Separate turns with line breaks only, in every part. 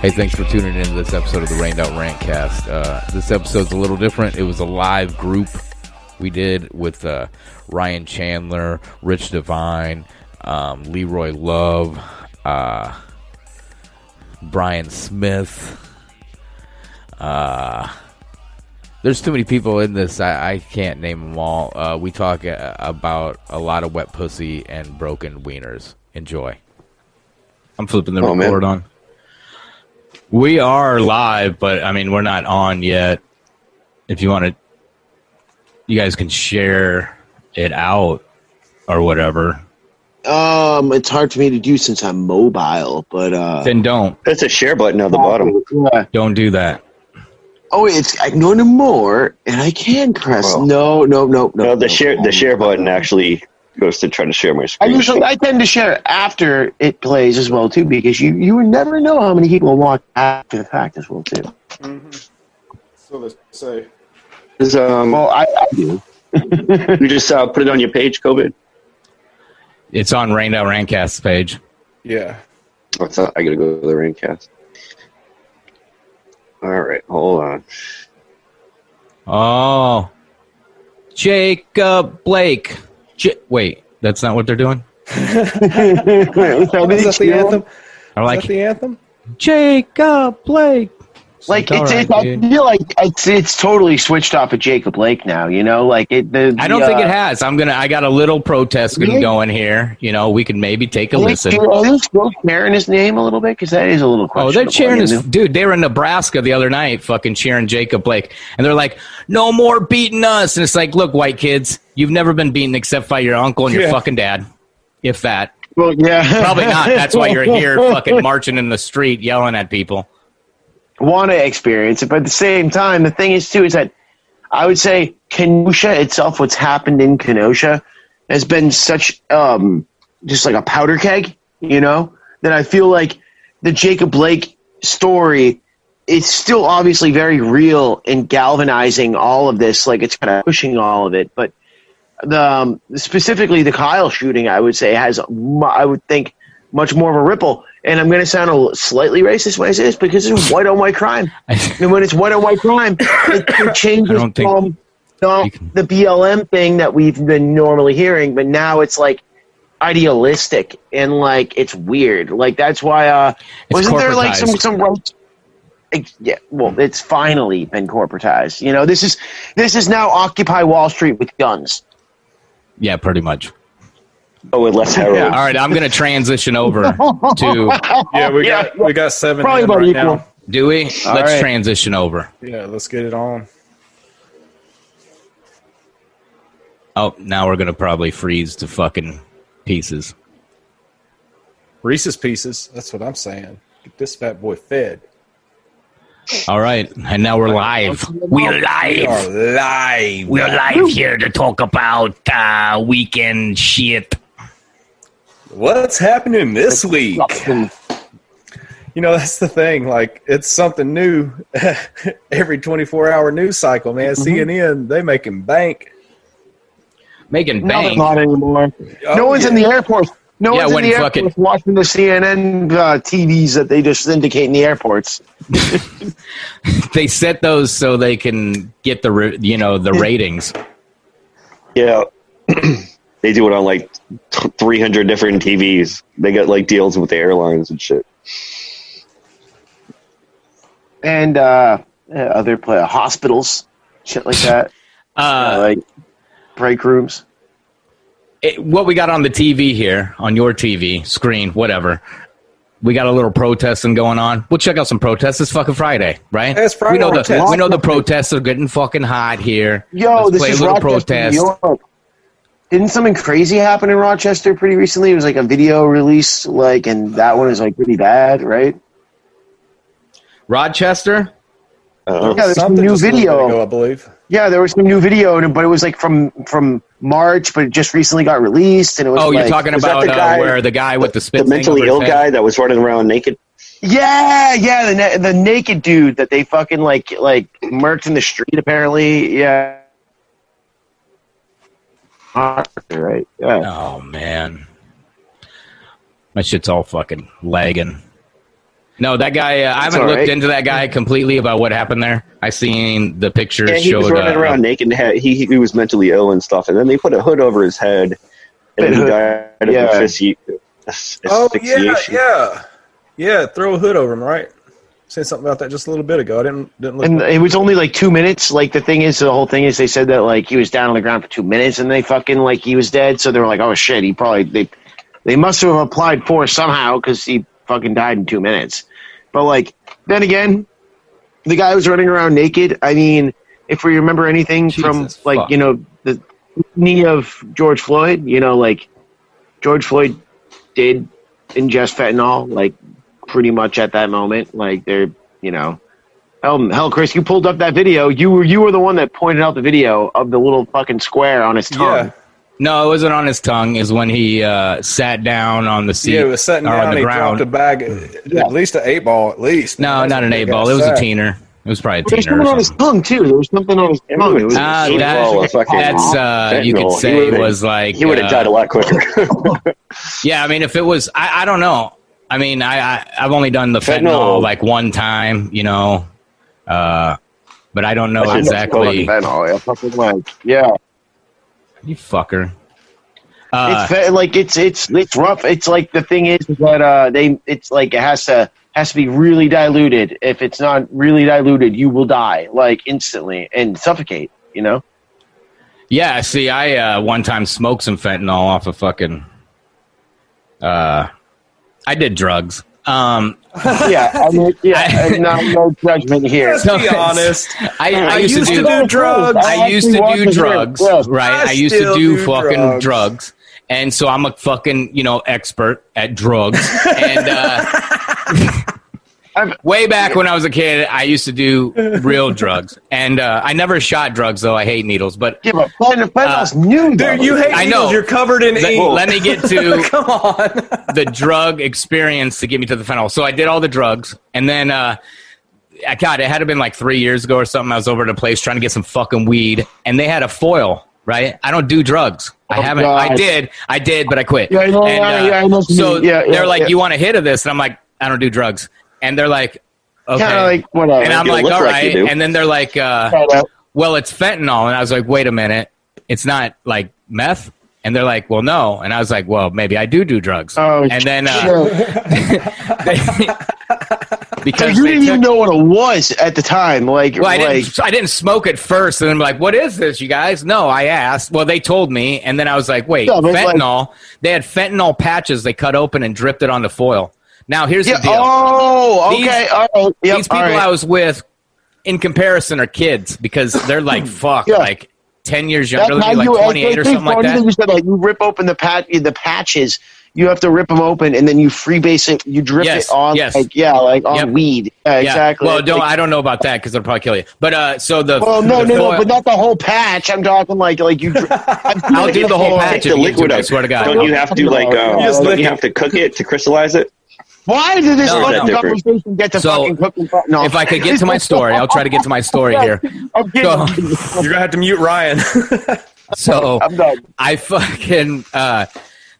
Hey, thanks for tuning in to this episode of the Rained Out Rantcast. Uh, this episode's a little different. It was a live group we did with uh, Ryan Chandler, Rich Devine, um, Leroy Love, uh, Brian Smith. Uh, there's too many people in this. I, I can't name them all. Uh, we talk uh, about a lot of wet pussy and broken wieners. Enjoy.
I'm flipping the
Oh, man.
record on. We are live, but I mean we're not on yet. If you want to, you guys can share it out or whatever.
Um, it's hard for me to do since I'm mobile, but uh,
Then don't
That's a share button on the bottom.
Yeah.
don't do that.
oh, it's I no no more, and I can press
Well.
no, no, no, no.
No, the
no.
share the share button actually goes to trying to share my
I
screen.
usually I tend to share after it plays as well too, because you you would never know how many people watch after the fact as well too.
So they say.
Is, um,
Well, I, I do.
you just uh, put it on your page, COVID.
It's on Rained Out Rantcast's page.
Yeah.
Oh, it's not, I gotta go to the Raincast. All right, hold on.
Oh, Jacob Blake. J- Wait, that's not what they're doing.
So
Is
they
that the
cheer.
anthem? Is
They're like
that the anthem?
Jacob Blake.
Like
All
it's,
right,
it's I
dude.
feel like it's it's totally switched off of Jacob Blake now. You know, like it. The,
I don't
the,
think
uh,
it has. I'm gonna. I got a little protest gonna
Really?
go in here. You know, we could maybe take a
Are they
listen.
cheer- Are they still cheering his name a little bit? Because that is a little
Oh,
questionable.
they're cheering
I mean,
his dude. They were in Nebraska the other night, fucking cheering Jacob Blake, and they're like, "No more beating us." And it's like, look, white kids, you've never been beaten except by your uncle and your
Yeah.
fucking dad, if that.
Well, yeah,
Probably not. That's why you're here, fucking marching in the street, yelling at people.
Want to experience it, but at the same time, the thing is too is that I would say Kenosha itself, what's happened in Kenosha, has been such um, just like a powder keg, you know, that I feel like the Jacob Blake story. It's still obviously very real and galvanizing all of this. Like it's kind of pushing all of it, but the um, specifically the Kyle shooting, I would say has mu- I would think much more of a ripple. And I'm going to sound a l- slightly racist when I say this because it's white on white crime. and when it's white on white crime, it, it
I
changes
don't think
from no,
you can-
the BLM thing that we've been normally hearing, but now it's like idealistic and like it's weird. Like that's why uh,
It's
wasn't there like some
corporatized. Hmm.
some right like, yeah, well, it's finally been corporatized. You know, this is this is now Occupy Wall Street with guns.
Yeah, pretty much.
Oh, with less heroin.
All right, I'm gonna transition over to
Yeah, we
Yeah.
got we got seven
Probably
in
about
right
equal.
now.
Dewey. Let's
right.
transition over.
Yeah, let's get it on.
Oh, now we're gonna probably freeze to fucking pieces.
Reese's Pieces. That's what I'm saying. Get this fat boy fed.
All right, and now we're live. We're
We
live.
are live.
We're live here to talk about uh, weekend shit.
What's happening this week? You know, that's the thing. Like, it's something new every 24 hour news cycle, man.
Mm-hmm.
CNN, they making bank.
Making
No, they're
bank.
not anymore. no
Oh,
one's in
yeah.
the airports. No
Yeah,
one's in
when
the
fucking-
airports watching the CNN uh, TVs that they just syndicate in the airports.
They set those so they can get the ra- you know the ratings.
Yeah, they do it on like t- 300 different TVs. They got like deals with the airlines and shit.
and uh, yeah, other pla hospitals, shit like that, uh,
Uh,
like break rooms.
it- what we got on the TV here on your TV screen, whatever. We got a little protesting going on. We'll check out some protests. It's fucking Friday, right?
It's Friday
We know the
protest.
we know the protests are getting fucking hot here.
Yo,
Let's
this
play
is
a little
Rochester,
protest.
New York. Didn't something crazy happen in Rochester pretty recently? It was like a video release, like, and that one is like pretty bad, right?
Rochester.
Uh,
Yeah, there's some
Something
new
just a little bit
video.
ago, I believe.
Yeah, there was some new video, and- but it was like from from March, but it just recently got released, and it was.
Oh, you're
like-
talking
was that
about
the
uh,
guy-
where the guy with the spit
the
thing
mentally
over his
ill
head?
guy that was running around naked.
Yeah, yeah, the na- the naked dude that they fucking like like murked in the street apparently. Yeah. Right. Yeah.
Oh man, my shit's all fucking lagging. No, that guy. Uh, I
That's
haven't
all
looked
right.
into that guy completely about what happened there. I seen the pictures
Yeah, he was
showed
running
uh,
around naked. And had, he he was mentally ill and stuff, and then they put a hood over his head, and
Bit
he
hood.
died of
Yeah.
asphyxi- as-
Oh yeah,
asphyxiation.
yeah, yeah. Throw a hood over him, right? Said something about that just a little bit ago. I didn't didn't look.
And it was only like two minutes. Like the thing is, the whole thing is they said that like he was down on the ground for two minutes, and they fucking like he was dead. So they were like, oh shit, he probably they they must have applied for somehow because he fucking died in two minutes. But like then again, the guy was running around naked. I mean, if we remember anything from
Jesus
like
fuck.
you know the knee of George Floyd, you know like George Floyd did ingest fentanyl like pretty much at that moment. Like they're you know. Hell, hell, Chris, you pulled up that video. You were you were the one that pointed out the video of the little fucking square on his tongue.
yeah,
No, it wasn't on his tongue. Is when he uh, sat down on the seat.
yeah. It was sitting
or
down.
on the
he
ground. Uh,
dropped a bag, at least an eight ball, at least.
no,
That's
not
a
an eight
big
ball.
ass
It was a
sack.
teener. It was probably a
There was
teener.
something on
Or
his
something.
tongue too. There was something on his
Yeah,
tongue.
but
It was
it's-
Uh,
Eight ball of
that,
fucking
that's uh, you
fentanyl.
could
He
say
would've-
was like
He would have
uh,
died a lot quicker.
Oh,
Yeah, I mean, if it was, I, I don't know. I mean, I, I I've only done the fentanyl,
Fentanyl.
like one time, you know, uh, but I don't know
That's just
exactly.
Fentanyl, yeah, fucking like, yeah.
You fucker. Uh,
it's fe- like it's it's it's rough. It's like the thing is that uh, they it's like it has to has to be really diluted. If it's not really diluted, you will die like instantly and suffocate. You know.
yeah, see, I uh, one time smoked some fentanyl off of fucking. Uh, I did drugs. Um,
Yeah, I mean, yeah. and no, no judgment here.
Let's be honest.
I, I, used, to do,
drugs.
I used to
want
do
to hear
drugs,
drugs.
right?
I
I used to
still
do,
do
fucking drugs.
drugs.
And so I'm a fucking, you know, expert at drugs. and uh, way back when I was a kid, I used to do real drugs. And uh, I never shot drugs, though. I hate needles. But
Yeah, but fentanyl, fentanyl's
Uh,
new. though.
Dude, you hate
I
I
know.
You're covered in
let,
ink.
let me get to
Come on.
the drug experience to get me to the fentanyl. So I did all the drugs, and then uh, I- God, it had to have been like three years ago or something. I was over at a place trying to get some fucking weed, and they had a foil. Right? I don't do drugs. I
Oh,
haven't. I
God.
did. I did, but I quit.
Yeah, I know,
And,
yeah, yeah, I know what you
so
mean. Yeah, yeah,
they're like,
yeah.
"You want a hit of this?" And I'm like, "I don't do drugs." And they're like, "Okay."
Kind of like whatever.
and I'm
You
like,
look
"All
like you
right."
do.
and then they're like, uh, well, it's fentanyl. And I was like, wait a minute. It's not like meth. And they're like, well, no. And I was like, well, maybe I do do drugs.
Oh,
and then uh,
Sure.
they,
So
because
you
they
didn't even
took-
know what it was at the time. Like,
well, I
like
didn't. I didn't smoke at first, and I'm like, "What is this, you guys?" No, I asked. Well, they told me, and then I was like, "Wait,
Yeah, but like-
fentanyl." they had fentanyl patches they cut open and dripped it on the foil. Now here's
yeah,
the deal:
oh,
These-
okay, all right. Yep,
these people
all right.
I was with, in comparison, are kids because they're like, "Fuck,"
Yeah.
like ten years
That's
younger,
how
than me,
you-
like 28 or
that's
something like
funny
that.
You said like you rip open the pat the patches. You have to rip them open and then you freebase it. You drip
Yes,
it on,
yes.
like yeah, like on
Yep.
weed. Yeah,
Yeah.
exactly.
Well, don't
Like,
I don't know about that because it'll probably kill you. But uh, so the
well, no,
the
no, no,
foil-
but not the whole patch. I'm talking like like you. dri- I'm
I'll do the whole patch.
Take
if
the
you need
liquid
to, I
up.
swear to God.
Don't you have to like? Uh,
You
just
don't
lick
you
it.
have to cook it to crystallize it?
Why did this
No,
fucking
no.
conversation get to
So,
fucking cooking? pot- No,
if I could get to my story, I'll try to get to my story here.
I'm kidding.
So-
I'm kidding.
You're gonna have to mute Ryan.
So
I'm done.
I fucking uh,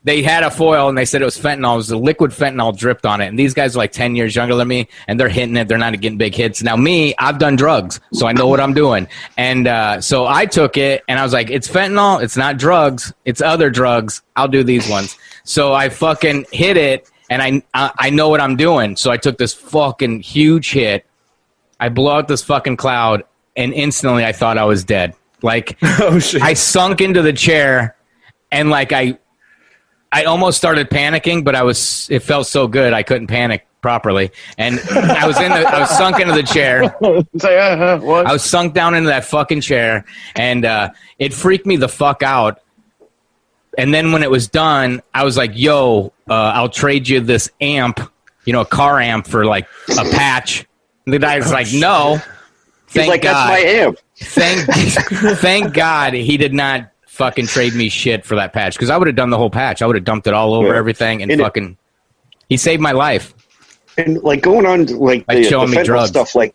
they had a foil and they said it was fentanyl. It was the liquid fentanyl dripped on it. And these guys are like ten years younger than me, and they're hitting it. They're not getting big hits. Now me, I've done drugs, so I know what I'm doing. And uh, so I took it, and I was like, it's fentanyl. It's not drugs. It's other drugs. I'll do these ones. So I fucking hit it, and I I, I know what I'm doing. So I took this fucking huge hit. I blow out this fucking cloud, and instantly I thought I was dead. Like
oh shit.
I sunk into the chair and like I I almost started panicking, but I was it felt so good I couldn't panic properly. And I was in the I was sunk into the chair.
It's like, uh, uh, what?
I was sunk down into that fucking chair and uh it freaked me the fuck out. And then when it was done, I was like, "Yo, uh, I'll trade you this amp, you know, a car amp for like a patch." And the guy was like, "No,
Oh, He's
thank
like,
God."
that's my amp.
Thank, thank God he did not fucking trade me shit for that patch because I would have done the whole patch. I would have dumped it all over
Yeah.
everything and
And it-
fucking. he saved my life.
and like going on like
Like
the, the
showing me
fentanyl
drugs.
stuff like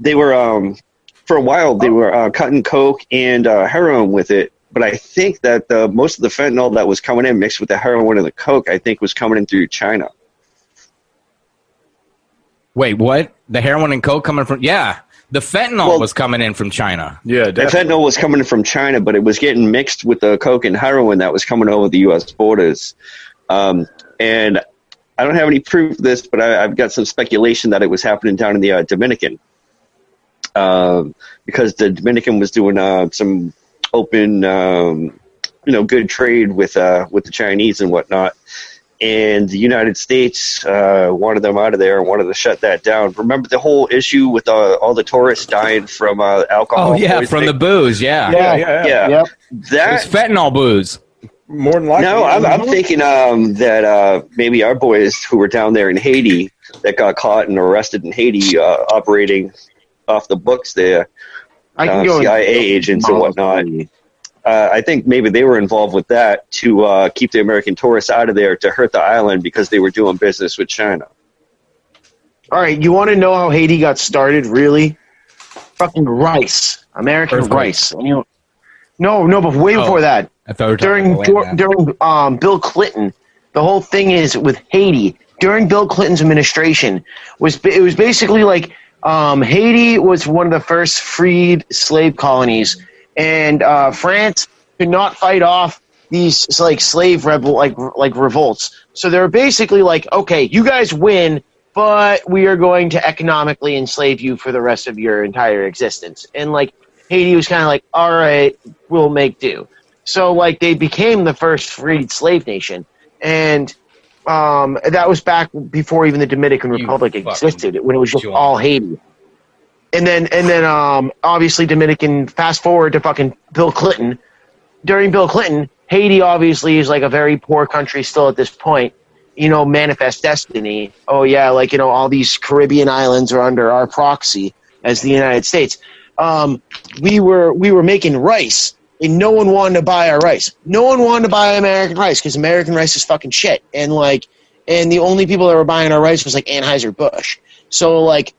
they were um for a while they were uh, cutting coke and uh, heroin with it but i think that the most of the fentanyl that was coming in mixed with the heroin and the coke i think was coming in through china
Wait, what? The heroin and coke coming from? Yeah, the fentanyl
Well-
was coming in from China.
Yeah,
The
definitely.
fentanyl was coming from China, but it was getting mixed with the coke and heroin that was coming over the U.S. borders. Um, and I don't have any proof of this, but I, I've got some speculation that it was happening down in the uh, Dominican um, because the Dominican was doing uh, some open, um, you know, good trade with uh, with the Chinese and whatnot. And the United States uh, wanted them out of there and wanted to shut that down. Remember the whole issue with uh, all the tourists dying from uh, alcohol?
Oh yeah, from
poisoning?
the booze. Yeah,
yeah, yeah, yeah.
yeah.
Yep.
it's
That
fentanyl booze.
More than likely.
no, I'm, I'm thinking um, that uh, maybe our boys who were down there in Haiti that got caught and arrested in Haiti uh, operating off the books there,
I
uh,
can go.
CIA agents and whatnot. Uh, I think maybe they were involved with that to uh, keep the American tourists out of there to hurt the island because they were doing business with China.
All right, you want to know how Haiti got started? Really? Fucking rice, American
Earthquake.
rice. And you- no, no, but way
Oh.
before that,
I thought we were talking
during
about
Geor-
land now.
during um, Bill Clinton, the whole thing is with Haiti during Bill Clinton's administration was ba- it was basically like um, Haiti was one of the first freed slave colonies, and uh, France could not fight off these like slave rebel like like revolts. So they're basically like, okay, you guys win. But we are going to economically enslave you for the rest of your entire existence. And like Haiti was kind of like, all right, we'll make do. So like they became the first freed slave nation, and um, that was back before even the Dominican
You
Republic
fucking
existed when it was just
joint.
all Haiti. And then and then um, obviously Dominican. Fast forward to fucking Bill Clinton. During Bill Clinton, Haiti obviously is like a very poor country still at this point. You know, manifest destiny. Oh yeah, like you know, all these Caribbean islands are under our proxy as the United States. Um, we were we were making rice and no one wanted to buy our rice. No one wanted to buy American rice because American rice is fucking shit. And like, and the only people that were buying our rice was like Anheuser Busch. So like,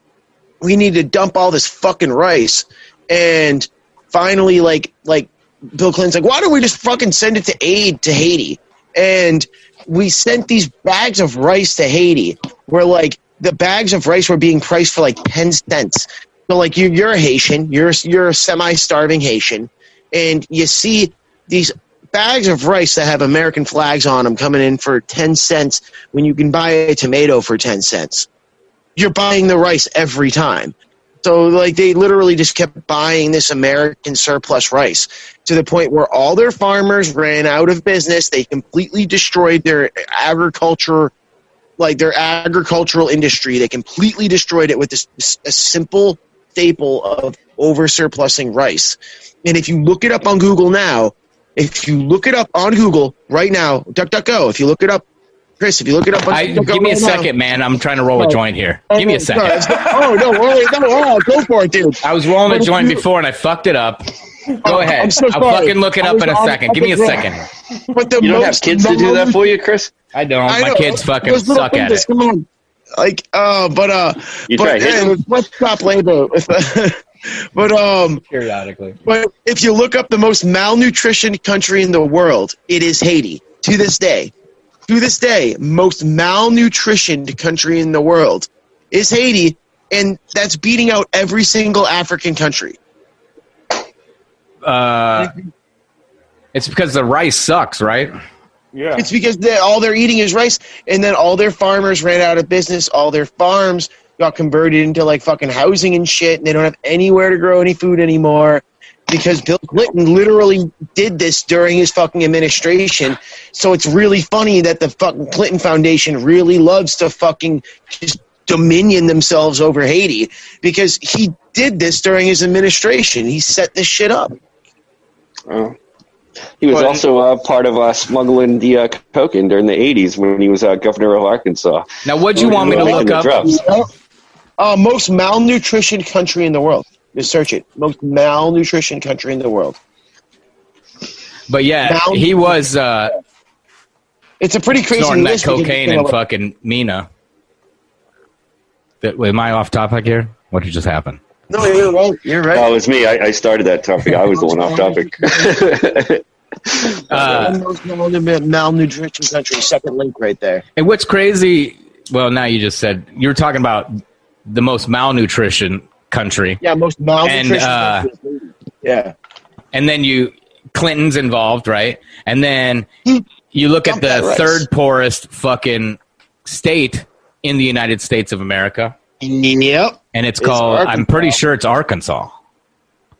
we need to dump all this fucking rice. And finally, like, like Bill Clinton's like, why don't we just fucking send it to aid to Haiti? And we sent these bags of rice to Haiti, where like the bags of rice were being priced for like ten cents. So like you, you're a Haitian, you're you're a semi-starving Haitian, and you see these bags of rice that have American flags on them coming in for 10 cents when you can buy a tomato for 10 cents. You're buying the rice every time. So, like, they literally just kept buying this American surplus rice to the point where all their farmers ran out of business. They completely destroyed their agriculture, like, their agricultural industry. They completely destroyed it with this, this a simple staple of over surplusing rice. And if you look it up on Google now, if you look it up on Google right now, DuckDuckGo, if you look it up, Chris, if you look it up on
I,
DuckDuckGo
give me a
right now-
second, man. I'm trying to roll a joint here. Give me a
No,
second.
it's- Oh, no, really, no, oh, go for it, dude.
I was rolling a
But
joint
you-
before and I fucked it up. Go ahead.
I'm
I'm,
so sorry.
fucking looking
I
up
was
in a
on-
second.
I
Give me a
was wrong.
second.
But the
You don't have
most
kids to do that for you, Chris?
I don't.
I
My
know,
kids fucking
those little
suck at
fingers,
it.
Come on, like, uh, but uh,
You try
but
hitting
yeah, let's stop labor. but um,
Periodically.
but if you look up the most malnutrition country in the world, it is Haiti to this day. To this day, most malnutritioned country in the world is Haiti, and that's beating out every single African country.
Uh, it's because the rice sucks, right?
Yeah.
It's because they, all they're eating is rice, and then all their farmers ran out of business. All their farms got converted into like fucking housing and shit, and they don't have anywhere to grow any food anymore because Bill Clinton literally did this during his fucking administration. So it's really funny that the fucking Clinton Foundation really loves to fucking just dominion themselves over Haiti because he did this during his administration. He set this shit up.
Oh. He was
But-
also uh, part of uh, smuggling the uh, coke in during the 80s when he was uh, governor of Arkansas.
Now, what'd you want me to
Making
look
the
up?
drugs.
Uh, most malnutrition country in the world. Just search it. Most malnutrition country in the world.
But yeah,
Now-
he was uh,
It's a pretty crazy
snorting that
list. because
cocaine
it's
and
gonna-
fucking Nina. That, am I off topic here? What just happened?
No, you're right. You're right.
Oh, it was me. I, I started that topic. I was the one off topic.
Uh,
most malnu- malnutrition country, second link right there.
and what's crazy? Well, now you just said you were talking about the most malnutrition country,
Yeah, most malnutrition.
uh,
yeah,
and then you Clinton's involved, right? And then you look at
Dump that
the
rice.
third poorest fucking state in the United States of America,
yep.
and it's
It's
called. I'm pretty
Arkansas.
sure it's Arkansas.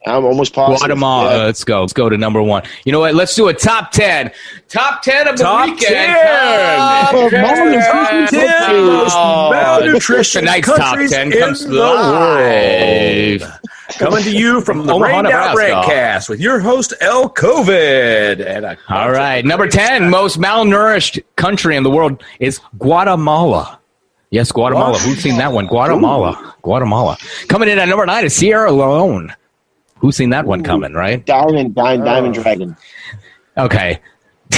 I'm almost positive.
Guatemala.
Yeah.
Let's go. Let's go to number one. You know what? Let's do a top ten. Top ten of the
Top
weekend.
10.
Top
Well, malnutrition
ten.
countries.
Oh,
Malnutrition
tonight's top
countries
ten
in
comes
the
live.
Coming to you from the
Omaha,
Rained Out
Nebraska.
Rantcast with your host, El COVID. And a-
All right, number ten, most malnourished country in the world is Guatemala. Yes, Guatemala. Who's seen that one? Guatemala. Guatemala. Coming in at number nine is Sierra Leone. Who's seen that one coming? Right?
Diamond, diamond, diamond dragon.
Okay.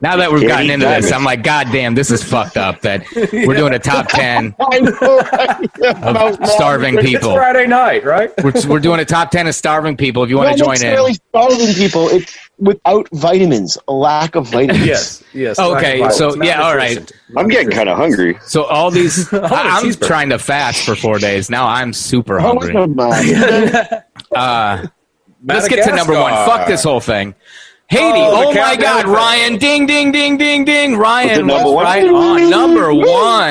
now that we've
Katie
gotten into this,
Diamond.
I'm like, God damn, this is fucked up. That we're doing a top ten
I know, right? About
of starving
malnutrition.
It's
people.
Friday night, right?
We're, we're doing a top ten of starving people. If you want to
Not
join
necessarily
in.
starving people. It's without vitamins, a lack of vitamins.
Yes, yes.
Okay,
Black
so,
violence,
yeah, all right.
malnutrition.
I'm getting kind of hungry.
So all these,
Oh,
I want a
I'm
cheeseburger.
trying to fast for four days. Now I'm super
Oh
hungry.
my God.
Uh, let's get to number one.
Madagascar.
Fuck this whole thing. Haiti.
Oh,
Oh,
the
my God,
countdown.
Ryan. Ding, ding, ding, ding, ding.
Was it
Ryan was
number one?
right on number one.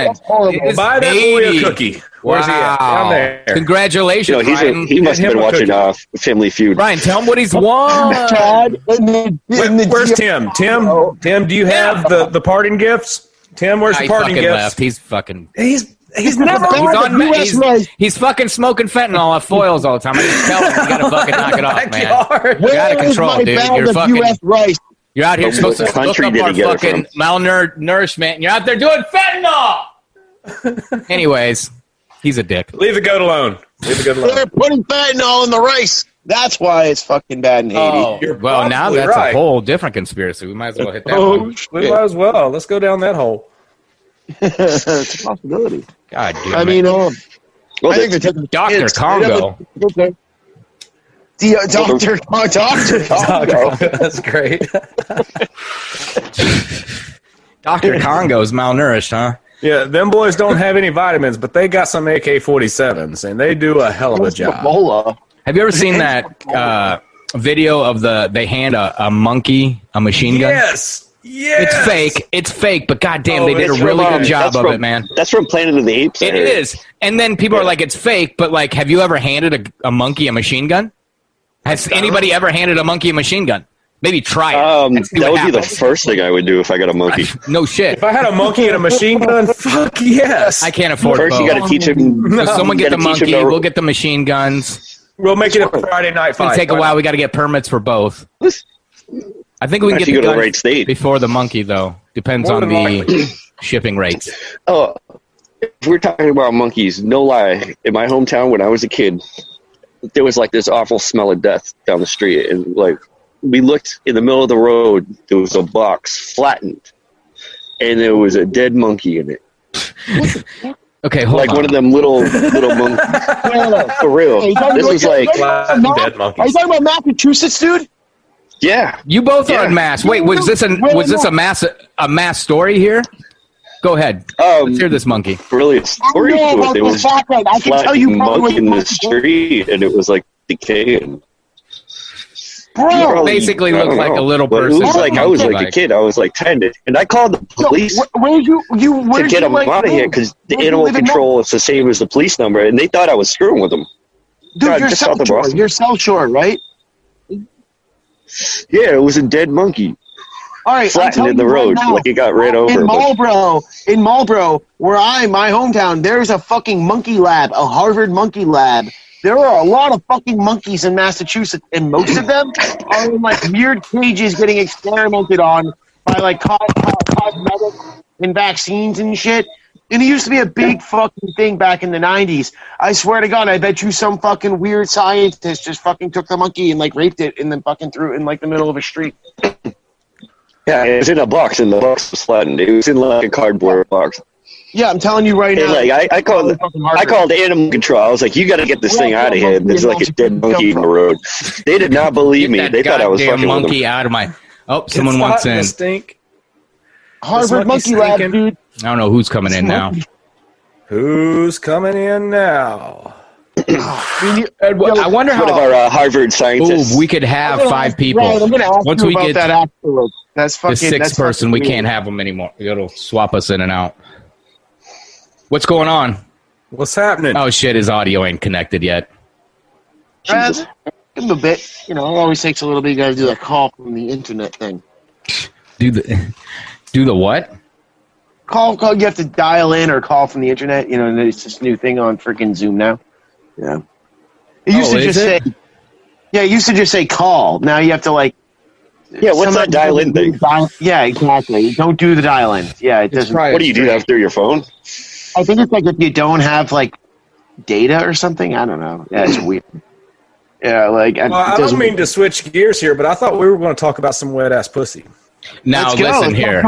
That's horrible.
Is
Buy that
Haiti.
Oreo cookie. Where's he at? Down
Wow.
there.
You
Congratulations,
know, he's a,
Ryan.
he must
Hit
have
him
been
a
watching
cookie.
uh, Family Feud.
Ryan, tell him what he's won.
Chad and the, and
Where-
the Oh,
where's Tim? Tim, Tim, do you have the, the parting gifts? Tim, where's
I
the parting
fucking
gifts?
left. He's fucking.
He's he's never
He's
He's,
on
on,
the US
he's,
rice.
he's fucking smoking fentanyl at foils all the time. I just tell him you gotta fucking knock it off, man.
backyard.
Where
out of
is
control,
my
dude.
bag
You're
of
fucking-
U.S. rice?
You're out here
But
supposed to
what
look
country
up
did
our
he get it
fucking malnourishment, and you're out there doing fentanyl. Anyways, he's a dick.
Leave the goat alone. Leave the goat
They're
alone.
putting fentanyl in the rice. That's why it's fucking bad in Haiti.
Oh,
You're
well, now
probably
that's
right.
a whole different conspiracy. We might as well hit that
Oh,
one.
We might as well. Let's go down that hole.
it's a possibility.
God damn
I mean, um,
Well,
I think
the-
they're taking
Dr.
kids.
Congo.
Okay. The, uh, Doctor, uh, Doctor, Congo.
That's great.
Dr. Congo's malnourished, huh?
Yeah, them boys don't have any vitamins, but they got some AK-47s, and they do a hell of a
It's
job.
Ebola.
Have you ever seen that uh, video of the they hand a, a monkey a machine gun?
Yes, yes.
It's fake. It's fake, but goddamn,
Oh,
they did a
it's
really
from,
good
um,
job
that's
of
from-
it, man.
That's from Planet of the Apes. I
It
heard.
is. And then people are like, it's fake, but like, have you ever handed a, a monkey a machine gun? Has anybody ever handed a monkey a machine gun? Maybe try it.
Um,
and see
that
what
would be the
happens.
first thing I would do if I got a monkey.
no shit.
If I had a monkey and a machine gun, fuck yes.
I can't afford
First, you
both.
got to teach him.
So someone
you
get the
gotta teach
monkey.
him to-
We'll get the machine guns.
We'll make it a Friday night
It's gonna
fight.
take a
Why
while.
not?
We got to get permits for both. I think we can
Unless
get
you
the
go to the
guns
right state.
before the monkey, though. Depends
More
on
than
the shipping rates.
Oh, if we're talking about monkeys, no lie. In my hometown, when I was a kid, there was like this awful smell of death down the street, and like we looked in the middle of the road, there was a box flattened, and there was a dead monkey in it,
Okay, hold
like
on.
one of them little little monkeys. For real,
Hey, you talking
this
about-
was like,
Flat
Matt- Are
dead
you
monkeys.
talking about Massachusetts, dude?
yeah,
you both
Yeah.
are on mass. Wait, was this a was this a mass a mass story here? Go ahead.
um,
Let's hear this monkey.
brilliant story to
I know
it.
about
There
the
was
fact that I can tell you
flattened
probably
monkey in the
what-
street, and it was like decaying.
Bro,
Probably-
basically
I
looked
don't
like a
know.
little
But It
person.
was like I was like a
Like-
kid. I was like ten, and I called the police
wh- where you you where
to get
you,
them
like,
out of here
live?
because the
Where you
animal
live in
control is the same as the police number, and they thought I was screwing with them.
Dude,
God,
you're
just
South
south of
Shore.
Boston.
You're South Shore, right?
Yeah, it was a dead monkey
All right, I'm
flattened
telling
in the
you right
road,
now,
like it got ran over.
in
but-
Marlboro, in Marlboro, where I, my hometown, there's a fucking monkey lab, a Harvard monkey lab. There are a lot of fucking monkeys in Massachusetts, and most of them are in like weird cages getting experimented on by like co- co- cosmetics and vaccines and shit. And it used to be a big fucking thing back in the 90s. I swear to God, I bet you some fucking weird scientist just fucking took the monkey and like raped it and then fucking threw it in like the middle of a street.
yeah, it was in a box, and the box was flattened. It was in like a cardboard box.
Yeah, I'm telling you right
And
now.
like I, I called, I called animal control. I was like, "You got to get this thing out of here." And there's like a dead monkey in the road. They did not
Get
believe me.
that
They thought I was
goddamn
fucking with them.
monkey out of my. Oh,
It's
someone wants
hot and
in.
it Stink.
Harvard
This monkey's
Monkey Lab,
thinking-
dude.
I don't know who's coming in now.
Who's coming in now?
Ed, I wonder
One of
how.
our uh, Harvard scientists.
Ooh, we could have five people.
Right, I'm gonna ask
Once
you
we
about
get
that afterwards. That's fucking
the
that's
sixth person, we
fucking
can't
weird.
have them anymore. It'll swap us in and out. What's going on?
What's happening?
Oh shit, his audio ain't connected yet.
Jesus.
Uh, give them a bit. You know, it always takes a little bit. You got to do that call from the internet thing.
Do the do the what?
Call, call. You have to dial in or call from the internet. You know, and it's this new thing on freaking Zoom now. Yeah. It used
Oh,
to
is
just
it?
say. Yeah, it used to just say call. Now you have to like.
yeah, what's
somehow-
that dial in thing?
Dial- yeah, exactly. Don't do the dial in. Yeah, it doesn't.
What do you do that through your phone?
I think it's like if you don't have like data or something. I don't know. Yeah, it's weird. Yeah, like I,
Well, I don't mean to switch gears here, but I thought we were going to talk about some wet ass pussy.
Now listen here.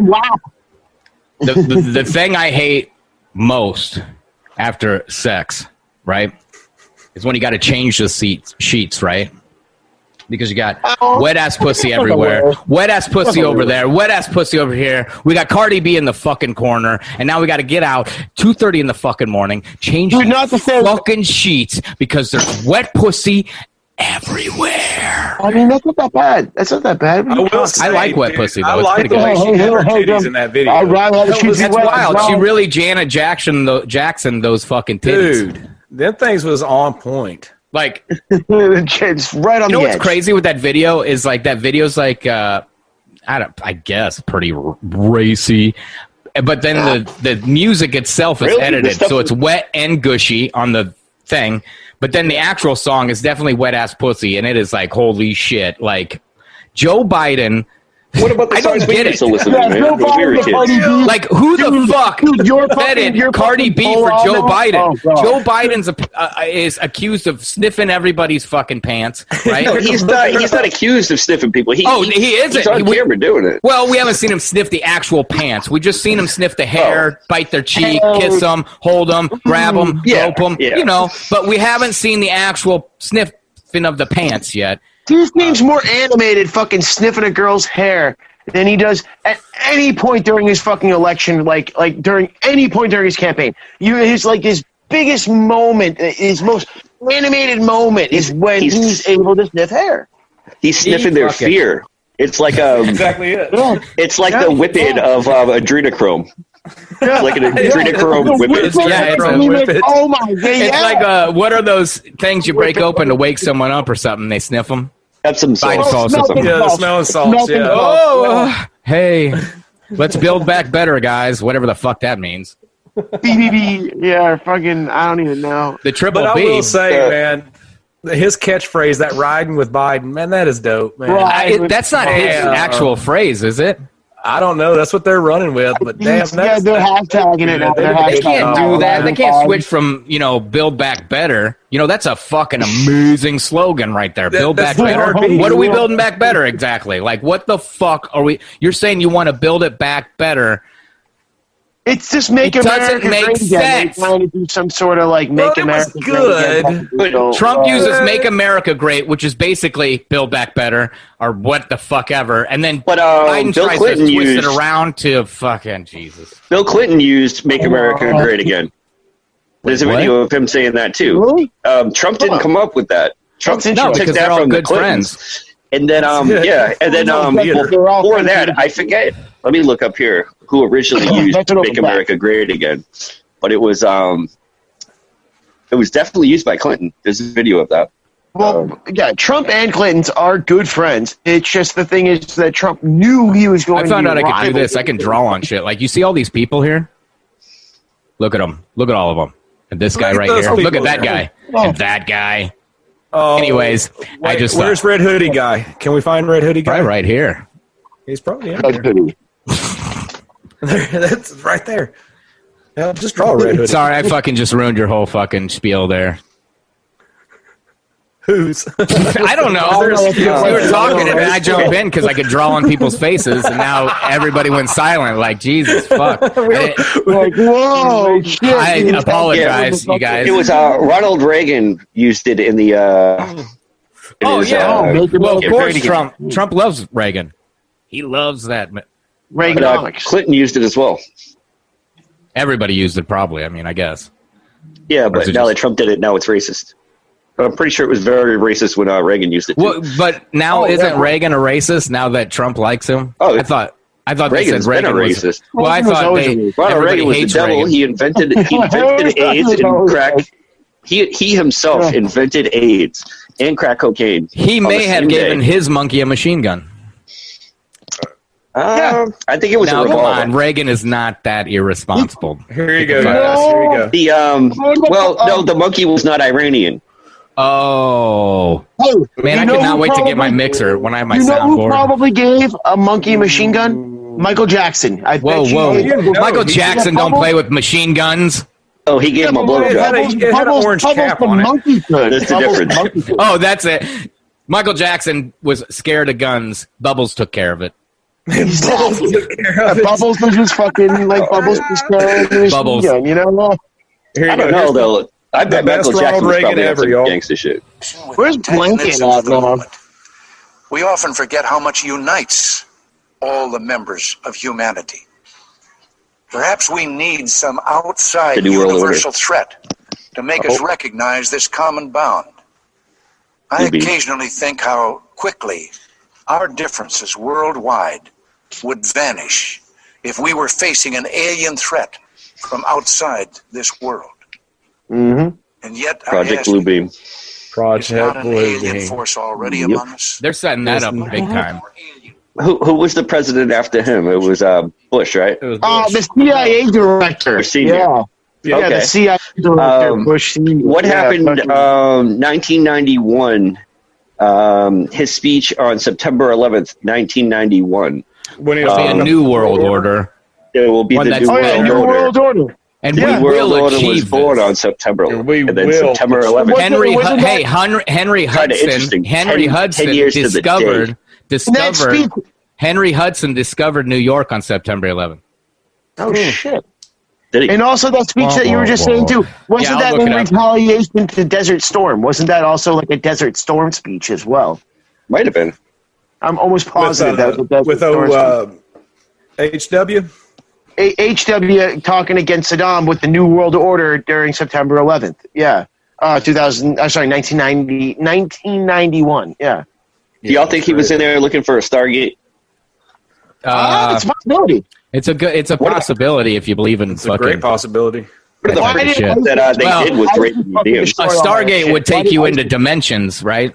the, the, the thing I hate most after sex, right, is when you got to change the seats, sheets, right? Because you got wet ass pussy everywhere, wet ass pussy over there, wet ass pussy over here. We got Cardi B in the fucking corner, and now we got to get out two thirty in the fucking morning, change
Dude,
the
not the same-
fucking sheets because there's wet pussy everywhere.
I mean, that's not that bad. That's not that bad.
I will. Say,
like wet
dude,
pussy, though.
I
It's
like
pretty
the
good.
way
Hey,
she
hey,
had her
hey,
titties
hey,
in that video.
I'd rather have a
That
cheesy
was-
That's
wet.
wild.
Well-
She really Janet Jackson, tho- Jackson those fucking titties.
dude. Them things was on point.
Like
it's right on
You know
the
what's
edge.
crazy with that video is like that video's like uh, I don't I guess pretty r- racy, but then the the music itself is
Really? The
edited
stuff-
so it's wet and gushy on the thing, but then the actual song is definitely wet ass pussy and it is like holy shit like Joe Biden
What about the
I don't
songs we
get
used
it.
to listen to,
Yeah,
man?
no
when we
problem
were
with Cardi
kids.
B.
like who the
Dude,
fucking
dude, you're fucking-
vetted
you're
Cardi
fucking
B
full
for
on
Joe
now?
Biden?
Oh, God.
Joe Biden's a, uh, is accused of sniffing everybody's fucking pants, right?
No, he's not. He's not accused of sniffing people. He,
Oh, he isn't.
He's on
We-
camera doing it.
Well, we haven't seen him sniff the actual pants. We just seen him sniff the hair, bite their cheek,
Oh.
kiss them, hold them, grab them,
Yeah,
rope them.
yeah.
You know, but we haven't seen the actual sniffing of the pants yet.
His name's more animated, fucking sniffing a girl's hair than he does at any point during his fucking election. Like, like during any point during his campaign, you his like his biggest moment, his most animated moment is when he's,
he's-
able to sniff hair.
He's sniffing their
fucking-
fear. It's like um,
Exactly it.
it's like
Yeah,
the whipping
yeah.
of um, adrenochrome. It's like an adrenochrome whipping.
It's- yeah, it's a
whip it.
Oh my god! Yeah.
It's like, uh, what are those things you break open to wake someone up or something? They sniff them.
That's some salt.
Biden sauce.
That's some-
Yeah, the smelling salts.
Melting
Yeah.
salt.
Oh, uh, hey, let's build back better, guys. Whatever the fuck that means.
yeah, fucking. I don't even know.
The triple
But I
B.
will say,
Yeah.
man, his catchphrase, that riding with Biden, man, that is dope, man.
Right.
I- it- that's not his
Yeah.
actual phrase, is it?
I don't know. That's what they're running with, but damn,
yeah,
that's,
they're hashtagging it. now. They're
They
They
can't
hashtagging
do
it.
that. They can't switch from you know build back better. You know that's a fucking amazing slogan right there.
That-
Build back
that's
better.
what RB
What are we
will.
building back better exactly? Like what the fuck are we? You're saying you want to build it back better?
It's just make
It doesn't
America
make
great again. They're
sense.
trying to do some sort of like
Well,
make
it
America
was
great again.
good.
So,
Trump
uh,
uses
Yeah.
"Make America Great," which is basically "Build Back Better" or what the fuck ever, and then
But, um,
Biden
Bill
tries
Clinton
to twist
used-
it around to fucking Jesus.
Bill Clinton used "Make America
Oh.
Great Again." There's a
Wait, what?
video of him saying that too.
uh, Really?
Um, Trump didn't come up with that. Trump
That's interesting.
took
Because
that
they're all
from the
good
Clintons. And then, um,
Yeah.
yeah, and then um,
They're all
before before
friends.
that, I forget. Let me look up here who originally used
That's what
"Make
I'm back.
America Great Again," but it was um, it was definitely used by Clinton. There's a video of that. Um,
Well, yeah, Trump and Clinton's are good friends. It's just the thing is that Trump knew he was going.
I found
to
out
be
I could do
rival-
this. I can draw on shit. Like you see all these people here. Look at them. Look at all of them. And this guy
Look at
right
those
here. Look at
people
that
there.
guy. And that guy.
Oh,
Anyways, I
wait,
just
where's
thought,
Red Hoodie guy? Can we find Red Hoodie guy?
probably right here.
He's probably in
Red
there.
hoodie.
that's right there. Yeah, just draw Red Hoodie.
Sorry, I fucking just ruined your whole fucking spiel there.
Who's?
I don't know.
There's-
we were talking, and I
there's-
jumped in because I could draw on people's faces, and now everybody went silent. Like Jesus, fuck. I,
Like, whoa! shit,
I
dude.
apologize, you guys.
It was uh, Ronald Reagan used it in the. Uh, in
Oh
his,
yeah.
uh,
well, of
Get
course,
ready.
Trump. Trump loves Reagan. He loves that. ma-
but, uh,
Reaganomics.
Clinton used it as well.
Everybody used it, probably. I mean, I guess.
Yeah,
is
but
it
now
just-
that Trump did it, now it's racist. But I'm pretty sure it was very racist when uh, Reagan used it. too.
Well, but now
Oh,
isn't
yeah.
Reagan a racist now that Trump likes him?
Oh,
I thought I thought they
Reagan's
said Reagan
been a
was-
racist.
well, I
Reagan was
thought
always
they
a racist.
Ronald
everybody
Reagan was the
hates
devil.
Reagan.
He invented he invented AIDS and crack. He he himself
Yeah.
invented AIDS and crack cocaine.
He
on the
may have
same
given
day.
his monkey a machine gun.
Um, I think it was
Now,
a
come
revolver.
on, Reagan is not that irresponsible.
Here you go,
No.
guys. Here you go.
The um, well, no, the monkey was not Iranian.
Oh
Oh,
man,
you
I
know
could not
who
wait to get my
probably-
mixer when I have my
you know who
soundboard.
probably gave a monkey machine gun? Michael Jackson. I
Whoa,
bet you
whoa!
he-
know
Michael
he's-
Jackson don't
Bubbles-
play with machine guns.
Oh, he gave him a
it had
blowjob.
a- it had an
Bubbles-
orange
Bubbles
cap
the
on it.
monkey could.
That's the
Bubbles
difference.
monkey could.
Oh, that's it. Michael Jackson was scared of guns. Bubbles took care of it.
Bubbles took care of
Yeah,
it.
Bubbles was just fucking like Bubbles was throwing the machine
Bubbles.
gun, you know.
Here you
I don't
go.
know though. I bet
best
Michael
Ronald
Jackson was
Reagan
probably on
ever,
some
y'all.
gangster shit.
Where's
Ten
Blanket
minutes
at,
of the
Mom?
moment. We often forget how much unites all the members of humanity. Perhaps we need some
The
outside
New World
universal threat to make us recognize this common bond. I
Maybe.
occasionally think how quickly our differences worldwide would vanish if we were facing an alien threat from outside this world.
Mm-hmm.
And yet, I
Project
ask,
Blue Beam.
is not
Project
an
Blue
alien
Beam.
force already
Yep.
among us?
They're setting that up big time.
Who who was the president after him? It was uh, Bush, right?
It was
Oh, the
Bush.
CIA director.
Senior.
Yeah.
Yeah.
yeah, the
Okay.
CIA director
Um,
Bush. Senior.
What
Yeah,
happened?
fucking-
Um, 1991. Um, his speech on September 11th, 1991.
When he
It'll
was
be
on
a
Um,
the-
new world order,
It will be
One
the
that's-
new
oh yeah,
world
New
order.
World Order.
and
New
we
World
will
Order
achieve
was born
this.
on September 11th,
We
and then
will.
September 11th.
Henry, Hu-
Wasn't- wasn't
hey, Henry, Henry
Kinda
Hudson,
interesting.
Henry
Ten-
Hudson
ten years to the
discovered
That
discovered
speech.
Henry Hudson discovered New York on September 11th.
Oh shit!
Did he-
And also that speech that you were just saying too. Wasn't
I'll
that
look
in
it up.
retaliation to Desert Storm? Wasn't that also like a Desert Storm speech as well?
Might have been.
I'm almost
with,
positive that was a
uh,
Desert
with
Storm.
oh, uh, HW.
speech. A- HW talking against Saddam with the New World Order during September 11th. Yeah. Uh, 2000. I'm sorry, 1990, 1991. Yeah.
Do y'all think he was in there looking for a Stargate?
Uh,
Uh,
it's a possibility.
it's a good, it's a
Ah, What about-
possibility if you believe in
It's a great
fucking. uh,
possibility.
What are the
Why
fucking
did-
shit that uh, they
Well,
did with
I-
Great Museum?
A Stargate would take you into dimensions, right?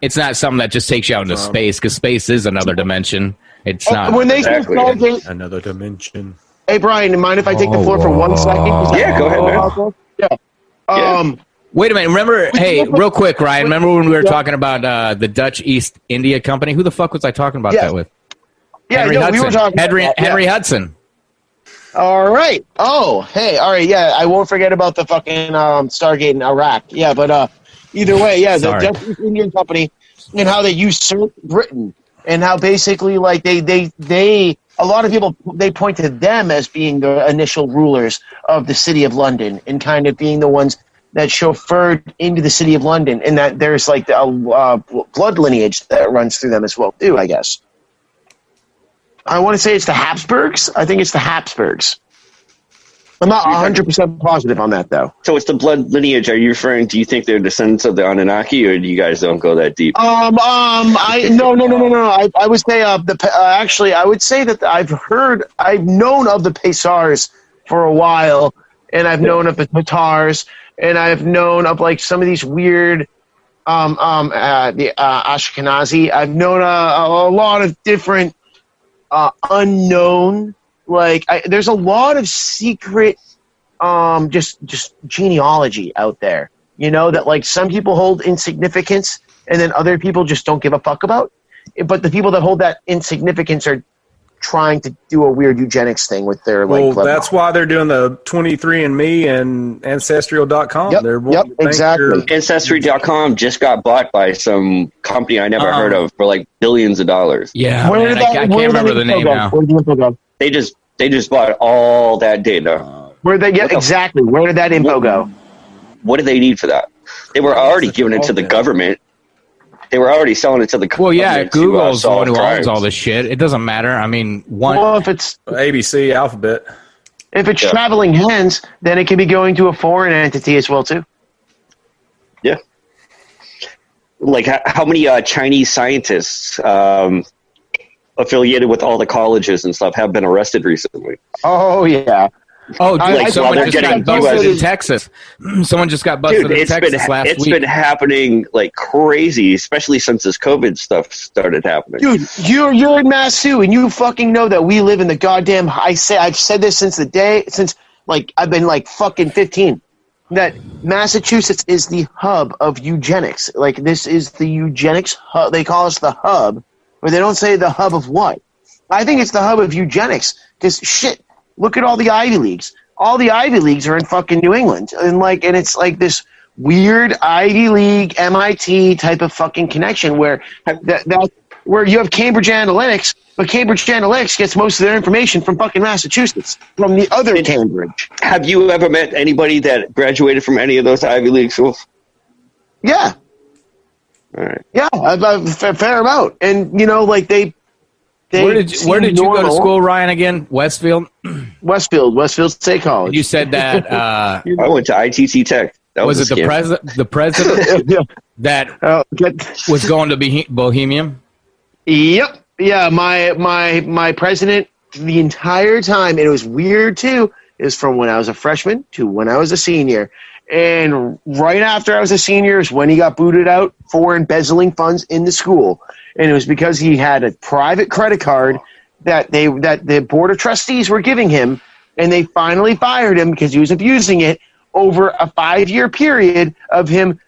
It's not something that just takes you out into
Um,
space because space is another dimension. It's
Oh,
not.
when they
Exactly.
say Stargate,
Another dimension.
Hey, Brian, mind if I take the floor for one second?
Yeah, go ahead,
man. Yeah. Um,
Wait a minute. Remember, hey, real quick, Ryan. Remember when we were
Yeah.
talking about uh, the Dutch East India Company? Who the fuck was I talking about
Yeah.
that with?
yeah,
Henry
no,
Hudson.
we were talking. about
Henry,
that, yeah.
Henry Hudson.
All right. Oh, hey, all right. Yeah, I won't forget about the fucking um, Stargate in Iraq. Yeah, but uh, either way, yeah, the
Sorry.
Dutch East Indian Company and how they usurped Britain and how basically like they they they a lot of people they point to them as being the initial rulers of the city of London and kind of being the ones that chauffeured into the city of London and that there's like a uh, blood lineage that runs through them as well too. I guess. I want to say it's the Habsburgs. I think it's the Habsburgs. I'm not 100% positive on that, though.
So it's the blood lineage. Are you referring? Do you think they're descendants of the Anunnaki, or do you guys don't go that deep?
Um, um, I no, no, no, no, no. I, I would say uh, the Pe- uh, actually, I would say that I've heard, I've known of the Pesars for a while, and I've known of the Tatars, and I've known of like some of these weird, um, um, uh, the uh, Ashkenazi. I've known a, a lot of different uh, unknown. Like, I, there's a lot of secret, um, just just genealogy out there. You know that like some people hold insignificance and then other people just don't give a fuck about. But the people that hold that insignificance are trying to do a weird eugenics thing with their like.
Well,
blood
that's why they're doing the 23andMe and Ancestral.com.
Yep,
They're
yep,
wanting to think
exactly.
you're-
Ancestry.com just got bought by some company I never
Um,
heard of for like billions of dollars.
Yeah, man, I, I can't
where did
remember the
info
name
go?
now.
Where did the info go?
They just they just bought all that
Uh-huh.
data.
Where they get
the-
exactly? Where did that info
What-
go?
What do they need for that? They were already
it's a
giving it to the government.
development.
They were already selling it to the government.
Well, yeah,
to, uh,
Google's the
solve
one who
crimes.
owns all this shit. It doesn't matter. I mean, one.
Well, if it's
ABC Alphabet.
If it's
Yeah.
traveling hands, then it can be going to a foreign entity as well too.
Yeah. Like how, how many uh, Chinese scientists um, affiliated with all the colleges and stuff have been arrested recently?
Oh yeah,
Oh, dude,
I-
I-
someone
while they're
just got
getting
busted in
US
Texas. someone just got busted
Dude,
in
it's been
Texas last
it's
week.
been happening like crazy, especially since this COVID stuff started happening.
dude, you're you're in Mass too, and you fucking know that we live in the goddamn. I say I've said this since the day since like I've been like fucking fifteen. That Massachusetts is the hub of eugenics. Like this is the eugenics hub. They call us the hub, but they don't say the hub of what. I think it's the hub of eugenics. Because shit, look at all the Ivy Leagues. All the Ivy Leagues are in fucking New England, and like, and it's like this weird Ivy League MIT type of fucking connection where that, that where you have Cambridge Analytics, but Cambridge Analytics gets most of their information from fucking Massachusetts, from the other Cambridge.
Have you ever met anybody that graduated from any of those Ivy League schools?
Yeah,
All right.
yeah, a, a fa- fair amount, and you know, like they. they
Where did you, where
seem
did you go to
normal.
school, Ryan? Again, Westfield.
Westfield, Westfield State College.
You said that uh,
I went to ITT Tech. That was,
was it
a
the
scam.
president? The president
yeah.
that
Oh, get-
was going to be Bohemian.
Yep. Yeah, my my my president the entire time, and it was weird too, is from when I was a freshman to when I was a senior. And right after I was a senior is when he got booted out for embezzling funds in the school. And it was because he had a private credit card that they that the board of trustees were giving him and they finally fired him because he was abusing it over a five year period of him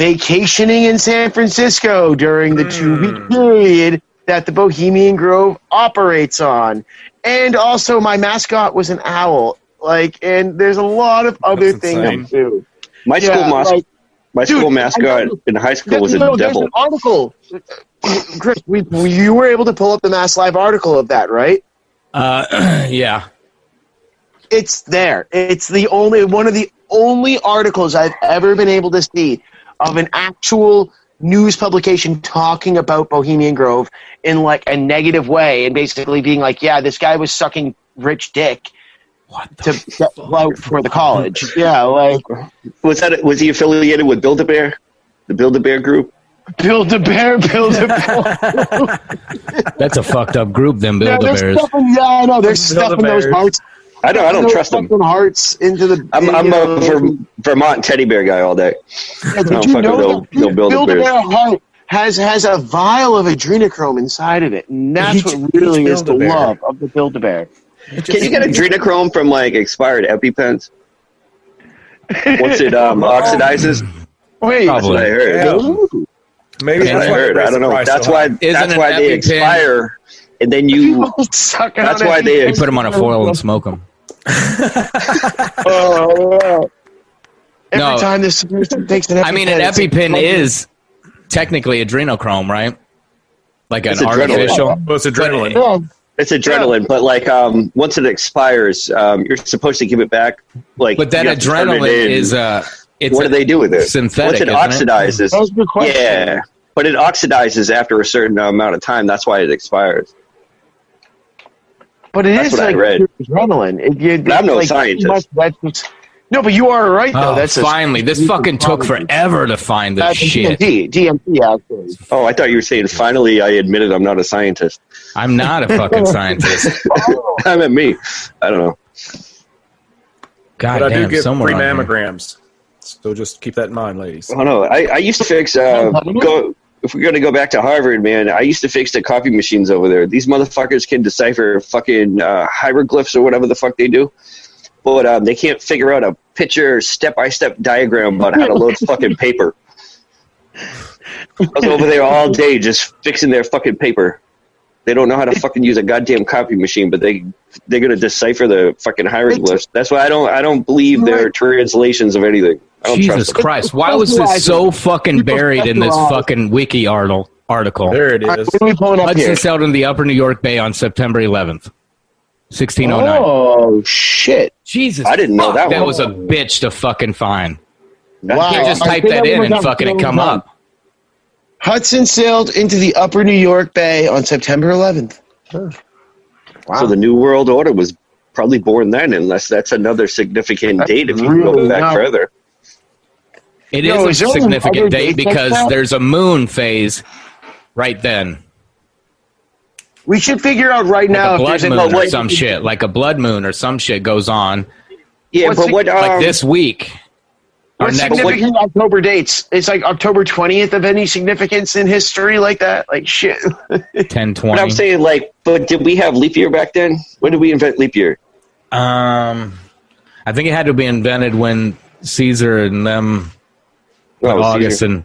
vacationing in San Francisco during the two
Hmm.
week period that the Bohemian Grove operates on. And also, my mascot was an owl. Like, and there's a lot of other
That's
things
insane.
too.
My
Yeah,
school mas-
like-
my
Dude,
school
I know.
mascot in high school was a
no, there's
devil.
an article. Chris, we, you were able to pull up the Mass Live article of that, right?
Uh, yeah,
it's there. It's the only one of the only articles I've ever been able to see of an actual news publication talking about Bohemian Grove in like a negative way and basically being like, yeah, this guy was sucking rich dick to get bloat for the college. Yeah, like
Was that was he affiliated with Build a Bear, the Build a Bear group?
build a bear, build a bear.
that's a fucked up group. Them
yeah,
Build a
there's
Bears.
stuff in, yeah, I know. There's stuff in those
Build-A-Bears.
hearts.
I don't I don't
those
trust him.
fucking Hearts into the.
I'm, I'm
you
a
know,
Ver- Vermont teddy bear guy all day.
Yeah,
No,
did you
fuck it,
know
they'll-
that
they'll build a
Build-A-Bear
bear.
heart has has a vial of adrenochrome inside of it, and that's
Each-
what really
each
is the
Build-A-Bear.
love of the Build a Bear.
Can you get adrenochrome from like expired EpiPens? Once it um, oxidizes,
Wait,
that's what I
Probably.
heard.
Yeah. Maybe
That's what
that's
I
why they
heard. I
raised
don't
the
know.
price
That's
so
why.
high.
That's
Isn't
why
an
they
EpiPen-
expire, and then you. That's why they-
They put them on a foil and smoke them.
Oh, Every
No.
time this person takes an EpiPen,
I mean, an
it's-
EpiPen is technically adrenochrome, right? Like
It's
an
adrenaline.
artificial.
Well, it's
uh,
adrenaline.
Yeah.
It's adrenaline, but like um, once it expires, um, you're supposed to give it back. Like,
But that
you have to turn it
adrenaline
in.
is uh, it's
what do they do with it?
synthetic,
Once
isn't
it
it?
oxidizes,
That was a good question.
yeah, but it oxidizes after a certain amount of time. That's why it expires.
But it
That's
is
what I
like
read.
adrenaline. It, you,
But I'm no
like,
scientist.
much- that's just- no, but you are right
Oh,
though. that's a-
finally, this fucking took forever to find this
That's
shit.
DMT, DMT actually.
Oh, I thought you were saying finally I admitted I'm not a scientist.
I'm not a fucking scientist.
I meant me. I don't know.
God
But I do
damn,
get
somewhere
free
on here.
mammograms. So just keep that in mind, ladies.
I don't know. Oh, I, I used to fix. Uh, go, if we're gonna go back to Harvard, man, I used to fix the copy machines over there. These motherfuckers can decipher fucking uh, hieroglyphs or whatever the fuck they do, but um, they can't figure out a picture step by step diagram about how to load fucking paper. I was over there all day just fixing their fucking paper. They don't know how to fucking use a goddamn copy machine, but they they're gonna decipher the fucking hieroglyphs. That's why I don't I don't believe their translations of anything. I don't trust
Jesus
them.
Christ, why was this so fucking buried in this fucking wiki article? Article.
Oh.
There it
All right,
is.
what are we pulling up
Hudson
here?
sailed in the Upper New York Bay on September 11th, 1609.
Oh shit!
Jesus,
I didn't know
fuck,
that
That
one.
was a bitch to fucking find.
Wow!
You just
I
type
think
that
I
in and
remember
fucking it
that
come
one.
up.
Hudson sailed into the upper New York Bay on September 11th.
So the New World Order was probably born then, unless that's another significant
That's
date if you go
really
back
not-
further.
It is
Yo, is
a
there
significant
another
date
date like
because
that?
there's a moon phase right then.
We should figure out
Like
right now
a
if
blood
there's
moon
any-
or some shit. Like a blood moon or some shit goes on.
Yeah,
What's
but
the-
what? Um,
Like this week. Our
What
next week.
significant October dates? It's like October 20th of any significance in history like that? Like shit.
10
But I'm
20.
saying, like, but did we have leap year back then? When did we invent leap year?
Um, I think it had to be invented when Caesar and them,
Well,
August,
Oh, Caesar.
and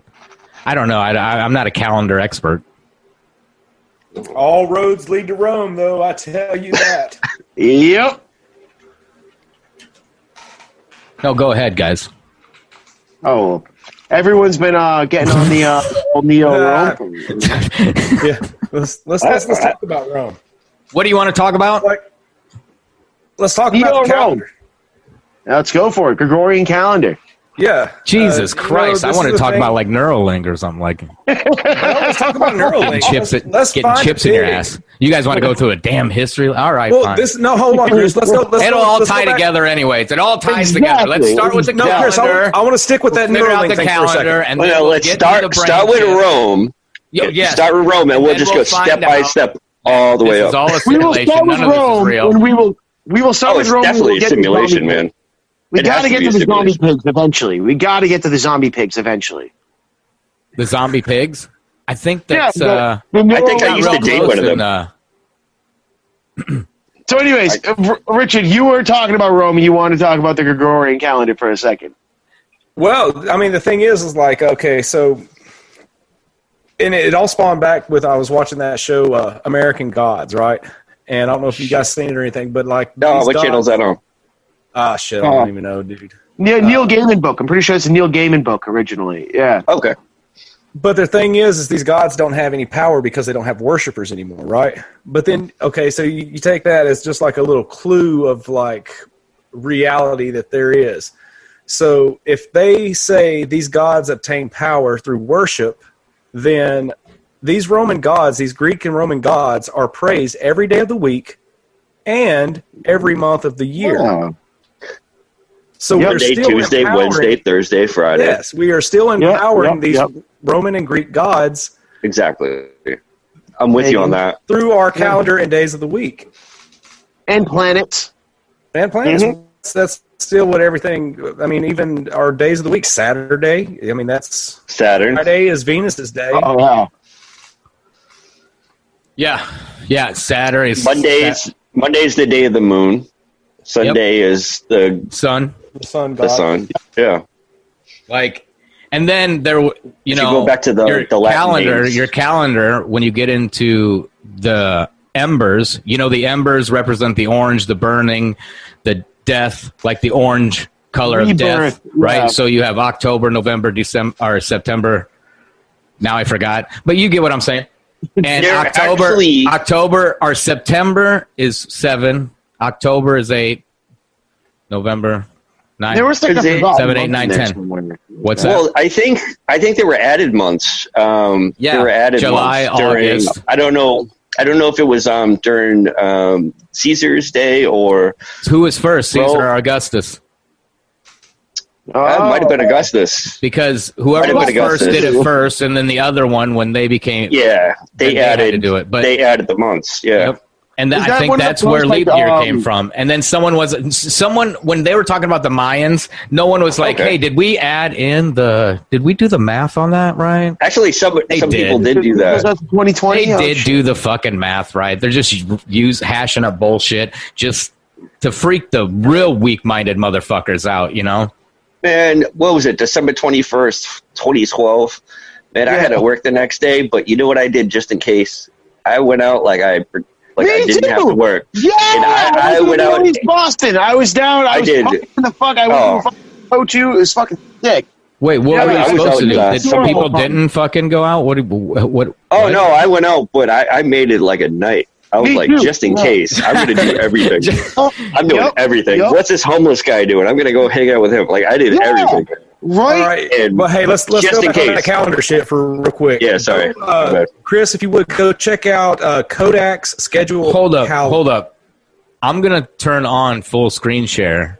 I don't know. I, I, I'm not a calendar expert.
All roads lead to Rome, though. I tell you that.
yep.
No, go ahead, guys.
Oh. Everyone's been uh, getting on the uh, old neo
Ah.
Rome.
yeah, let's let's let's, let's talk about Rome.
What do you want to talk about?
Like, let's talk
You
about
know
the calendar.
Let's go for it. Gregorian calendar.
Yeah,
Jesus
Uh, you know,
Christ!
this
I want to
is the
talk
thing.
about like Neuralink or something like
No, let's talk about Neuralink.
chips.
Let's-
It,
let's
getting
find
chips
a
in your
pig.
ass. You guys want to go through a damn history? All right,
Well,
fine.
this no hold on, Chris. Let's go. Let's
It'll
go,
all
let's go
tie
back.
together, anyways. It all ties together. Let's
Exactly.
start with the
No,
calendar.
Chris, I, want to stick with that
figure out
Neuralink
the
thing for a
calendar,
second.
and
Well,
then
no,
we'll
Oh, let's
get to the
start
brain
start with
chip.
Rome.
Yo, yes.
Start with Rome, and we'll
then
just
we'll
go step
find
by
out.
step all the
This
way
is
up.
all a
We will
simulation.
start with
None of this is
Rome
real.
and we will we will start
oh,
with
it's
Rome. and
definitely
we'll
a
get to the zombie-
simulation, man.
We
It
got
has
to
to
get
be
to
a
the zombie
simulation.
pigs eventually. We got to get to the zombie pigs eventually.
The zombie pigs. I think that's.
the-
uh,
the
I think
neural-
I used to
real
date
close
one of
in,
them.
uh,
So, anyways, uh, R- Richard, you were talking about Rome. You want to talk about the Gregorian calendar for a second.
Well, I mean, the thing is, is like, okay, so, and it, it all spawned back with I was watching that show, uh, American Gods, right? And I don't know if you guys seen it or anything, but like,
No,
these
Oh, what
gods-
channel's that on?
Ah, shit, I
Uh-huh.
don't even know, dude.
Ne- Neil Gaiman book. I'm pretty sure it's a Neil Gaiman book originally. Yeah.
Okay.
But the thing is, is these gods don't have any power because they don't have worshipers anymore, right? But then, okay, so you, you take that as just like a little clue of like reality that there is. So if they say these gods obtain power through worship, then these Roman gods, these Greek and Roman gods, are praised every day of the week and every month of the year.
Oh.
So we're
Monday,
still
Tuesday,
empowering-
Wednesday, Thursday, Friday.
Yes, we are still
yeah,
empowering these
yeah.
Roman and Greek gods
Exactly. I'm with you on that.
through our calendar and days of the week
And planets.
and planets.
Mm-hmm.
Mhm.
That's, that's still what everything. I mean, even our days of the week. Saturday. I mean, that's
Saturn.
Friday is Venus's day.
Oh wow.
yeah, yeah. Saturday, is
Monday's Monday's the day of the moon. Sunday is the
Sa- sun.
The sun god.
the sun. Yeah.
Like, and then there, w- you
If
know,
you go back to the-
your
the Latin
calendar.
names.
Your calendar. When you get into the embers, you know, the embers represent the orange, the burning, the death, like the orange color of death,
Rebirth, yeah.
right? So you have October, November, December, or September. Now I forgot, but you get what I'm saying. And
They're
October,
actually-
October or September is seven. October is eight. November nine.
There was like a
Is it-
forgotten
Seven, eight,
month
nine,
in there
ten.
somewhere.
What's that?
Well, I think I think there were added months. Um,
Yeah,
there were added
July,
months during.
August.
I don't know. I don't know if it was um, during um, Caesar's day or
Who was first, Caesar
Well-
or Augustus?
Oh,
uh, it might have been Augustus.
Because
Might
whoever
have
was
been
first
Augustus.
did it first, and then the other one when they became.
Yeah, they,
They had
added
to do it, but-
they added the months. Yeah,
Yep. And
Is
I
that
think
one of
that's
those,
where
like,
leap year
um,
came from. And then someone was someone when they were talking about the Mayans, no one was like,
Okay.
"Hey, did we add in the? Did we do the math on that right?"
actually, some
They
some people
did.
did do
Was Oh,
that.
that 2020?
They did do the fucking math right. They're just use hashing up bullshit just to freak the real weak-minded motherfuckers out. You know.
Man, what was it? December twenty first, twenty twelve. Man, I had to work the next day, but you know what I did just in case? I went out like I like
Me
I didn't have
too.
to work.
Yeah,
And I- I
was in
went out-
East Boston. I was down. I,
I
was
did.
fucking the fuck. I
Oh.
went oh. to. It was fucking sick.
Wait, what
Yeah,
were
I
you
was
supposed to do?
outside.
Did some
No.
people didn't fucking go out? What? What? what
Oh
what?
no, I went out, but I, I made it like a night. I was
Me
like,
too.
just in
Yeah.
case, I'm gonna do everything.
Oh,
I'm doing
Yep.
everything.
Yep.
What's this homeless guy doing? I'm gonna go hang out with him. Like I did
Yeah.
everything.
right?
All right.
And
Well, hey, let's let's
just
go
in
back on that
case.
calendar shit for real quick.
Yeah, sorry. My
Uh,
bad.
Chris, if you would go check out uh, Kodak's schedule.
Hold up,
calendar.
hold up. I'm gonna turn on full screen share.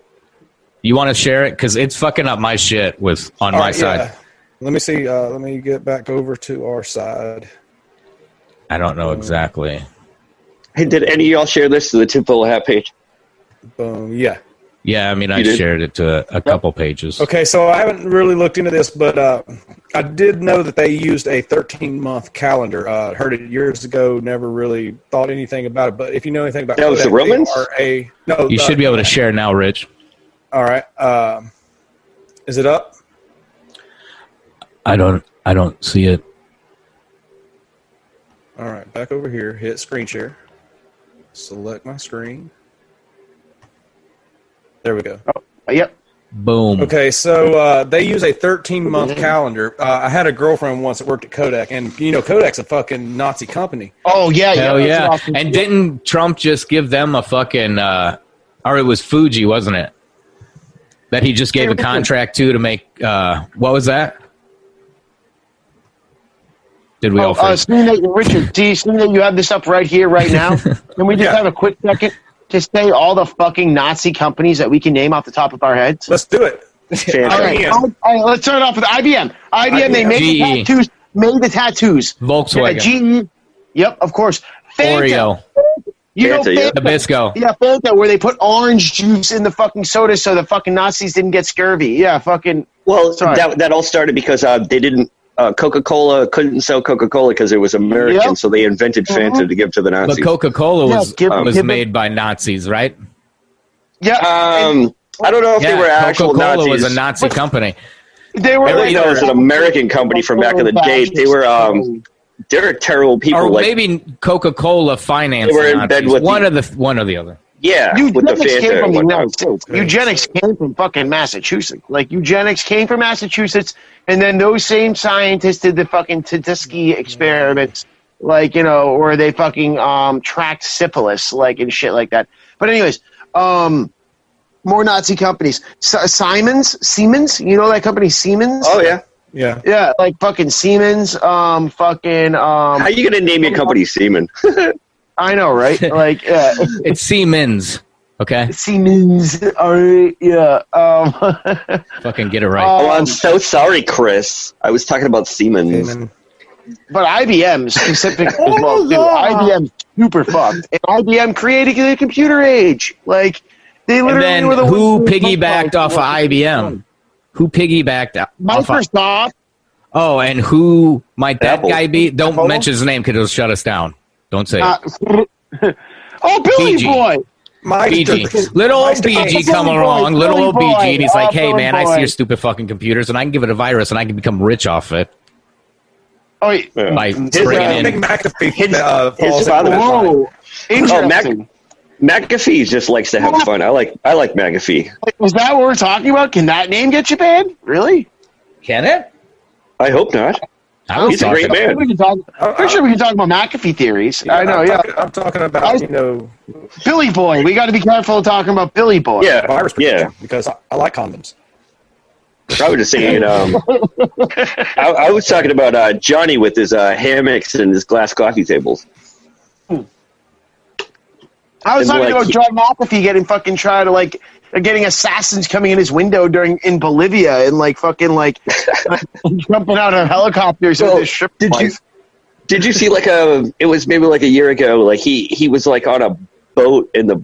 You want to share it because it's fucking up my shit with on my
All right,
side.
yeah. Let me see. Uh, let me get back over to our side.
I don't know exactly.
Hey, did any of y'all share this to the Tinfoil Hat page?
Boom. Yeah.
Yeah, I mean, I
You did?
shared it to a, a couple pages.
Okay, so I haven't really looked into this, but uh, I did know that they used a 13 month calendar. Uh, heard it years ago, never really thought anything about it. But if you know anything about
That was the
Kodak, they
Romans?
are a, no,
You
uh,
should be able to share now, Rich.
All right. Um is it up?
I don't. I don't see it.
All right, back over here. Hit screen share. Select my screen. There we go.
Oh.
Yep.
Boom.
Okay, so uh, they use a 13
Mm-hmm.
month calendar. Uh, I had a girlfriend once that worked at Kodak, and you know Kodak's a fucking Nazi company.
Oh yeah.
Hell
that's
yeah!
awesome.
And didn't Trump just give them a fucking? Uh, or it was Fuji, wasn't it? That he just gave a contract to to make. Uh, what was that? Did we
Oh,
all?
uh,
freeze?
seeing that, Richard, do you see that you have this up right here, right now? Can we just
Yeah.
have a quick second to say all the fucking Nazi companies that we can name off the top of our heads?
Let's do it.
All right,
IBM.
all right, let's start off with IBM. IBM, they
IBM.
made the
GE.
tattoos. Made the tattoos. Yeah,
Volkswagen,
GE. Yep, of course. Fanta.
Oreo,
You know
Fanta, yeah.
Fanta.
Nabisco.
Yeah, Fanta, where they put orange juice in the fucking soda so the fucking Nazis didn't get scurvy. Yeah, fucking.
Well,
Sorry.
that that all started because uh, they didn't. Uh, Coca Cola couldn't sell Coca Cola because it was American,
Yep. Mm-hmm.
so they invented Fanta to give to the Nazis.
But Coca Cola
Yeah,
was
give-
was
give it-
made by Nazis, right?
Yeah,
um, I don't know if they were
Yeah,
actual
Coca Cola
Nazis.
was a Nazi company.
they were.
Everybody
like-
knows an American company from back in the day. They were um, they're terrible people.
or
like
maybe Coca Cola financed.
They were
the
in bed
Nazis.
with
one
the-
of the one or the other.
yeah, with the
Eugenics
Fanta.
came
and
from the
whatnot.
United States. Eugenics came from fucking Massachusetts. Like eugenics came from Massachusetts, and then those same scientists did the fucking Tuskegee experiments, like you know, where they fucking um, tracked syphilis, like and shit like that. But anyways, um, more Nazi companies. Si- Siemens, Siemens, you know that company Siemens.
Oh yeah,
Yeah.
Yeah, like fucking Siemens. Um, fucking.
how
Um,
you gonna name your company Seaman?
I know, right? Like, yeah.
It's Siemens. Okay,
Siemens. All right. Yeah. Um,
fucking get it right.
Oh,
Oh, I'm so sorry, Chris. I was talking about Siemens.
But IBM specific as
Oh
well too. IBM super fucked, and IBM created the computer age. Like they
and
literally
then
were the
who
ones
piggybacked off of IBM? Who piggybacked o- off of,
Microsoft.
Oh, and who might that
Apple.
guy be? Don't
Apple?
mention his name because it'll shut us down. Don't say
Uh, oh, Billy
BG.
boy.
My
it. BG. Little old BG
Billy
come
Boy,
along. Little
Billy
old
Boy.
BG. And he's
Oh,
like, hey,
Billy
man, I
Boy.
see your stupid fucking computers and I can give it a virus and I can become rich off it
Oh, wait.
by
uh,
bringing
Big
in.
McAfee uh, falls
father-
into that line.
Whoa.
Oh, Mac,
Interesting.
McAfee just likes to have
Yeah.
fun. I like I like McAfee.
Is that what we're talking about? Can that name get you banned? Really?
Can it?
I hope not.
I was
He's a great
talking-
man.
We can talk. I'm pretty sure we can talk about McAfee theories. I know.
I'm
Yeah,
talking- I'm talking
I
about
was-
you know
Billy Boy. We got to be careful of talking about Billy Boy.
Yeah,
virus
yeah.
protection because I, I like condoms.
I was just saying. Um, I, I was talking about uh, Johnny with his uh, hammocks and his glass coffee tables.
I was
And,
talking
like,
about John McAfee getting fucking tried to like getting assassins coming in his window during in Bolivia and like fucking like jumping out of helicopters
Well,
with his ship.
did you
life.
did you see like a? It was maybe like a year ago. Like he he was like on a boat in the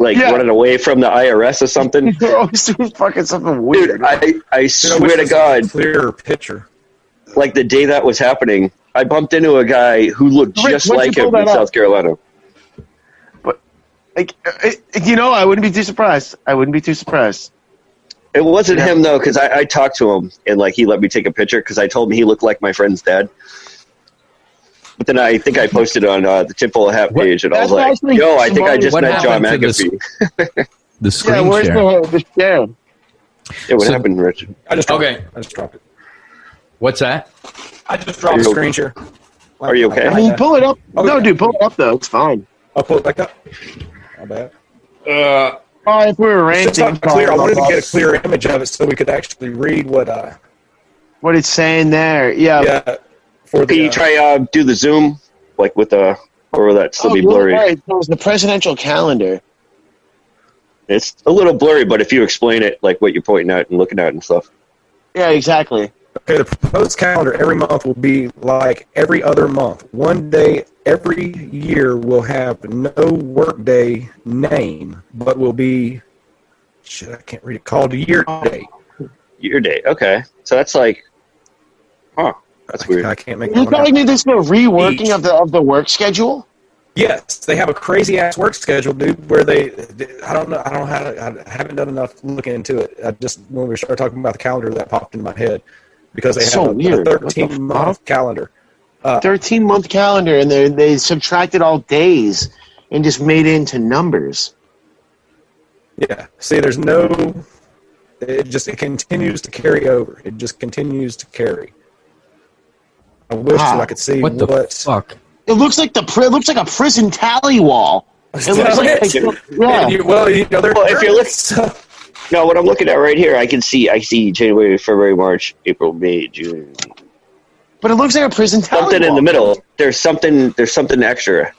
like
Yeah.
running away from the IRS or something.
You're always doing fucking something weird.
Dude, I I swear to God,
clearer picture.
like the day that was happening, I bumped into a guy who looked
Rick,
just
why'd you
like him
pull
in
that up?
South Carolina.
like, it, it- you know, I wouldn't be too surprised. I wouldn't be too surprised.
It wasn't him though, because I, I talked to him and like he let me take a picture because I told him he looked like my friend's dad. But then I think I posted on uh, the Temple Hat
What-
page, and I was
That's
like,
actually
"Yo, I think I
smart.
just
What
met John
happened to this-
McAfee."
The
Yeah,
screen
where's
share.
the the share?
Yeah, what
So-
happened, Rich?
I just dropped
Okay.
It. I just dropped it.
What's that?
I just dropped the
you-
screen share.
Are you okay?
I mean, pull it up.
Okay.
No, dude, pull it up though. It's fine.
I'll pull it back up. My bad.
Oh, if we were
It's
ranting,
not clear. I wanted to get a
about
clear image of it so we could actually read what. Uh,
what it's saying there. Yeah.
yeah.
Can
For the
you
uh,
try uh, do the Zoom like with a or will that still be
Oh, you're
blurry?
right. It was the presidential calendar.
It's a little blurry, but if you explain it, like what you're pointing out and looking at and stuff.
Yeah, exactly.
Okay, the proposed calendar every month will be like every other month. One day every year will have no workday name, but will be shit. I can't read it. Called year
Oh,
day.
Year date. Okay. So that's like, huh? That's weird.
I can't make
You're
that one out.
telling me there's no reworking of the of the work schedule?
Yes, they have a crazy ass work schedule, dude. Where they, I don't know, I don't know how to, I haven't done enough looking into it. I just when we started talking about the calendar, that popped into my head because they
That's
have
so
a- a,
weird. What the
thirteen month calendar.
Thirteen month calendar, and they they subtracted all days and just made it into numbers.
Yeah, see, there's no, it just it continues to carry over. It just continues to carry. I wish that I could see
What
what.
the fuck?
It looks like the pri- it looks like a prison tally wall. It looks like,
And
yeah.
you- well, you know, they're,
Well, if you look-
so-
No, what I'm looking at right here, I can see, I see January, February, March, April, May, June.
But it looks like a prison tally
Something
wall.
in the middle. There's something. There's something extra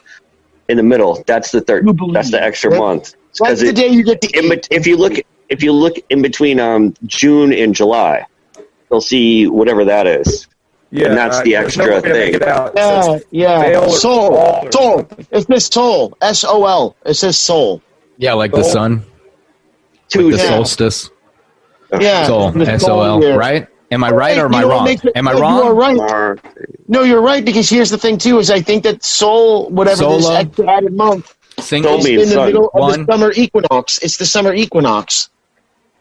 in the middle. That's the third.
You believe
That's the extra
that-
month.
That's
'Cause
the
it-
day you get to
in,
eat.
bet- if you look if you look in between um, June and July, you'll see whatever that is.
yeah,
and that's the
uh, there's no
extra
way to make
thing.
it out. It
Yeah,
says veil
yeah.
or wall
Soul,
or
soul. It says soul. S O L. It says soul.
Yeah, like
the
the sun,
Two
the
Oh, Yeah.
solstice,
Yeah.
sol,
the
S O L,
year.
right? Am I right or am
You
I
know what
wrong?
makes it-
Am I
no, You are
wrong?
right.
Mar-
No, you're right because here's the thing too is I think that soul whatever this
Solo.
extra added month
Single.
Soul means-
in the
sun.
middle of
One.
the summer equinox. It's the summer equinox.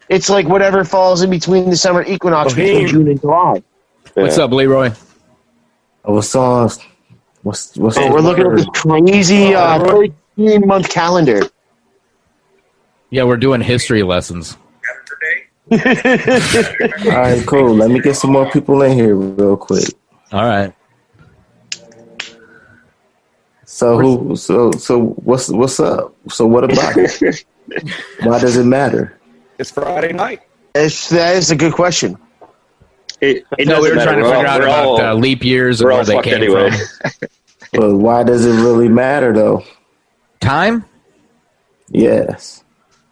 It's like whatever falls in between the summer equinox between
Bohemian.
June and July.
What's up, Leroy?
Uh, What's all? What's what's?
Oh, we're looking at this crazy uh, 13 month calendar.
Yeah, we're doing history lessons.
All right, cool. Let me get some more people in here real quick.
All right.
So who? So so what's what's up? So what about it? Why does it matter?
It's Friday night.
It's, that is a good question.
It, it
No, we
doesn't
were
matter.
trying to
We're
figure
all-
out
we're
about
all-
uh, leap years and
we're all
where they
fucked
came
anyway.
from.
But why does it really matter though?
Time?
Yes.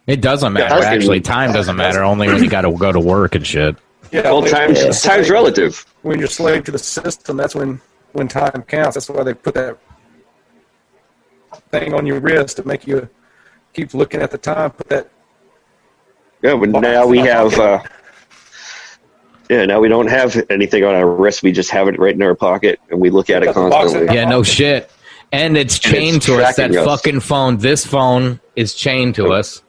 It doesn't matter.
Yeah, I-
Actually, time doesn't matter. Only when you got to go to work and shit.
Yeah,
Well,
when-
time's,
Yeah.
time's relative.
When you're slave to the system, that's when when time counts. That's why they put that thing on your wrist to make you keep looking at the time. Put that
Yeah, but now we have. Uh, yeah, now we don't have anything on our wrist. We just have it right in our pocket, and we look at it
Got the box in
constantly.
our
Yeah, no shit. And it's
And it's
chained to us. That
tracking us.
fucking phone. This phone is chained to us.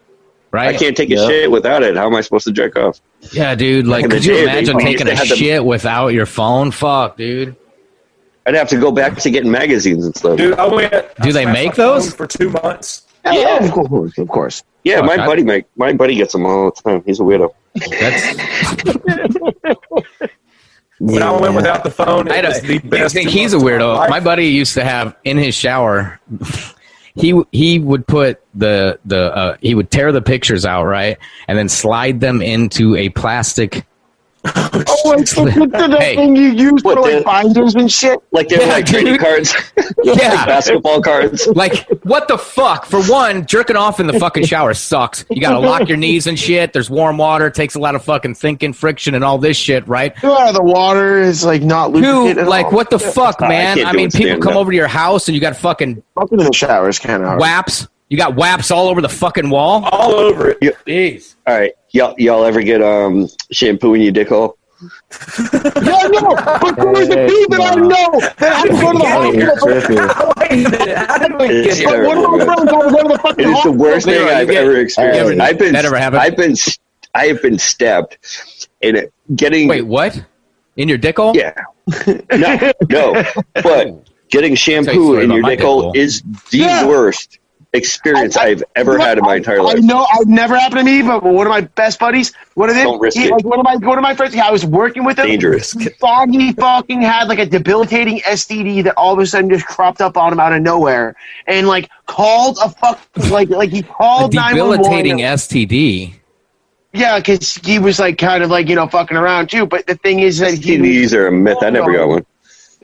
I
Right?
can't take a
Yeah.
shit without it. How am I supposed to jerk off?
Yeah, dude. Like,
in the
could you
day, they
imagine
used
taking
to
a
have the-
shit without your phone? Fuck, dude.
I'd have to go back to getting magazines and stuff.
dude. I went.
Do
I
they
smashed
make
my phone
those?
for two months?
Yeah, of course, of course.
yeah, my
Okay.
buddy, make, my buddy gets them all the time. He's a weirdo.
That's.
When I went
Yeah.
without the phone,
I
it was
don't
the
I
best.
think
two
he's a
months of
weirdo.
life.
My buddy used to have in his shower. He he would put the the uh, he would tear the pictures out right, and then slide them into a plastic.
Oh, it's the, it's the
Hey.
thing you use for
What
like
the-
binders and shit.
Like they're
Yeah,
like trading
dude.
cards, like
Yeah,
basketball cards.
like what the fuck? For one, jerking off in the fucking shower sucks. You gotta lock your knees and shit. There's warm water. Takes a lot of fucking thinking, friction, and all this shit, right?
They're out of the water is like not
Two,
lubricated. at
like
all.
what the fuck,
I
man?
can't
I
do
mean,
it
people
standing
come
up.
over to your house and you got fucking
Fucking in the shower is kind of hard.
waps. You got waps all over the fucking wall.
Oh,
all over it.
Jeez.
All right, y'all, y'all ever get um shampoo in your dick hole?
Yeah, I know. But who is the
Hey,
people that I
nah.
know that I can go to the
Hey,
hospital?
you're tripping.
It's
But one of my
terrible, man.
friends, I was going to the fucking
It is the
hospital.
worst thing
Leroy, you
I've
get-
ever
you
experienced.
ever-
I've been,
that ever happened?
I've been, st- I have been stabbed, and it, getting
Wait, what? In your dick hole?
yeah, no, no, but getting
Tell you a
shampoo
story
in
about
your
my
dick hole
dick hole.
is the
Yeah.
worst experience
I- I-
I, have ever had in my entire
I,
life.
I know I've never happened to me, but one of my best buddies, one of them,
Don't risk
he,
it.
like one of my one of my friends, I was working with him.
Dangerous.
He thought he fucking had like a debilitating STD that all of a sudden just cropped up on him out of nowhere, and like called a fuck like like he
A
called nine one
debilitating
one.
STD.
Yeah, because he was like kind of like you know fucking around too. But the thing is that he
STDs are a myth. I never got one.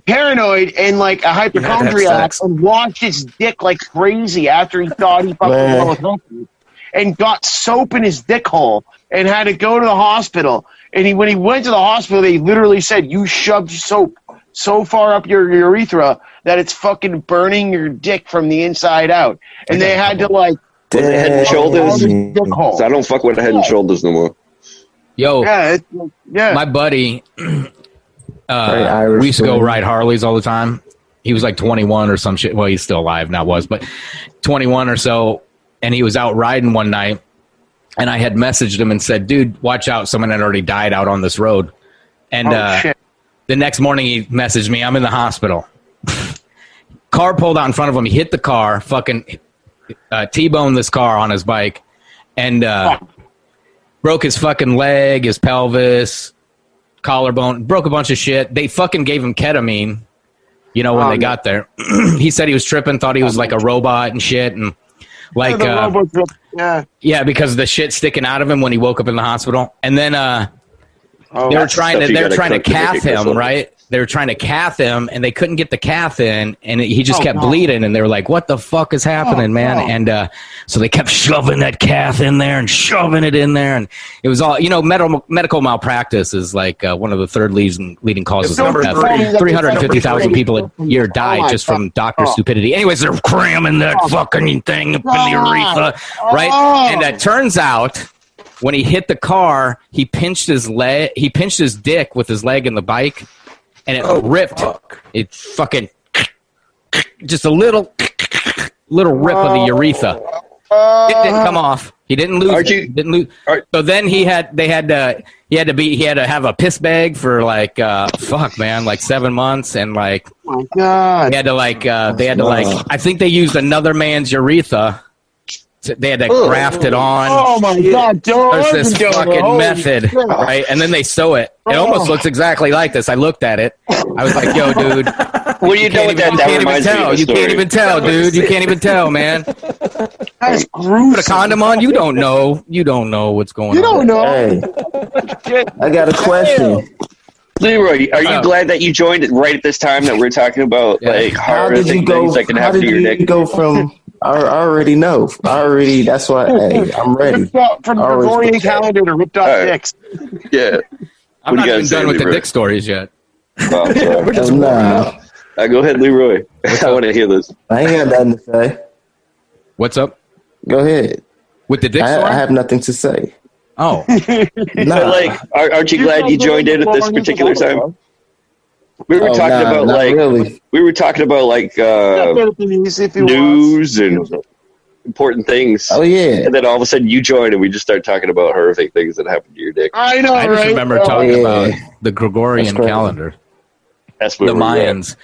paranoid and like a hypochondriac and washed his dick like crazy after he thought he fucking
Man.
was healthy and got soap in his dick hole and had to go to the hospital. And he, when he went to the hospital, they literally said, You shoved soap so far up your urethra that it's fucking burning your dick from the inside out. And they had to like
Head and
all
shoulders.
this dick hole.
So I don't fuck with head and shoulders no more.
Yo,
Yeah, it, yeah.
my buddy,
Very
uh,
Irish
we used to go
women.
ride Harleys all the time. He was like 21 or some shit. Well, he's still alive, not was, but 21 or so. And he was out riding one night. And I had messaged him and said, dude, watch out. Someone had already died out on this road. And
oh,
uh,
shit.
the next morning he messaged me i'm in the hospital car pulled out in front of him he hit the car fucking uh, t-boned this car on his bike and uh, broke his fucking leg his pelvis collarbone broke a bunch of shit they fucking gave him ketamine you know when
Oh,
they
no.
got there he said he was tripping thought he was like a robot and shit and like
The
uh,
robots were- yeah.
yeah because of the shit sticking out of him when he woke up in the hospital and then uh
Oh,
they were
That's
trying
stuff
to
you
they were
gotta
trying to
cook to make
cath
it go
him,
slow.
right? They were trying to cath him, and they couldn't get the cath in, and he just
Oh,
kept
no.
bleeding. And they were like, "What the fuck is happening, man?"
no.
And uh, so they kept shoving that cath in there and shoving it in there, and it was all you know. Medical medical malpractice is like uh, one of the third leading leading causes
It's
of
number
death.
three.
Three hundred fifty thousand people a year die
Oh, my
just from
God.
doctor
Oh.
stupidity. Anyways, they're cramming that fucking thing up in the
God.
urethra, right?
Oh.
And it turns out when he hit the car, he pinched his leg. He pinched his dick with his leg in the bike, and it
Oh,
ripped. It fucking just a little little rip of the urethra. It didn't come off. He didn't lose.
Aren't
it.
you-
didn't lose.
aren't-
so then he had they had to he had to be he had to have a piss bag for like uh fuck man like seven months and like
Oh my god.
they had to like uh they had
Oh.
to like I think they used another man's urethra. to- they had to graft it on.
Oh my god, don't
There's this
don't-
fucking
holy Oh.
method,
shit.
right? And then they sew it. It almost looks exactly like this. I looked at it. I was like, "Yo, dude,
What do you
can't even,
do with that?
you
That
can't even
reminds me of
tell.
a
You can't
story.
even tell, dude. You can't even tell, man. Put
That's
a
gruesome.
condom on. You don't know. You don't know what's going
You
on.
don't know.
Hey, I got a question.
Leroy, are you
Uh,
glad that you joined it right at this time that we're talking about
Yeah.
like
How did you
horrific
go?
things that can
How
happen
did
to your
you
dick?
go from? I, I already know. I already. That's why. Hey, I'm ready.
Ripped out from
Always
Gregorian
prepared.
calendar to ripped off
All right.
dicks.
Yeah.
I'm
What do
not
you
even
guys say,
done with the
Libra?
dick stories yet.
Oh, I'm sorry.
Oh, nah,
Uh, go ahead, Leroy. I want to hear this.
I ain't got nothing to say.
What's up
Go ahead.
with the dick
I,
story?
I have nothing to say.
oh,
Nah.
But like, are, aren't you glad you joined in at this particular time? We were
Oh,
talking
nah,
about
not
like
really.
we were talking about like uh,
if he wants.
news and important things,
Oh yeah.
and then all of a sudden you join and we just start talking about horrific things that happen to your dick.
I know,
I just
right?
remember
Oh,
talking
yeah.
about the
That's
Gregorian
crazy.
calendar,
That's
the
what we're at.
Mayans,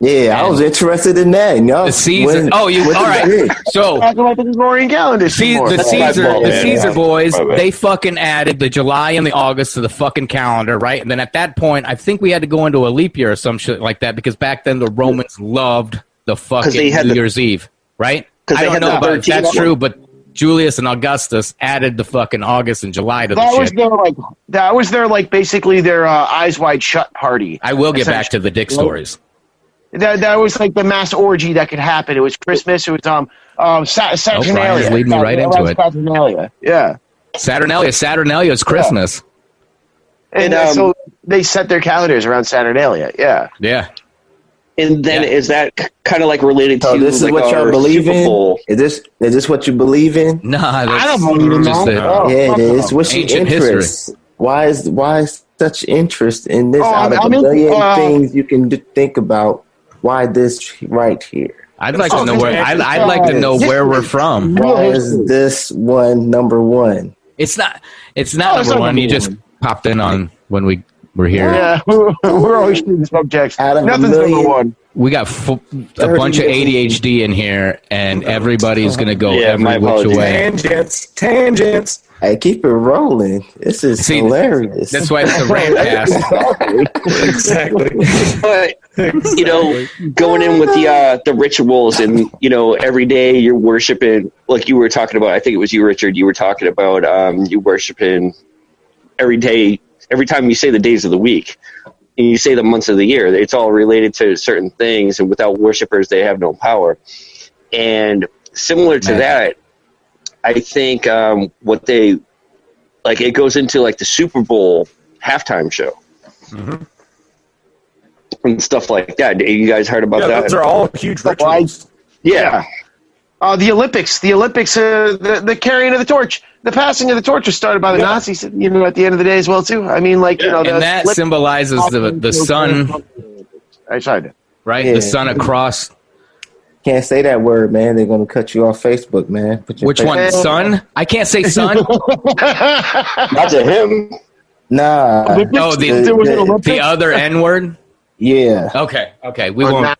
Yeah, I was interested in that. And y'all,
the Caesar. oh, you all right? So
Talking about the Gregorian calendar. some
See,
more.
the
That's my
Caesar,
fault,
the
man.
Caesar
Yeah.
boys,
My bad.
they fucking added the July and the August to the fucking calendar, right? And then at that point, I think we had to go into a leap year or some shit like that because back then the Romans loved the fucking
they had
New
the-
Year's Eve, right?
'Cause
I
they
don't
had
know
the
about if
13
that's
one.
true, but Julius and Augustus added the fucking August and July to the
that was
shit.
their like that was their like basically their uh, eyes wide shut party.
I will get
That's
back to the dick stories.
That that was like the mass orgy that could happen. It was Christmas. It was um um Sa- Saturnalia.
Brian's leading me right into it.
Saturnalia. Yeah.
Saturnalia, Saturnalia is Christmas.
And,
And,
uh,
um,
so they set their calendars around Saturnalia. Yeah.
Yeah.
And then
Yeah.
is that kind of like related to
So this is
like
what
our
y'all believe
Super
in.
Bowl?
Is this is this what you believe in?
Nah, that's
I don't believe in
just
that.
a-
Oh,
yeah,
fuck
it is. What's your
Ancient
interest? Why is why is such interest in this?
Oh,
Out of
I'm-
a
I'm in-
million
uh,
things you can d- think about, why this right here?
I'd like
Oh,
to know
this
where
is-
I'd, I'd like to know where we're from.
Why
Real
is this one number one?
It's not. It's not
Oh, it's
number
not
one.
number
You just popped in on when we were here.
Yeah, we're, we're always shooting subjects.
Out of a
Nothing's
million-
number one.
We got fu- a
30
bunch of
million.
ADHD in here, and
Oh,
everybody's gonna go
Yeah,
every
my
which
apologies.
way.
Tangents, tangents.
Hey, keep it rolling. This is
See,
hilarious.
That's why it's the Ramcast.
Exactly.
But you know, going in with the uh, the rituals and you know every day you're worshiping, like you were talking about. I think it was you, Richard. You were talking about um, you worshiping every day, every time you say the days of the week. you say the months of the year. It's all related to certain things, and without worshipers, they have no power. And similar to that, I think um, what they like it goes into like the Super Bowl halftime show and stuff like that. You guys heard about
Yeah,
that?
those are all huge rituals.
yeah,
Uh, the Olympics, the Olympics, uh, the, the carrying of the torch, the passing of the torch was started by the Nazis, you know, at the end of the day as well, too. I mean, like, you know, the
and that
Olymp-
symbolizes the the sun,
I tried to.
right?
Yeah.
The sun across
Can't say that word, man. They're gonna cut you off Facebook, man. Put your
which
face-
one? Sun? I can't say sun.
not to him.
Nah.
No, Oh, the
There was an
the other N word.
Yeah.
Okay, okay, we won't.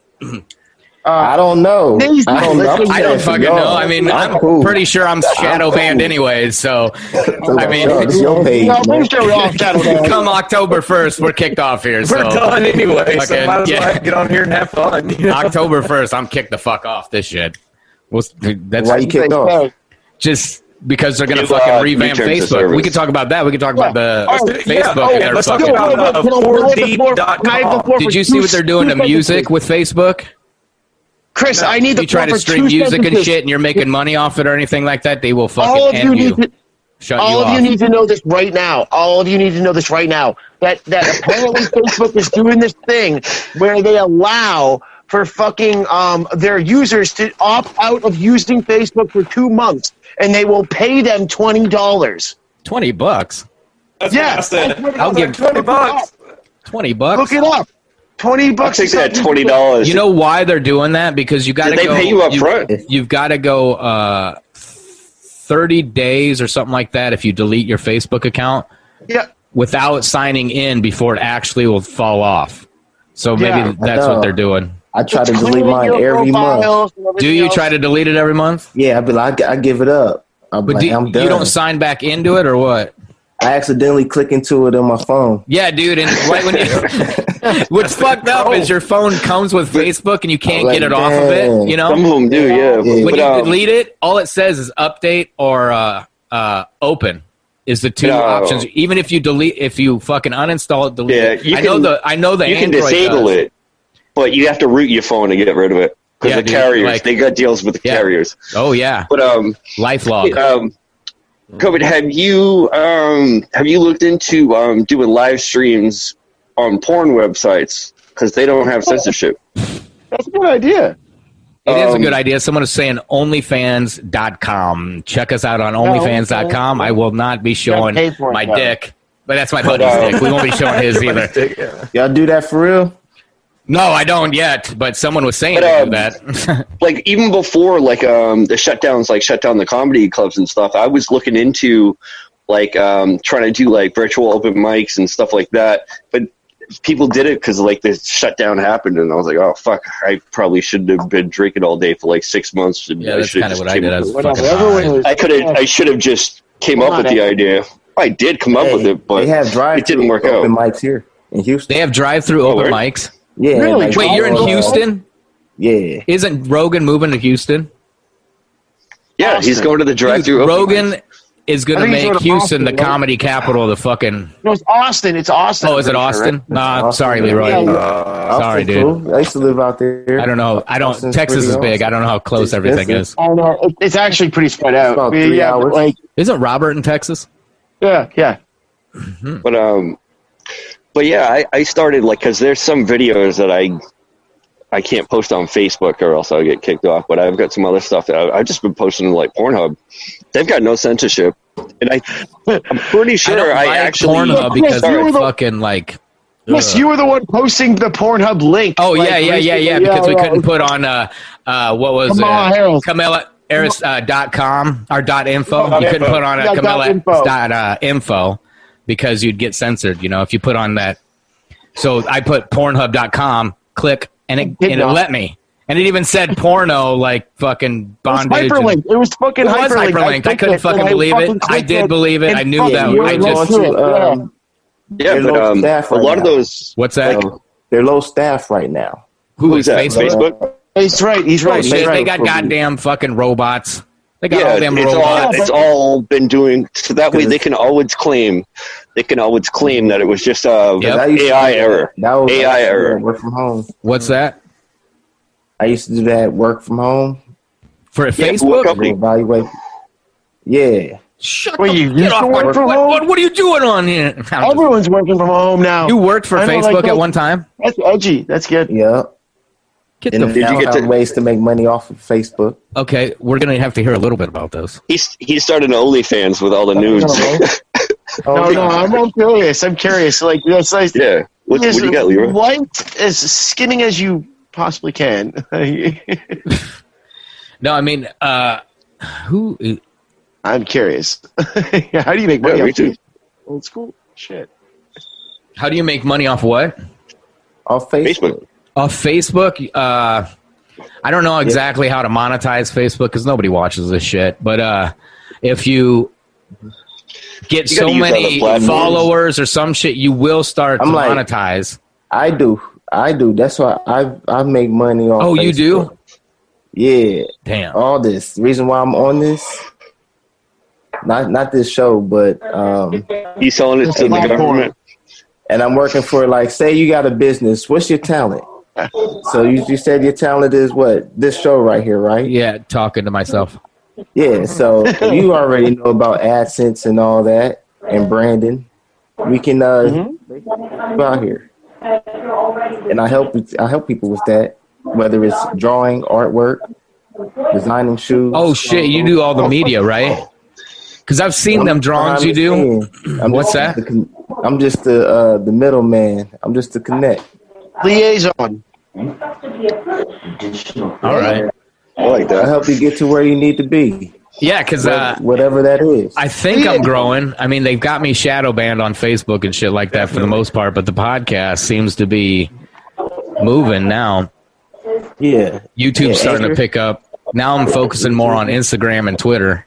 I don't know.
These-
I don't know. I'm
I don't
saying
fucking
y'all.
know. I mean, I'm
cool.
pretty sure I'm shadow banned
cool.
anyway. So,
So,
I mean,
y'all, it's your page,
No,
man.
we're sure we're all cattle dogs.
come October first, we're kicked off here.
We're
So
done anyway,
Fucking-
so might as well
yeah.
get on here and have fun. you know?
October first, I'm kicked the fuck off this shit. Well, that's
Why you kicked off?
just because they're gonna
You,
fucking
uh,
revamp
you turned to
Facebook. We
service.
can talk about that. We can talk about the Facebook
yeah. Oh,
and their
let's talk
fucking.
about
Can I
Uh,
have the floor-
4D.com.
can I have the floor
Did
for
you
two
see what they're doing to
seconds,
music
please?
with Facebook?
Chris, I need the
You try to
floor for
stream
two
music and
sentences.
shit, and you're making money off it or anything like that. They will fucking
All of you
end you.
need to.
Shut
All
you
of
off.
you need to know this right now. All of you need to know this right now. That that apparently Facebook is doing this thing where they allow for fucking um, their users to opt out of using Facebook for two months, and they will pay them twenty dollars.
Twenty bucks.
That's
Yeah,
what I said.
I'll give
Twenty bucks.
twenty bucks.
Look it up. Twenty bucks.
Take
is
that
something-
twenty dollars.
You know why they're doing that? Because you got to
Did they
go.
pay you up front?
You've got to go uh, thirty days or something like that if you delete your Facebook account
Yeah.
without signing in before it actually will fall off. So maybe
Yeah.
that's
I know.
what they're doing.
I try to delete
Cleaning
mine
your
every month.
profiles and everything
Do you
else.
try to delete it every month?
Yeah, I be like, I give it up. I'm
But
like,
do, you-
I'm done.
you don't sign back into it or what?
I accidentally click into it on my phone.
Yeah, dude. And right when you, what's fucked up is your phone comes with Facebook and you can't
Like,
get it off of it. You know,
Some of them do, yeah.
Yeah.
when
But,
you
um,
delete it, all it says is update or uh, uh, open is the two
No.
options. Even if you delete, if you fucking uninstall it, delete.
Yeah,
it.
you
I know
can-
the I know the
you can
Android
disable
does.
it, but you have to root your phone to get rid of it because
Yeah,
the
dude,
carriers
like-
they got deals with the
Yeah.
carriers.
Oh yeah,
But um,
lifelog.
um, COVID, have you um have you looked into um doing live streams on porn websites because they don't have censorship?
That's a good idea.
It is a
Um,
good idea. Someone is saying onlyfans.com. Check us out on onlyfans.com. I will not be showing
pay for it,
my
though.
dick, but that's my buddy's
um,
dick. We won't be showing his either.
Y'all do that for real?
No, I don't yet, but someone was saying
But,
to do
um,
that.
Like even before like um the shutdowns, like shut down the comedy clubs and stuff. I was looking into like um trying to do like virtual open mics and stuff like that, but. People did it because like the shutdown happened, and I was like, "Oh fuck! I probably shouldn't have been drinking all day for like six months." and
yeah,
I
that's
should've
kind of
just
what I
came
did. I
up with
was
Whatever.
fucking high.
Everyone was-
I could have. I should have just came up with the idea. I did come up with it, but
they have drive.
it didn't work out.
open mics here in Houston.
They have drive-through open
word.
mics.
Yeah.
Really?
like,
Wait, you're in
uh,
Houston?
Yeah.
Isn't Rogan moving to Houston?
yeah, he's going to the
Dude,
drive-through. open
Rogan
mic.
is going
I
to
think he's
make
going to
Houston
Austin,
the
right?
comedy capital of the fucking.
No, it's Austin. It's Austin.
Oh,
I'm
is it
pretty sure,
Austin?
right?
Nah,
Austin,
sorry,
yeah.
Leroy.
Yeah, yeah.
Uh,
Sorry,
Austin,
dude.
cool. I used to live out there.
I don't know. I don't.
Austin's
Texas
pretty
is big.
awesome.
I don't know how close everything is.
Expensive.
I don't know. It- It's actually pretty spread out.
about
I mean,
three
yeah, but,
hours.
Like,
Isn't Robert in Texas?
yeah, yeah.
but um, but yeah, I, I started like because there's some videos that I I can't post on Facebook or else I'll get kicked off. But I've got some other stuff that I, I've just been posting to like Pornhub. They've got no censorship, and I I'm pretty
I don't
sure I,
like
actually um,
Pornhub
Chris,
because
you were
they're
the-
fucking like.
Yes, you were the one posting the Pornhub link.
Oh
like,
yeah, yeah, yeah,
recently.
yeah. Because we
yeah.
couldn't put on uh, uh, what was
Kamala
it?
Harris.
Camilla Harris uh, dot com or dot info.
Dot
you couldn't
info.
put on a
Yeah, dot
Camilla
info.
dot uh, info because you'd get censored. You know, if you put on that. So I put Pornhub.com, click, and it
did
and it
not.
let me, and it even said porno like fucking
It was
bondage. and-
hyperlinked. It was fucking
It was
hyperlinked.
hyperlinked. I
clicked
couldn't
it,
fucking
and
believe it.
fucking
I
clicked
did believe it.
and
I knew
fucking
that.
Yeah,
went
I
you're low
just-
through
to,
it, yeah.
um,
Yeah,
They're
but
low
um,
staff
a
right
lot of
now.
those.
What's that?
Like,
they're low staff right now.
Who
Oh, who's that? Facebook.
He's right. He's right.
Bullshit.
He's
Oh, They
right.
got goddamn fucking robots. They got all them
it's all,
robots.
it's all been doing so that way they can always claim they can always claim that it was just uh, a
Yep.
AI error.
That was
AI
I used to do
error.
that Work from home.
What's that
I used to do that work from home.
for
Yeah,
Facebook?
to
company?
Evaluate. Yeah,
Shut
Well, you used to
off
work
my-
from
what,
home.
what, what are you doing on here? I'm just-
Everyone's working from home now.
you worked for
I know,
Facebook
like,
at one time.
That's edgy. That's good.
yeah.
Get
And
the
you
now
get
found
to-
ways to make money off of Facebook.
okay. We're gonna have to hear a little bit about those.
He's he started an OnlyFans with all the news.
Oh,
No, no, I'm, I'm curious. I'm curious. Like that's like
yeah. What, what do you got, Leroy?
White as skinning as you possibly can.
No, I mean, uh, who?
I'm curious. How do you make money?
Yeah, me
off
too.
Old school shit.
How do you make money off what?
Off Facebook.
Facebook.
Off Facebook? Uh, I don't know exactly how to monetize Facebook because nobody watches this shit. But uh, if you get
You
so
gotta use
many
other platforms.
followers or some shit, you will start
I'm
to
like-
monetize.
I do. I do. That's why I I make money off.
Oh, you do?
Facebook. Yeah,
Damn.
all this. Reason why I'm on this. Not not this show, but um,
He's selling it to the government.
and I'm working for like say you got a business. What's your talent? So you, you said your talent is what this show right here, right?
Yeah, Mm-hmm. talking to myself.
Yeah. So you already know about AdSense and all that, and branding. We can uh,
Mm-hmm.
go out here, and I help I help people with that, whether it's drawing, artwork, designing shoes.
Oh shit, you do all the media, right? Because I've seen them drawings you do.
do. I'm
What's
just
that?
the con- I'm just the uh, the middleman. I'm just the connect.
Liaison.
All right.
I like
I
that.
help you get to where you need to be,
Yeah, because uh,
whatever that is.
I think I'm growing. I mean, they've got me shadow banned on Facebook and shit like that for the most part, but the podcast seems to be moving now.
yeah,
YouTube's
Yeah,
starting to
Anchor.
pick up. Now I'm focusing more on Instagram and Twitter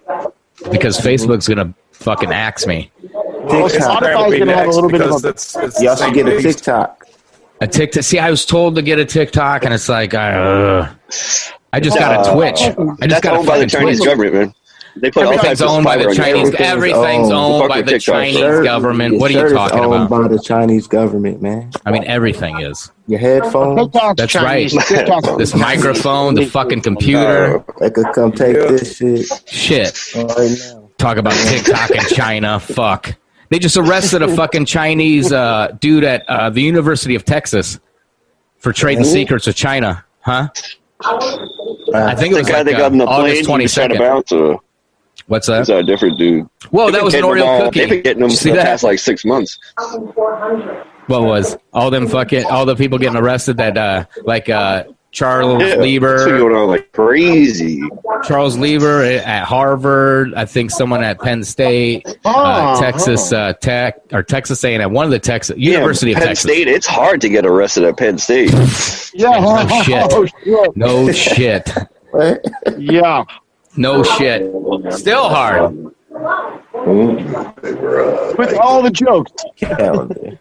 because Facebook's gonna fucking axe me.
TikTok.
Spotify's
That'll be
gonna have a
next
little bit of
because
a-
it's- it's the
Y'all should
same
get a
beast.
TikTok.
A TikTok. See, I was told to get a TikTok, and it's like, I, uh, I just got a Twitch. I just
That's
got a
owned by
fucking
the Chinese
Twitch.
government, man. They put all
Everything's
types of
owned by
spyware
the
on
Chinese.
you.
Everything's
Everything's
owned.
owned
Fuck
by
your
the
TikTok.
Chinese
Shirt-
government.
your
What are you
shirt is
talking
owned
about?
By the Chinese government, man.
I mean, everything is.
Your headphones.
TikTok's
That's
Chinese.
right.
TikTok's-
This microphone, the fucking computer,
They could come take
Yeah.
this shit
shit.
right now.
Talk about TikTok in China. Fuck. They just arrested a fucking Chinese uh, dude at uh, the University of Texas for trading secrets with China. Huh? I think it
The
was
guy
like,
that got
uh,
on the plane,
August
he
twenty
was trying to
second.
bounce. uh,
What's
It's
that?
a different dude.
Whoa, Oh,
They've
that
been
was an
getting
Oreo
them all-
cookie.
They've been getting them
You
for
see
the
that?
past like six months.
What was all them fucking all the people getting arrested that uh, like uh, Charles
Yeah, it's been
Lieber,
going on like crazy.
Charles Lever at Harvard. I think someone at Penn State, uh,
Oh,
Texas
huh.
uh, Tech, or Texas A&M. One of the Texas University
Damn,
of
Penn
Texas.
State. It's hard to get arrested at Penn State.
Yeah.
No shit.
Oh, shit.
No shit.
What?
Yeah.
No shit. Still hard.
With all the jokes.
Calendar.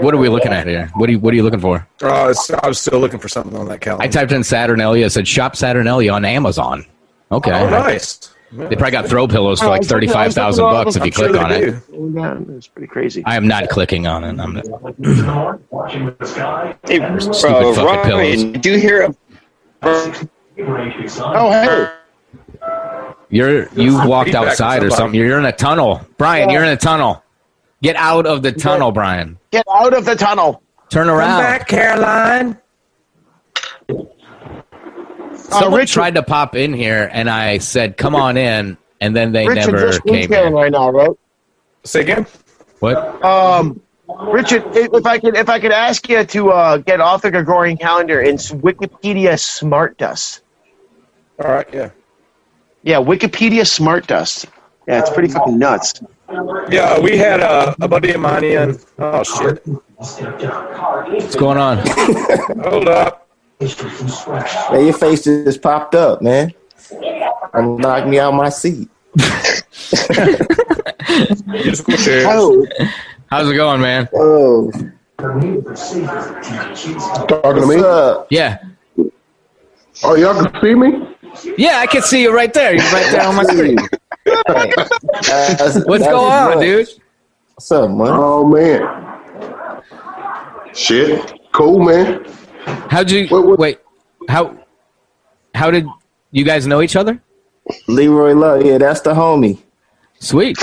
What are we looking at here? What are you What are you looking for?
Oh, it's, I was still looking for something on that calendar.
I typed in Saturnalia. It said shop Saturnalia on Amazon. Okay.
oh, nice.
They probably got throw pillows for like
Oh, I was
thirty
looking- I
five
was looking
thousand
all
bucks
the-
if you
I'm
click on it.
Yeah, It's pretty crazy.
I am not clicking on it. I'm not.
Hey,
Stupid
bro,
fucking
Ryan, do you hear? A,
Oh hey.
You're you walked
Feedback
outside
from
or
somebody.
something. You're, you're in a tunnel, Brian. You're in a tunnel. Get out of the tunnel, Brian.
Get out of the tunnel.
Turn around.
Caroline.
Someone
Richard-
tried to pop in here, and I said, "Come on in," and then they
Richard
never
just
came
retailing
in.
right now, right?
Say again.
What?
Um, Richard, i- if I could, if I could ask you to uh, get off the Gregorian calendar, it's Wikipedia Smart Dust.
All right. Yeah.
Yeah, Wikipedia Smart Dust. Yeah, it's pretty fucking nuts.
Yeah. We had uh, a, a buddy of mine in. Oh shit.
What's going on?
Hold up.
Man, your face just popped up, man. And knocked me out my seat.
Musical chairs.
Oh,
How's it going, man?
oh.
Talking to
What's
me?
up?
Yeah.
Oh, y'all can see me?
Yeah, I can see you right there. You're right there on my screen. What's
What's
going on, dude?
What's up, man?
Oh man. Shit. Cool, man.
How'd you
What- what-
wait? How how did you guys know each other?
Leroy Love, yeah, that's the homie.
Sweet.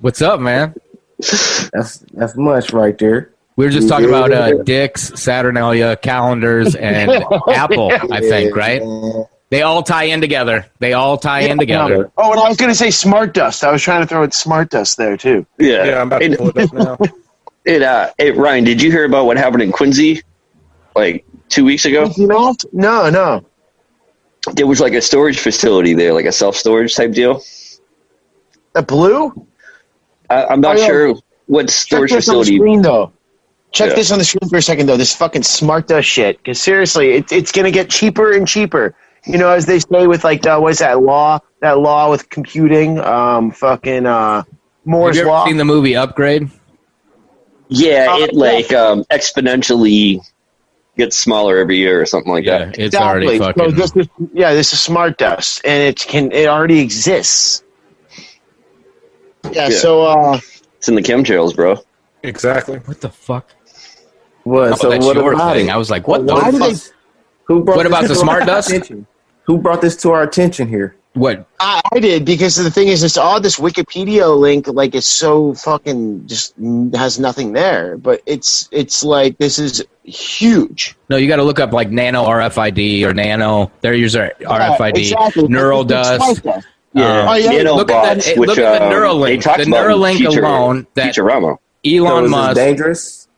What's up, man?
That's that's much right there.
We were just talking about uh,
Yeah.
dicks, Saturnalia, calendars, and Apple. I think right. They all tie in together. They all tie in together.
Oh, and I was going to say smart dust. I was trying to throw in smart dust there too.
Yeah.
Yeah, I'm about to
It-
pull it up now.
It, uh, hey, Ryan, did you hear about what happened in Quincy like two weeks ago?
You know? No, no.
There was like a storage facility there, like a self storage type deal.
The blue.
I, I'm not
Oh, yeah.
sure what
Check
storage
this on the
facility.
screen though. Check
Yeah.
this on the screen for a second though. This fucking smart dust shit. Because seriously, it, it's going to get cheaper and cheaper. You know, as they say with like uh, what is that law? That law with computing. Um, fucking uh,
Have
Moore's
you ever
law.
seen the movie Upgrade?
Uh,
Yeah, it like um, exponentially gets smaller every year or something like that.
it's already
So
fucking.
this is, yeah, this is smart dust, and it can it already exists. Yeah.
Yeah.
So uh,
It's in the chemtrails, bro.
Exactly.
What the fuck?
What?
Oh,
so
that's
what
your
about
thing.
it?
I was like, what the
Why
fuck?
did they- Who brought
What
this
about
to
the
our
smart dust?
attention? Who brought this to our attention here?
What?
I, I did because the thing is, it's odd. This Wikipedia link, like, is so fucking just mm, has nothing there. But it's it's like this is huge.
No, you got to look up like nano RFID or nano. There uses our RFID,
Yeah, Uh, exactly.
neural
It's like
dust. um,
dust.
Yeah.
Oh, yeah.
Look at that-
Nanobots,
look
which,
at the
um,
Neuralink.
they talked
The
about in
Neuralink
Future-
alone that-
Futurama.
So
Elon
is this
Musk.
dangerous?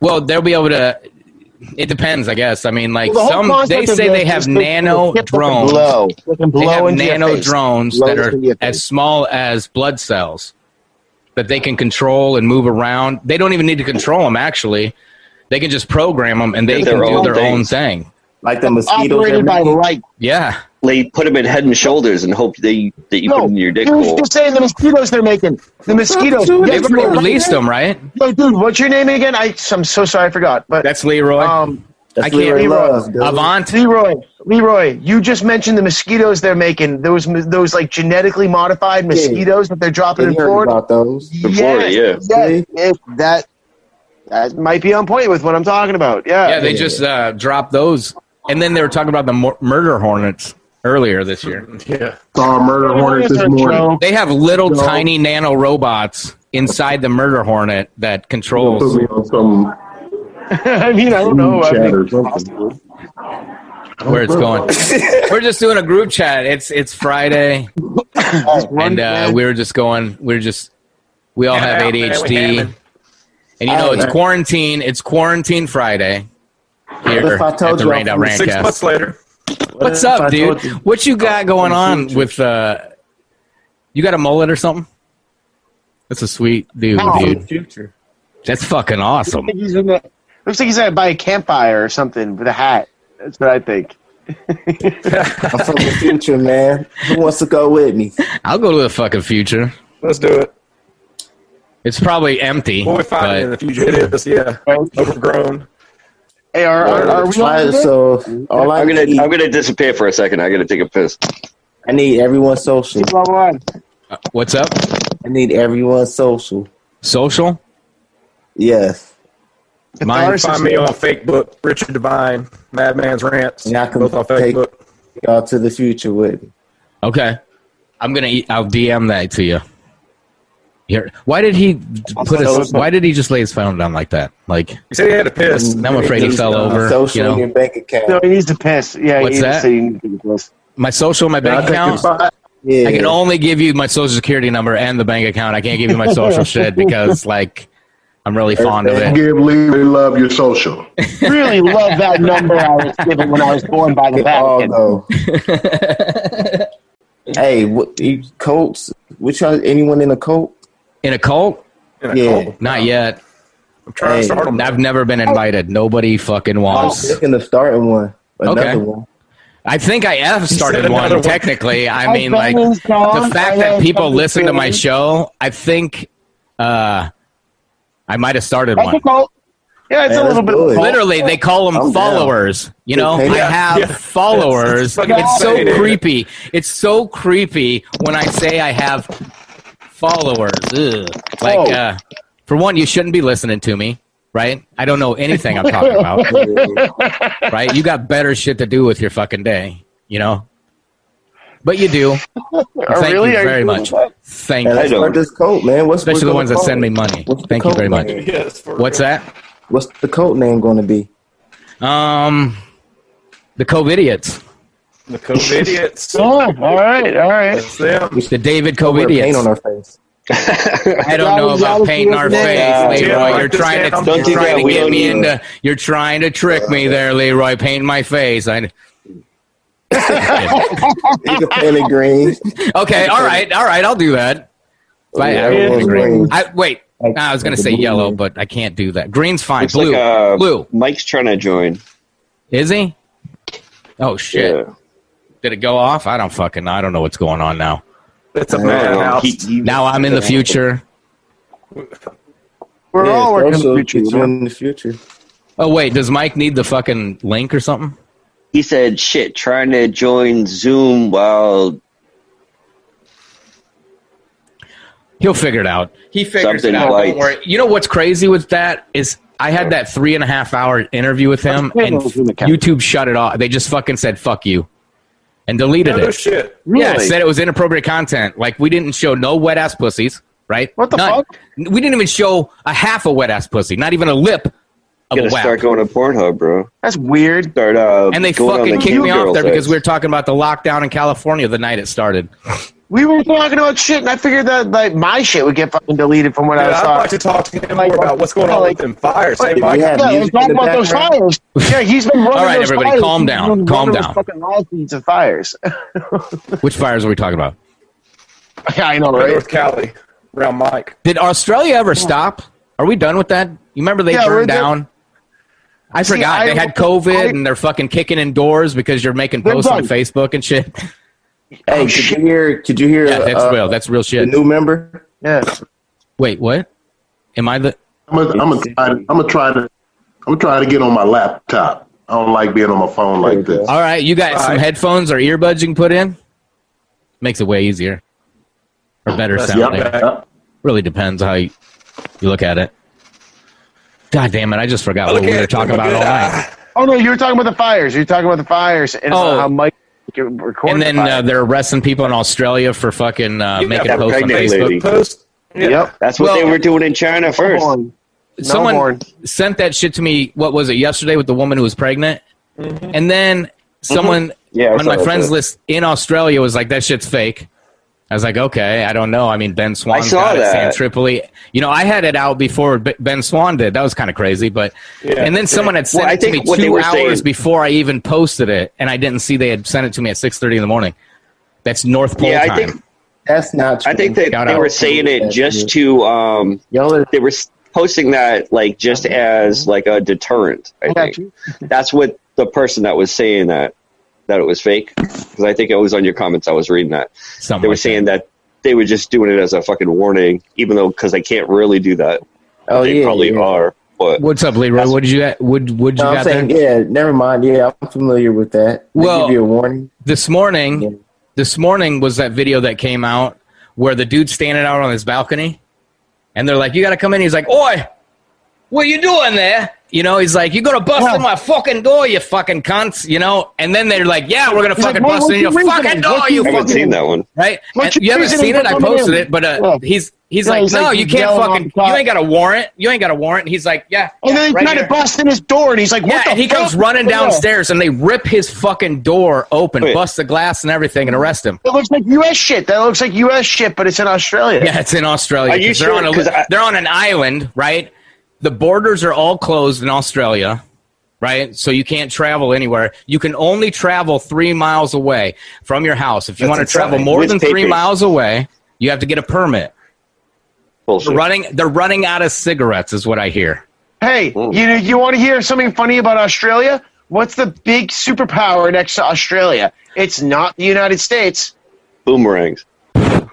Well, they'll be able to. It depends, I guess. I mean, like
Well, the whole
some, they
concept of
say
this
they have
is basically
nano
a chip that can
drones.
Blow. That can
They
blow
have
into your
nano
face.
drones
Blow
that
into
are
your face.
as small as blood cells that they can control and move around. They don't even need to control them. Actually, they can just program them and they
Their
can do
own
their own
things.
thing.
Like the mosquitoes?
operated
that
by
make-
light.
Yeah,
They put them in head and shoulders and hope they that you put
No,
in your dick
you were
hole.
just saying the mosquitoes they're making. The mosquitoes.
they've
Yes,
already
you're right.
released them, right?
Yo, dude, what's your name again? I, I'm so sorry, I forgot. But
That's Leroy.
um,
That's
I can't
Leroy
be
wrong.
Love, dude.
Avant.
Leroy, Leroy, you just mentioned the mosquitoes they're making. Those those like genetically modified mosquitoes that they're dropping
They
in
heard
Florida.
about those.
In Florida, yeah.
yes, yes, that that might be on point with what I'm talking about. Yeah,
Yeah, they just uh, dropped those, and then they were talking about the mur- murder hornets earlier this year.
Yeah.
Saw a murder hornet this morning.
They have little tiny nano robots inside the murder hornet that
Put
controls.
me on some
I mean, I don't know. I
chat
mean,
or something.
Where it's going. we're just doing a group chat. It's it's Friday, and uh, we were just going. We are just we all have ADHD, and you know it's quarantine. It's quarantine Friday here
if I
at
told
the
you
Rained Out
I'm from
Six
Rantcast.
months later.
What's
if
up,
I told
dude?
you- Oh,
What you got going on with uh? You got a mullet or something? That's a sweet dude,
Oh,
dude.
Future.
That's fucking awesome.
I think he's in the- looks like he's at by a campfire or something with a hat. That's what I think.
I'm from the future, man. Who wants to go with me?
I'll go to the fucking future.
Let's do it.
It's probably empty.
We'll find it in
But
the future. It is, yeah. Overgrown.
Hey, are, are, are we
Try
on
it,
today?
so all I
I'm gonna
need,
I'm gonna disappear for a second. I gotta take a piss.
I need everyone social.
Blah, blah, blah.
what's up?
I need everyone social.
Social?
Yes.
Mine,
Catharsis.
Find me on Facebook, Richard Devine, Madman's Rants.
Yeah, I can
both on
take-
Facebook.
Y'all to the future with me.
okay. I'm gonna. Eat, I'll DM that to you. Here. Why did he put his? Why did he just lay his phone down like that? Like
He said he had a piss.
now I'm afraid he fell over.
social
You
in
know,
your bank account.
No, he needs to piss. Yeah,
What's
he needs
that?
To, he needs to piss.
my social, my
I
bank
take your
account.
spot.
yeah.
I can only give you my social security number and the bank account. I can't give you my social shit because like I'm really fond of it.
Give Leroy Love your social.
really love that number I was given when I was born by the
oh,
all
Vatican.
go. hey, what you Colts? Which y'all, anyone in a cult?
In a cult?
In a
Yeah.
cult.
Not yet.
I'm trying
Hey.
to start him.
I've never been invited. Nobody fucking
I'm
wants.
looking to start in one. Another
Okay.
one.
I think I have started
said
one,
another one.
technically. I mean, like the fact that people listen to my show, I think uh, I might have started
That's a
one.
cult. Yeah, it's
Man,
a little
let's
bit.
do it.
Literally, they call them
I'm down.
followers. You know,
Yeah,
I have
yeah.
followers.
It's fucking
It's so
insane, dude.
creepy. It's so creepy when I say I have followers. Ugh. Like,
Oh.
uh, for one, you shouldn't be listening to me, right? I don't know anything I'm talking about, right? You got better shit to do with your fucking day, you know. But you do.
Oh,
Thank
really?
you
Are you
very
doing
much.
that?
Thank
Man,
you.
I
let's
don't.
start this cult, man. What's
Especially
we're
the
gonna
ones that
call
send me
it?
money.
What's the
Thank you
cult
very much.
name?
Yes. For
What's that?
What's the code name going to be?
Um, the Cove idiots,
The Cove idiots.
Oh, all right, all right.
That's them.
the David Cove
Wear paint
idiots.
on our face.
I don't know about painting our
Yeah.
face,
Yeah,
Leroy.
like
You're
this
trying
damn-
to
Don't
you're
do
trying
that.
to
We
get
don't
me
need
into. You're trying to trick me there, Leroy. Paint my face. I.
You can paint it green. Oh,
Okay. All right. All right. I'll do that. I- I
Yeah,
would agree.
green.
I wait.
Like-
I was gonna
like a
say
blue
yellow,
man.
but I can't do that. Green's fine.
Looks
Blue.
like, uh,
Blue.
Mike's trying to join.
Is he? Oh shit!
Yeah.
Did it go off? I don't fucking. I don't know what's going on now.
It's a
Oh, Yeah.
madhouse.
He- he-
Now I'm in the future.
We're
Yeah,
all working in
also
the future.
get you
man.
in the future.
Oh wait, does Mike need the fucking link or something?
he said, "Shit, trying to join Zoom while
He'll figure it out. He figures
Something
it out.
light.
Don't worry. You know what's crazy with that is I had that three and a half hour interview with him,
Okay,
and
that was in the calendar.
YouTube shut it off. They just fucking said "fuck you" and deleted
No
it.
shit.
Yeah,
Really?
said it was inappropriate content. Like we didn't show no wet ass pussies, right?
What the
None.
fuck?
We didn't even show a half a wet ass pussy, not even a lip of
gonna
a wet.
start going to Pornhub, bro."
That's weird.
Start uh,
And they
going on
fucking
the
kicked
Cute
me off
Girls
there because
ads.
we were talking about the lockdown in California the night it started.
We were talking about shit, and I figured that like my shit would get fucking deleted from what
Dude,
I
I'd like
saw.
to talk to him more about what's going on with them fires. Hey,
We
Mike,
have
Yeah,
music
and talk
in the
about those
background.
fires. Yeah, he's been running.
All right,
those
everybody,
fires.
calm
He's
down,
been running
calm
those
down.
Fucking lawsuits and fires.
Which fires are we talking about?
yeah, I know, right?
North Cali, around Mike.
Did Australia ever stop? Are we done with that? You remember they
Yeah, we're
turned
done.
down? I
See,
forgot
I-
they had COVID
I-
and they're fucking kicking indoors because you're making
They're
posts on
done.
Facebook and shit.
Hey, could you hear? Could you hear?
Oh, Yeah, that's
uh,
real. That's real
the
shit.
new member.
Yeah.
Wait, what? Am I the?
I'm gonna I'm gonna try, I'm gonna try to I'm gonna try to get on my laptop. I don't like being on my phone like this.
All right, you got some
Right.
headphones or earbuds you can put in. Makes it way easier or better
That's-
sounding.
yeah.
Really depends how you, you look at it. God damn it! I just forgot what we
Look
were
at
talking
him,
about all
look at-
night.
Oh no, you were talking about the fires. You were talking about the fires and
Oh.
how Mike can record.
And then
the
uh,
fires.
they're arresting people in Australia for fucking uh,
Yeah,
making
that
posts on
pregnant
Facebook.
lady.
Post. Yeah.
yep.
That's what
Well-
they were doing in China first.
Hold on. No
someone
horn.
sent that shit to me. What was it yesterday with the woman who was pregnant? And then someone
Mm-hmm. Yeah, I
on
saw
my
that
friends
too.
list in Australia was like, "That shit's fake." I was like, "Okay, I don't know." I mean, Ben Swan
saw
got it. Sam
that.
Tripoli. You know, I had it out before B- Ben Swan did. That was kind of crazy, but and then someone had sent
Well, I
it to
think
me
what they
two
were
hours
saying-
before I even posted it, and I didn't see they had sent it to me at six thirty in the morning. That's North Pole
Yeah, I
time.
think
That's not. True.
I think that
Shout
they
out.
were saying it
That's
just
it.
to um,
y'all are
they were s- posting that like just
Uh-huh.
as like a deterrent. I
Got
think that's what the person that was saying that that it was fake because I think it was on your comments. I was reading that
Something
they were
like that.
saying that they were just doing it as a fucking warning, even though because they can't really do that.
Oh
they
yeah,
probably
yeah.
are, but
What's up, Leroy? What did you at? Would would you
No, I'm
got there?
saying, yeah. Never mind. Yeah, I'm familiar with that. They
Well-
give you a warning.
this morning
Yeah.
this morning was that video that came out where the dude's standing out on his balcony and they're like you gotta come in he's like oi what you doing there you know he's like you gonna bust in my fucking door you fucking cunts you know and then they're like yeah we're gonna
He's like,
fucking
"Man,
bust
what
in
you
your
reasoning?
fucking
What
door
you
you
I haven't
fucking
seen that one.
right
What
And
you
you haven't
reasoning
seen it
for
i
coming
posted
in?
it but uh,
Yeah.
he's he's
Yeah,
like
he's
no
like
you can't
yelling on
fucking
top.
you ain't got a warrant you ain't got a warrant he's like yeah
And Oh, then they
right
tried
here."
to bust in his door, and he's like, "What
yeah,
the?"
and he
fuck?
comes running
Yeah.
downstairs and they rip his fucking door open,
Wait.
bust the glass and everything, and arrest him.
It looks like U.S. shit. That looks like U.S. shit, but it's in Australia.
Yeah, it's in Australia.
Are you
'cause they're
sure?
on a-
'Cause I-
they're on an island, right? The borders are all closed in Australia, right? So you can't travel anywhere. You can only travel three miles away from your house. If you
That's
want to
insane.
travel more
With
than three
papers.
miles away, you have to get a permit.
Bullshit.
They're running, they're running out of cigarettes, is what I hear.
Hey, you know, you want to hear something funny about Australia? What's the big superpower next to Australia? It's not the United States.
Boomerangs.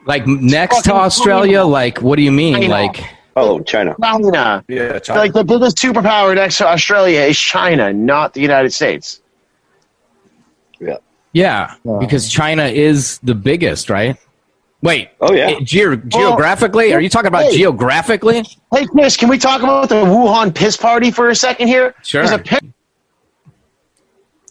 Like next to
Fucking
Australia, like what do you mean?
China.
Like
Oh, China.
China.
Yeah, China.
Like the biggest superpower next to Australia is China, not the United States.
Yeah,
Wow.
because China is the biggest, right? Wait.
Oh, yeah.
it- geo- geographically, are you talking about
hey.
geographically?
Hey, Chris, can we talk about the Wuhan piss party for a second here?
Sure.
There's a pic-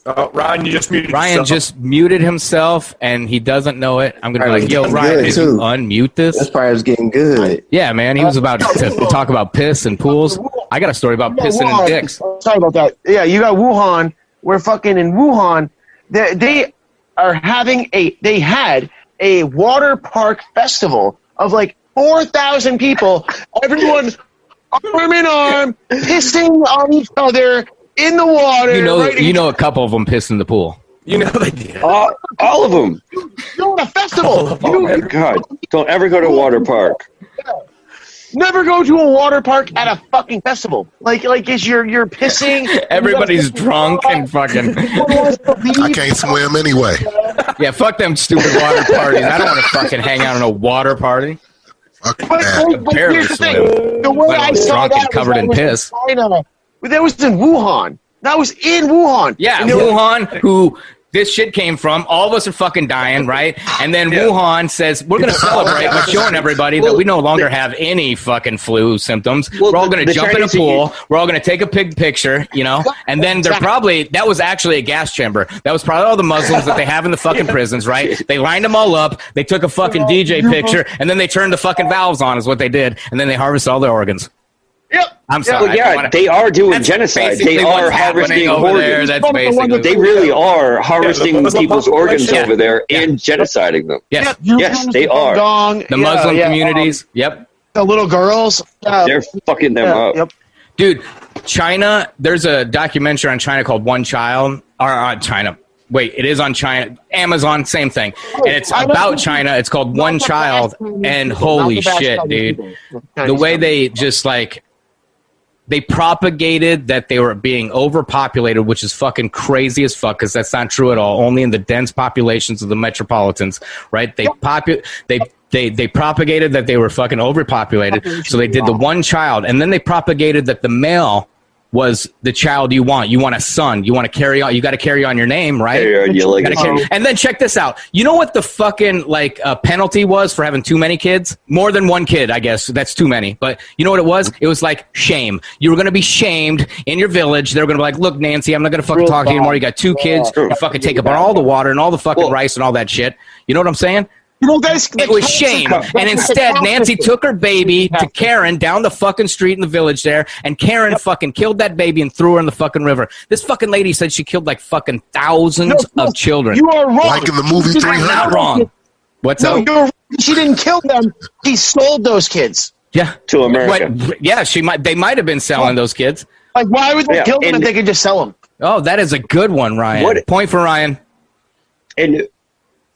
Oh, Ryan, you just muted.
Ryan
yourself.
just muted himself and he doesn't know it. I'm gonna
Ryan
be like,
was
"Yo,
getting
Ryan,
good,
did
too.
you unmute
That's
this?"
probably was getting good.
Yeah, man. He was about to talk about piss and pools. I got a story about
Yeah,
pissing
Wuhan. Oh,
and dicks.
Sorry about that. Yeah, you got Wuhan. We're fucking in Wuhan. They, they are having a. They had a water park festival of like four thousand people. Everyone arm in arm, pissing on each other in the water.
You know,
right in-
you know, a couple of them pissed in the pool.
You know they did.
All, Uh, all of them.
you're on a festival.
Oh, my
You
God. Don't ever go to a water park.
never go to a water park at a fucking festival. Like, like is you're you're pissing.
Everybody's drunk and fucking.
I can't swim anyway.
Yeah, fuck them stupid water parties. I don't want to fucking hang out in a water party.
Fuck
But,
that.
but here's the
Barely
thing: the way
Let
I
alone
saw
drunk and
that was
covered
that
in
was
piss.
in China. But that was in Wuhan. That was in Wuhan.
Yeah,
And there-
Wuhan, who this shit came from. All of us are fucking dying, right? And then Wuhan says we're going to celebrate by showing everybody that we no longer have any fucking flu symptoms.
Well,
we're all
the-
going to
the
jump
Chinese-
in a pool. We're all going to take a pig picture, you know. And then they're probably that was actually a gas chamber. That was probably all the Muslims that they have in the fucking prisons, right? They lined them all up. They took a fucking DJ picture, and then they turned the fucking valves on, is what they did, and then they harvested all their organs.
Yep.
I'm sorry.
Well,
I don't
yeah,
wanna-
they are doing
That's
genocide.
basically
They are
what's happening
harvesting
over there.
organs.
That's basically
They really are harvesting
Muslim
people's organs
population.
over there and genociding them.
yes.
You
Yes,
comes
they
the
are.
Dong,
The
yeah,
Muslim
yeah,
communities. yep.
um, the little girls. Yeah,
They're fucking them
yeah,
up.
Yep.
dude china there's a documentary on china called one child or on china wait it is on china amazon same thing and it's
I know-
about china it's called one
Not the
child
bad Chinese
and
people, not
holy
the bad
shit
Chinese
dude
people, not
the
Chinese
way
people.
they just like they propagated that they were being overpopulated, which is fucking crazy as fuck because that's not true at all. Only in the dense populations of the metropolitans, right? They popu- they they they propagated that they were fucking overpopulated, so they did the one child, and then they propagated that the male was the child you want. You want a son. You want to carry on. You got to carry on your name, right?
They are your
Gotta
legacy.
carry- and then check this out. You know what the fucking like uh, penalty was for having too many kids? More than one kid, I guess. That's too many. But you know what it was? It was like shame. You were going to be shamed in your village. They were going to be like, "Look, Nancy, I'm not going to fucking
Real
talk to you anymore.
bad.
You got two kids.
True.
You fucking take up on all the water and all the fucking
Well-
rice and all that shit." You know what I'm saying?
You know, that is,
It was shame. And instead, Nancy took her baby to Karen down the fucking street in the village there, and Karen fucking killed that baby and threw her in the fucking river. This fucking lady said she killed like fucking thousands
No,
of children.
You are wrong.
Like in the movie
I'm
300.
not wrong. What's
no,
up?
you're wrong. She didn't kill them. She sold those kids.
Yeah.
To America.
What, yeah, she might. They might have been selling those kids.
Like, why would they
Yeah,
kill them if
and-
they could just sell them?
Oh, that is a good one, Ryan.
What-
Point for Ryan.
And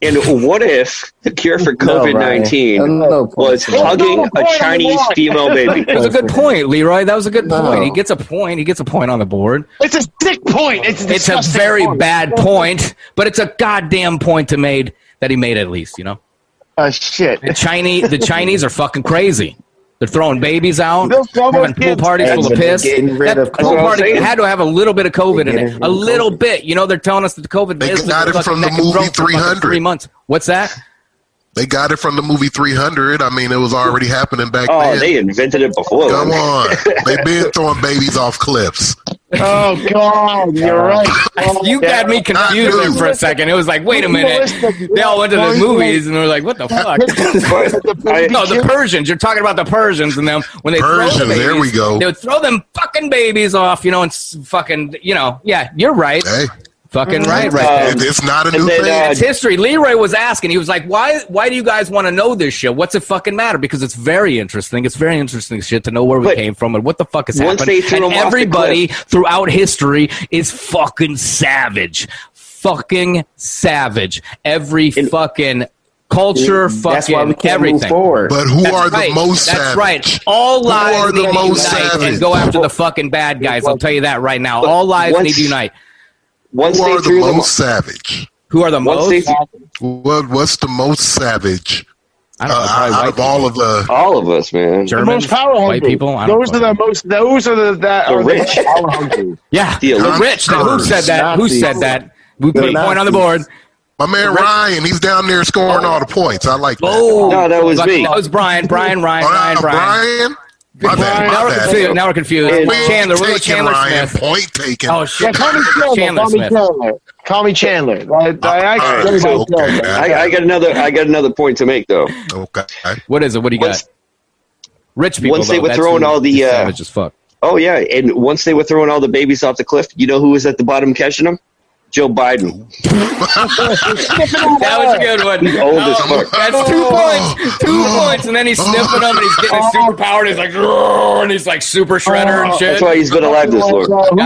and what if the cure for
No,
COVID nineteen
Ryan. No, no,
was
Paul.
hugging
No,
a
no,
Chinese
no.
female baby?
That was a good point, Leroy. That was a good
No.
point. He gets a point. He gets a point on the board.
It's a sick point. It's a,
It's a
disgusting
very
point.
bad point, but it's a goddamn point to made that he made at least. You know,
Uh, shit.
the Chinese, the Chinese are fucking crazy. They're throwing babies out,
They'll throw those
having pool
kids
parties
out.
full of
And
piss.
getting rid
That
of
pool
COVID.
party had to have a little bit of COVID in
They're getting
it,
rid
a
of
little
COVID.
bit. You know, they're telling us that the COVID.
They
is with
got
the
it
fucking
from the
back and
movie
throat for fucking
300.
Three months. What's that?
They got it from the movie 300. I mean, it was already happening back
Oh,
then.
they invented it before.
Come on. They've been throwing babies off cliffs.
Oh God, you're right.
You got me confused
I
there
do.
for a second. It was like, wait a minute.
Realistic,
They all went to the
realistic.
movies and they were like, what the fuck?
I-
No, the Persians. You're talking about the Persians and them when they throw
Persians,
babies,
there we go.
They would throw them fucking babies off, you know, and s- fucking, you know, yeah, you're right,
Hey, Mm-hmm.
fucking right, right.
Uh,
there.
it- it's not a
and
new
then,
thing.
uh,
It's history. Leroy was asking. He was like, "Why? Why do you guys want to know this shit? What's it fucking matter? Because it's very interesting. It's very interesting shit to know where we
But
came from and what the fuck has
once
happened.
they threw
And
them off the
everybody throughout history is fucking savage, fucking savage. Every
And-
fucking culture, fucking
That's why we can't
everything.
move forward.
but who
That's
are the
right.
most
That's
savage?
right. All
Who
lives
are the
need to
most
unite and
savage?
go after the fucking bad guys. I'll tell you that right now. All lives
Once-
need to unite.
Once
Who
they
are the
threw them,
most savage?
Who are the
once
most?
they,
What, what's the most savage
I don't know.
Uh,
probably
out
white
of all of the,
All of us, man.
Germans,
most power hungry.
white people. I don't
Those are the
fucking-
most. Those are the that
The
are
rich.
the power hungry.
yeah.
The
The
elite
rich. Now, who said that? Who
Nazis.
said that? We put a point on the board.
my man Ryan, he's down there scoring all the points. I like that.
Oh,
No, that was me.
That was Brian. Brian. Ryan.
Uh,
Ryan. Brian.
Brian? My bad,
Now
my
we're
bad.
confused. Now we're confused.
Point
Chandler. We're with
taken,
Chandler
Ryan.
Smith.
Point taken.
Oh
Yeah,
shit.
call me Chandler.
Chandler
call me
Smith. Uh,
Chandler. Call me Chandler. I, I
All
actually
right,
everybody
okay,
Chandler.
man.
I, I got another. I got another point to make though.
Okay.
What is it? What do you
Once-
got? Rich people.
once they
though,
were
that's
throwing
who-
all the,
that's
uh,
savage as fuck.
Oh yeah, and once they were throwing all the babies off the cliff, you know who was at the bottom catching them? Joe Biden.
That was a good one.
old as
Oh,
fuck.
That's two points. Two points. And then he's sniffing them and he's getting his superpower and he's like, "Grrr," and he's like super shredder and shit.
That's why he's been alive this long.
God
Who's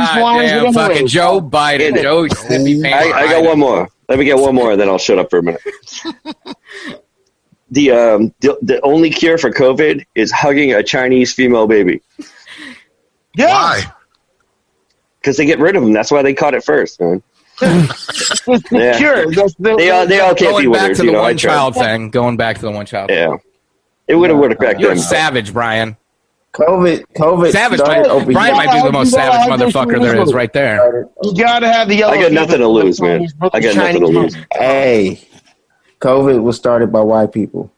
damn,
Who's
fucking Joe Biden.
Get it.
Joe Snippy
I,
Pants.
I got one more. Let me get one more, and then I'll shut up for a minute. The um the, the only cure for COVID is hugging a Chinese female baby
Why?
because they get rid of them. That's why they caught it first, man. Yeah.
Cure. That's the,
They all they all can't be
Going back
winners,
to
you
the
know. I
one
tried.
child thing. Going back to the one child.
Yeah, it would have worked back
You're a
then.
savage, Brian.
COVID, COVID.
Savage.
started
Brian,
over
Brian
here.
might be the most
Yeah,
savage
I just
motherfucker there is
remembered.
right there.
you gotta have the yellow.
I got nothing to lose, man. I got nothing to lose.
Hey, COVID was started by white people.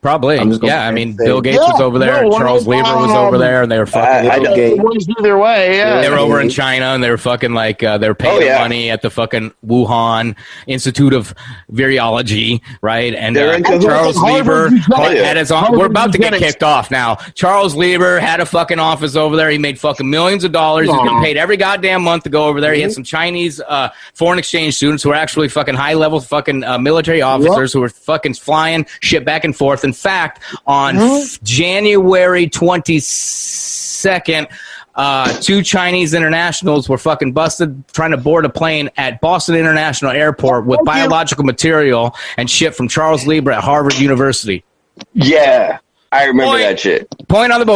Probably.
I'm just gonna
Yeah, I
say-
mean, Bill Gates
Yeah,
was over there, and
no,
Charles
when I-
Lieber was over there, and they were fucking.
I- I don't-
Gate.
It works either way. Yeah.
they were over in China and they were fucking like uh, they were paying
Oh, yeah.
money at the fucking Wuhan Institute of Virology, right? And
They're
uh,
in cahoots.
Charles Lieber
Harvard
had,
Eugenics.
had his own.
Harvard
We're about to get
Eugenics.
kicked off now. Charles Lieber had a fucking office over there. He made fucking millions of dollars. He's getting paid every goddamn month to go over there. He had some Chinese uh, foreign exchange students who were actually fucking high level fucking uh, military officers who were fucking flying shit back and forth. In fact, on f- January twenty second uh, two Chinese internationals were fucking busted trying to board a plane at Boston International Airport with biological material and shit from Charles Lieber at Harvard University.
Yeah, I remember
Point.
that shit.
Point on the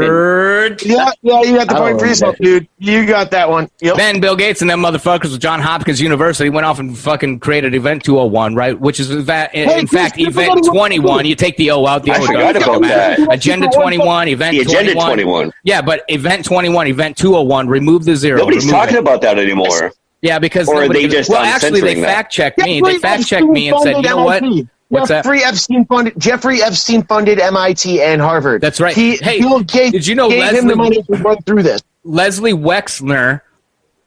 board.
Yeah, yeah, you got the
I
point for
don't
yourself, dude. You got that one. Yep.
Then Bill Gates and them motherfuckers with John Hopkins University went off and fucking created Event 201, right? Which is in, va- in,
Hey,
in
Chris,
fact
give
Event
everybody one
21. You take the O out, the O
I forgot
doesn't
about
matter.
that.
Agenda 21, Event
The Agenda
21.
21.
Yeah, but Event 21, Event 201, remove the zero.
Nobody's
remove
talking
it.
about that anymore.
Yeah, because
Or are
nobody
they
gives-
just
well,
on
actually, they
censoring that?
fact checked me. They fact checked me and said, you know what? What's that?
Jeffrey Epstein funded Jeffrey Epstein funded MIT and Harvard.
That's right.
He,
Hey,
Bill Gates
did you know
gave him the
Leslie-
money to run through this.
Leslie Wexner,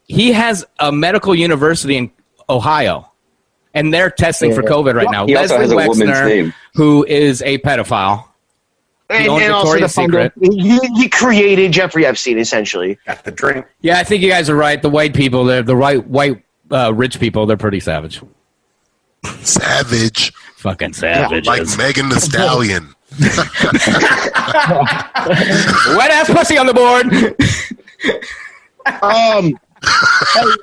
he has a medical university in Ohio, and they're testing for
Yeah.
COVID right now.
He also
Leslie
has a woman's
Wexner,
name.
who is a pedophile.
And,
owned
and also the
Victoria's
funder. He, he created Jeffrey Epstein essentially.
Got the drink.
Yeah, I think you guys are right. The white people, they're the right white uh, rich people. They're pretty savage.
Savage.
Fucking savages.
Like Megan the Stallion.
Wet ass pussy on the board.
Um,
I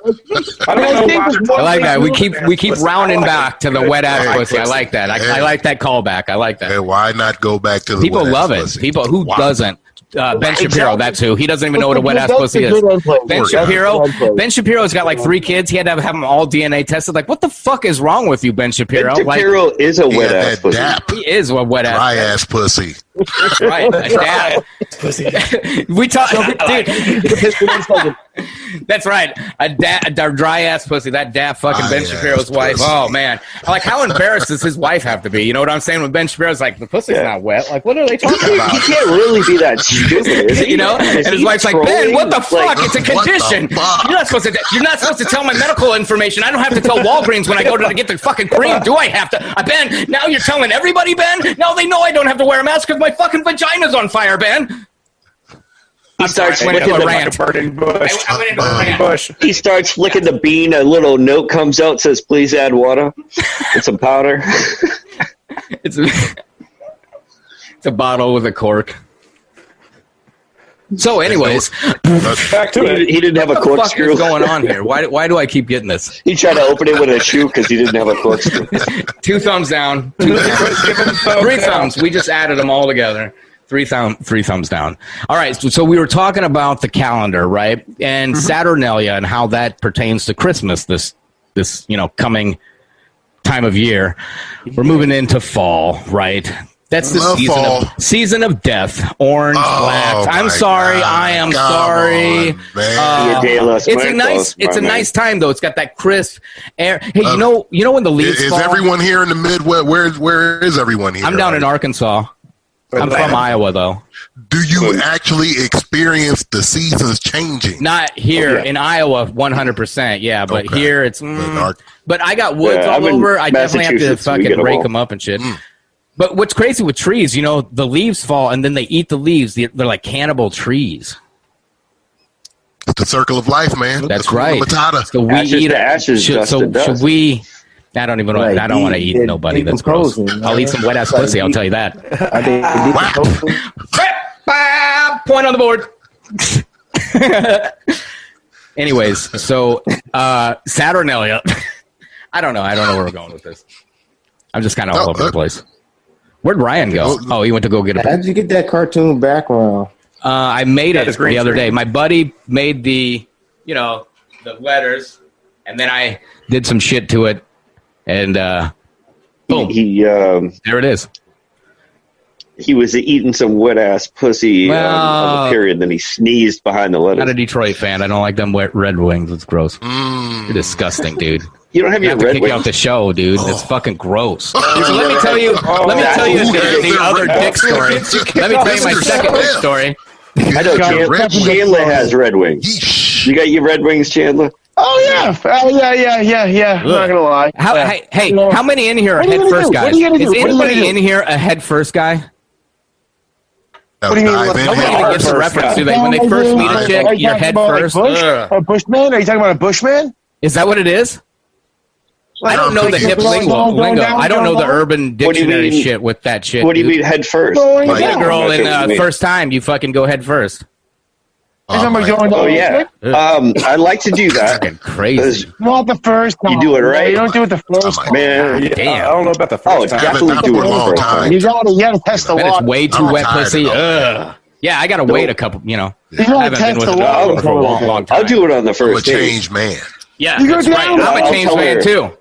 don't know why.
I like that. We keep we keep
Listen, I
rounding
like
back to the wet ass
Hey,
pussy. I like that. I, I like that callback. I like that.
And why not go back to the
People
wet-ass
love it.
pussy?
People who
Why?
doesn't. Uh, ben Shapiro, that's who. He doesn't even know what a wet ass
That's
pussy
a
is.
good endplay.
Ben
That's
Shapiro.
a good endplay.
Ben Shapiro's got like three kids. He had to have, have them all DNA tested. Like, what the fuck is wrong with you, Ben Shapiro?
Ben
Like,
Shapiro is a
He
wet
got
ass
that
pussy.
dap,
he is a wet ass.
dry ass pussy.
Right. Dad. we talk, dude. That's right. A, da- a dry ass pussy. That dad fucking Ben
Dry-ass
Shapiro's wife.
pussy.
Oh man. Like, how embarrassed does his wife have to be? You know what I'm saying? When Ben Shapiro's like, the pussy's
Yeah.
not wet. Like, what are they talking
He
about?
can't really be that stupid, is he?
you know?
Is
And his
he
wife's like,
trolling?
Ben, what the fuck?
Like,
It's a
What the
condition.
fuck?"
You're not supposed to. You're not supposed to tell my medical information. I don't have to tell Walgreens when I go to get the fucking cream. Do I have to? Uh, ben, now you're telling everybody, Ben. Now they know I don't have to wear a mask because my fucking vagina's on fire, Ben.
he starts
sorry, I
flicking
went
the
to
Like a bird in bush.
I, I went into a
Uh,
rant.
Bush.
he starts flicking the bean. A little note comes out says, "Please add water and some powder."
It's a, it's a bottle with a cork. So, anyways,
Back to
he,
it.
he didn't have a
what the fuck
corkscrew.
is going on here? Why, why do I keep getting this?
He tried to open it with a shoe because he didn't have a corkscrew.
Two thumbs down. Two three thumbs. We just added them all together. Three thumb, three thumbs down. All right. So, so we were talking about the calendar, right?
Mm-hmm.
And Saturnalia and how that pertains to Christmas. This, this, you know, coming time of year. We're moving into fall, right? That's the
Love
season
fall.
of, season of death. Orange,
Oh,
black. I'm
my
sorry.
God.
I am
Come
sorry.
on, man.
Uh,
Dia de los
it's a
Muertos,
nice.
my
It's a
man.
nice time though. It's got that crisp air. Hey, you
Um,
know, you know when the
Is,
leaves
is
fall.
everyone here in the Midwest? Where where is everyone here?
I'm down in
Like,
Arkansas. I'm from Iowa though.
Do you actually experience the seasons changing?
Not here
yeah.
in Iowa, 100%. Yeah, but
Okay.
here it's.
But in
mm,
Ar-
But I got woods
Yeah, I'm
all
in
over. I definitely have to
Massachusetts, we
fucking
get Mm. 'em
rake
all.
them up and shit. But what's crazy with trees, you know, the leaves fall and then they eat the leaves. They- They're like cannibal trees.
It's the circle of life, man.
That's
Hakuna
right.
Matata.
So we
Ashes
eat
to ashes,
should,
dust
so
to dust.
should we? I don't even.
Right,
I don't want to
we-
eat
they're
nobody. That's gross.
decomposing,
I'll
man.
eat some wet ass
Like,
pussy. I'll
we-
tell you that.
Are they decomposing?
Bah! Point on the board. Anyways, so uh, Saturnalia. I don't know. I don't know where we're going with this. I'm just kind of all
Oh,
over the
uh,
place. Where'd Ryan go?
Well,
Oh, he went to go get a. Uh,
How'd you get that cartoon background?
I made it
his green
the other
screen.
day. My buddy made the, you know, the letters, and then I did some shit to it, and uh, boom,
He um,
there it is.
he was eating some wet ass pussy um, on
Well-
the period. Then he sneezed behind the
Not a
lettuce.
Detroit fan. I don't like them wet Red Wings. It's gross.
Mm.
You're disgusting, dude.
You don't have
We
your
have to
red Oh.
kick you off
wings.
the show, dude. It's fucking gross. So let me tell you.
Oh,
let me
that-
tell you
Ooh,
the,
there's
the
a
other
red
dick story.
wings.
Let me tell you my
Mr.
second dick
Smith.
story.
I know
Got
Chandler,
red wings.
Chandler has red wings.
Yeesh.
You got your red wings, Chandler.
Oh yeah, oh yeah, yeah, yeah, yeah. I'm not gonna lie.
How, hey, hey, how many in here are
What are you
head
gonna
first
do? What are
guys?
you gonna
Is
do? What are you gonna
anybody in
do?
here a head first guy?
Now
What do you mean,
dive
what-
in
Nobody
nobody
here.
even gets a
first
reference,
guy.
do they? When they first meet a chick,
Are you
you're
talking
head
about, like,
first.
Bush?
Ugh.
A Bushman? Are you talking about a Bushman?
Is that what it is? I don't know the hip
Going
lingo.
down, going
lingo.
down,
I don't know the
going down?
urban
do you
dictionary
mean-
shit with that shit.
What do you
dude.
mean head first?
Going
Like,
Get a
down.
girl
Okay,
in
what
uh,
do you mean?
first time, you fucking go head first.
Oh,
Is somebody
my
going down?
Oh yeah. Um, I like to do that.
Fucking crazy.
Not the first time.
You do it right.
You don't do it the first
Oh, my
time.
Man,
Yeah,
Damn.
I don't know about the
oh,
first time.
definitely
Haven't
do
happened
it
in a long
first
time.
You gotta, you gotta test the
Bet it's
water.
way too
I'm
wet
tired
pussy.
of
Ugh. Yeah, I gotta wait a couple. You know, I
You gotta
haven't been
test
with
the
another
water.
woman for a long, long time.
I'll do it on the
I'm a
first date.
changed man.
Yeah,
You go
that's
down
right.
there.
I'm a
I'll
changed
tell
man
her.
too.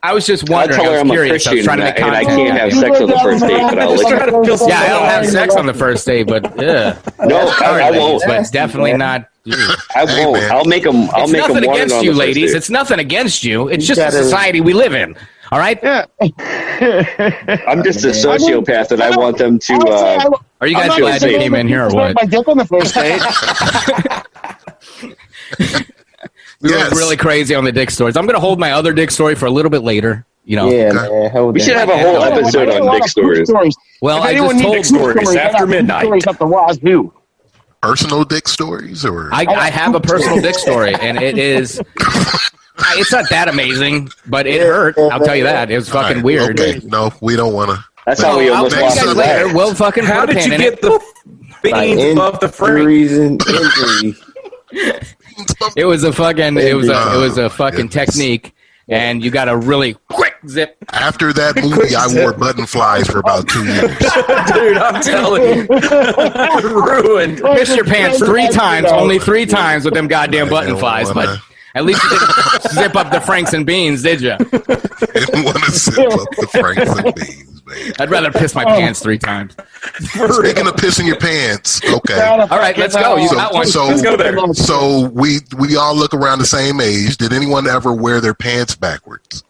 I was just
I'll
wondering.
tell
I
her
was
I'm a
curious. I was
Christian
trying
and
to make
I, and I
contact.
can't have
You
sex
go
on the
down
first
the
date, but I'll
rabbit
let you.
trying to feel sorry.
Yeah, I don't have sex on the first day, but ugh.
No,
sorry,
I, I
ladies,
won't.
but definitely not.
I
Hey,
won't.
man.
I'll make them. I'll
it's
make them
nothing
want it
against
on
you,
the first
ladies.
date.
It's nothing against you. It's just the
gotta-
society we live in. All right,
Yeah.
I'm just a sociopath, and I want them to.
I'd say
Uh,
I-
are you
I'm
guys
not
glad you
gonna
came in here or
suck
what?
My dick on the first date.
We
Yes.
were really crazy on the dick stories. I'm going to hold my other dick story for a little bit later. You know,
Yeah, man. Hold
we should
that.
have a whole
Yeah,
episode
I got a
on
lot
dick
of
stories.
poop stories.
well,
if
I just
anyone needs
told
dick stories,
stories
I got
after
poop
midnight.
Stories up the wazoo.
Personal dick stories or
Oh,
I, I have a personal dick story, and it is. I- It's not that amazing, but it hurt. I'll tell you that. It was
All
fucking
right,
weird.
Okay, no, we don't want to.
That's how we
I'll
almost
tell you
lost
guys
it.
back.
later. We'll fucking
How
put a
did
pin
you
in
get
it.
the beans above the frame?
injuries and injury.
It was a fucking. It was a. It was a
Oh,
fucking
goodness.
technique, and you got to really quick zip.
After that movie, I wore button flies for about two years.
Dude, I'm telling you. Ruined.
Piss your pants three times, only three times with them goddamn
I
button
don't
flies,
wanna-
but. At least you didn't zip up the Franks and Beans, did you?
Didn't want to sip up the Franks and beans, man.
I'd rather piss
Oh.
my pants three times.
Speaking of pissing your pants, okay.
All right, let's go. You got
So,
one.
Let's go
so,
there.
so we we all look around the same age. Did anyone ever wear their pants backwards?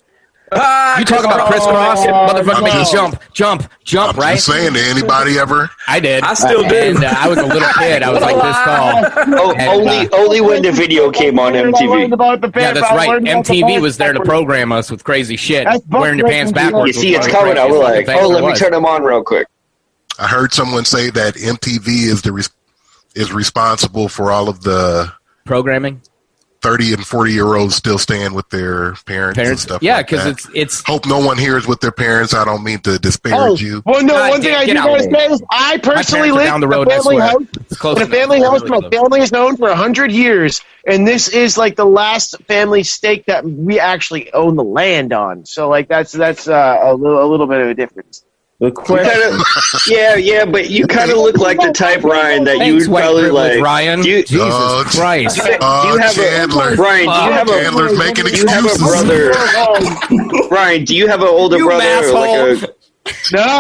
You talking about crisscross? Motherfucker, make
no.
you jump, jump, jump,
I'm
right?
just saying, did anybody ever?
I did.
I still did.
And, uh, I was a little kid. I was like this tall.
Oh,
And,
only,
uh,
only when the video came on
Learned
MTV.
about the
Yeah,
band,
that's
I
right.
learned about the
MTV
band
was there to
backwards.
program us with crazy shit.
That's both
Wearing your pants
making
backwards.
me
You
was
see,
one
it's
of the
coming. I
craziest
was
fucking
like,
things
oh,
there
let me
was.
turn them on real quick.
I heard someone say that MTV is the res- is responsible for all of the
Programming
30 and 40 year olds still staying with their parents, and
parents.
stuff.
Yeah,
like
because
that.
it's it's.
Hope no one here is with their parents. I don't mean to
Oh,
disparage you.
well, no.
God
one thing
damn,
I do
get out
gotta
of here.
say is I
My parents
personally
are
live
down the
in a
road. I
family
swear.
house.
It's close.
In a
enough.
family house,
Really
my
close.
family is known for hundred years, and this is like the last family stake that we actually own the land on. So, like, that's that's uh, a little a little bit of a difference.
The question.
yeah, yeah, but you kind of look like the type Ryan that you
Thanks,
would
white
probably
privilege,
like.
Ryan.
Do you,
Jesus
Oh, it's-
Christ.
do you have
Uh, Chandler.
a Brian? Do you have a
Chandler's making
do you have a
excuses.
brother? Brian, do you have an older
You
brother? or Like
asshole.
a,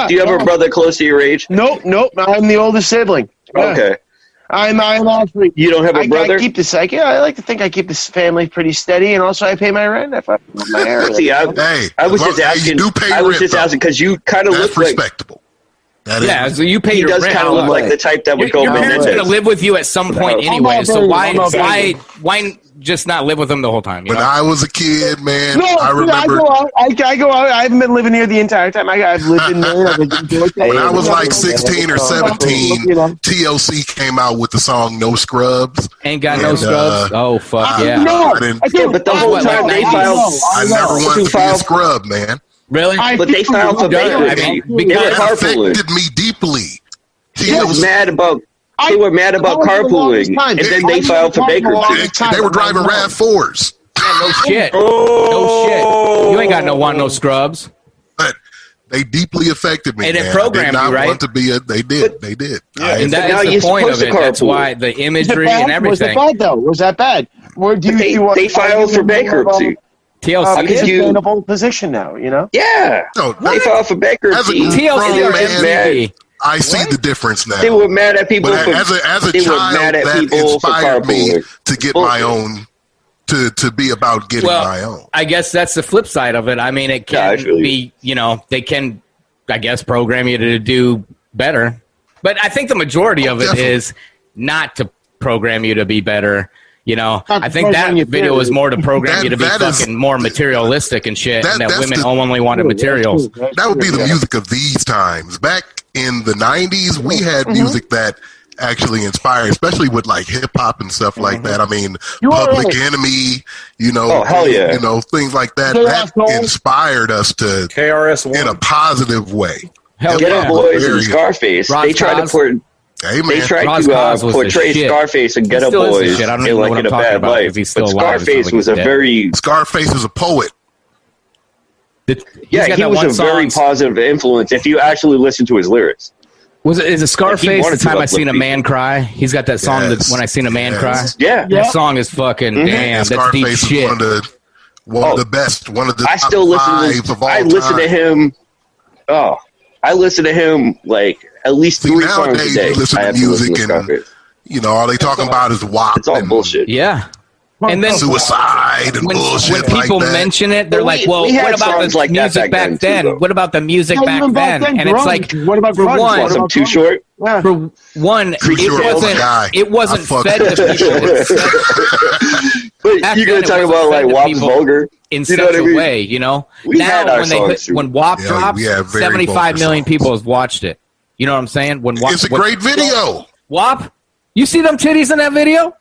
No,
do you have a brother close to your age?
nope, nope. I'm the oldest sibling. Yeah.
Okay,
I'm I'm actually
you don't have a
I,
brother.
I keep this like yeah, I like to think I keep this family pretty steady and also I pay my rent if I my hair.
See, I,
Hey,
I was
as long-
just
hey,
asking.
You do pay
I was
rent.
just
though.
asking because you kind of
That's
look like
respectable. That is.
Yeah, so you pay
he
your
does
rent.
kind of look
Your-
like the type that would
your,
go around
parents are
with
going to
it.
live with you at some point
I'm
anyway,
not
so
married.
why
I'm not
why
married.
why just not live with them the whole time? You
When
know?
I was a kid, man,
No,
I
dude, I
remember
go out. I, I go out. I haven't been living here the entire time. I, I've lived in Maine. I've lived in Georgia.
when I was like
six.
16 or 17,
You know.
TLC came out with the song No Scrubs.
Ain't got
And,
no
uh,
scrubs. oh fuck yeah!
No,
I didn't-
I
Yeah, but the
I-
whole
I-
time they
I
filed-
know,
I
know.
never wanted to be a
filed-
scrub, man.
Really?
I
But they
feel
filed for
you.
Yeah, I
bail.
mean,
They were
because-
It
carpooling.
affected me deeply.
They were
TLC,
mad about.
I-
They were mad about
I was the longest
carpooling,
time.
and then
I
they
was
filed
the
for
longest
bankruptcy.
they,
time.
they were driving
I
Rav 4s.
Yeah, no shit.
Oh,
No shit. You ain't got no want no scrubs.
But they deeply affected me.
And it
man.
programmed
I did not
you, right?
want to be a. They did. they did. I-
And
But now
that
you're
is the point of
supposed
it.
to
That's
carpool.
why the
Was it
imagery
bad?
and
Was it
everything.
bad though? Was that bad? Where do you,
They,
you
they filed for bankruptcy.
Uh,
TLC.
Because
because
you-
you in a bold position now, you know.
Yeah,
No,
they
that-
filed for bankruptcy.
As a-
They
TLC
were
or
Bro,
just
man.
mad.
MTV.
I see the difference now.
They were mad at people
but
for
as a as a
they were
child,
mad at
that
people for
inspired me
carpooling.
to get my
Bullshit.
own. To, to be about getting
Well,
my own.
I guess that's the flip side of it. I mean, it
Yeah, I
can
feel you.
be, you know, they can, I guess, program you to do better. But I think the majority of it is
Definitely.
not to program you to be better. You know,
Not to
I think that
program you
video
to-
was more to program
That-
you to be
that is-
fucking more materialistic and shit,
That-
and that
that's
women
the-
only wanted materials.
that would be the music of these times. Back in the '90s,
Mm-hmm.
we had music that actually inspired, especially with like hip hop and stuff like
Mm-hmm.
that. I mean,
You are
Public
right.
Enemy, you know,
Oh, hell yeah.
you know, things like that.
Hey,
That
asshole.
inspired us to,
KRS
in a
One.
positive way.
Hell
Get
yeah.
up, boys
There
and
you go.
Scarface.
Ross
they tried
Cos-
to put. They
Amen.
tried
Ross
to uh,
Cos was the
portray
shit.
Scarface and
He
Get Up
still is the
Boys
shit. I don't
in,
even know
like
what I'm
in a
talking
bad
about 'cause
light.
he's still
but
alive. It sounds
Scarface
like
was
he's
a
dead.
very
Scarface is a poet.
The- he's
yeah.
got
He
that
was
one
a very
song,
positive influence if you actually listen to his lyrics.
Was it is it Scarface?
wanted
the
to
time I
uplift
seen a man cry. He's got that song
Yes.
that when I seen a man
Yes. Mm-hmm.
cry.
Yeah,
That song is fucking damn.
And
That's deep
Scarface is
shit.
one of the one
Oh.
of the best, one of the
I
top
still listen
five
to.
of all
I listen
time.
to him. Oh, I listen to him like at least
See,
three times
nowadays
a day.
you listen
I
to
have
music
to listen
and-
to Scarface.
You know, all they talking about is WAP
It's all
and
bullshit.
yeah. And then
suicide and
when, when
bullshit
people
like that.
mention it, they're
But
like,
we-
"Well,
we had
what about
songs
the
like that
music
back
back
then,
then?
too, though.
what about the music
Yeah,
back,
even back
then?
then,
And
grunge.
it's like,
What about
for
grunge?
one,
What
I'm
about
too
grunge?
short.
Yeah.
for one,
Too
it
short, old
wasn't,
guy.
it
I
wasn't
fuck
fed to
with that
people.
shit.
It's set-
But
Back then
you're gonna
it wasn't
talk about
fed
like
to
WAP's
people.
vulgar.
in
You know
such
what I
a
mean?
way, you know.
We
now
had our
when they
songs,
hit-
too.
when WAP
Yeah,
drops,
we had very
seventy five
vulgar
million
songs.
people has watched it. You know what I'm saying? When WAP,
It's a
when-
great video.
WAP, you see them titties in that video?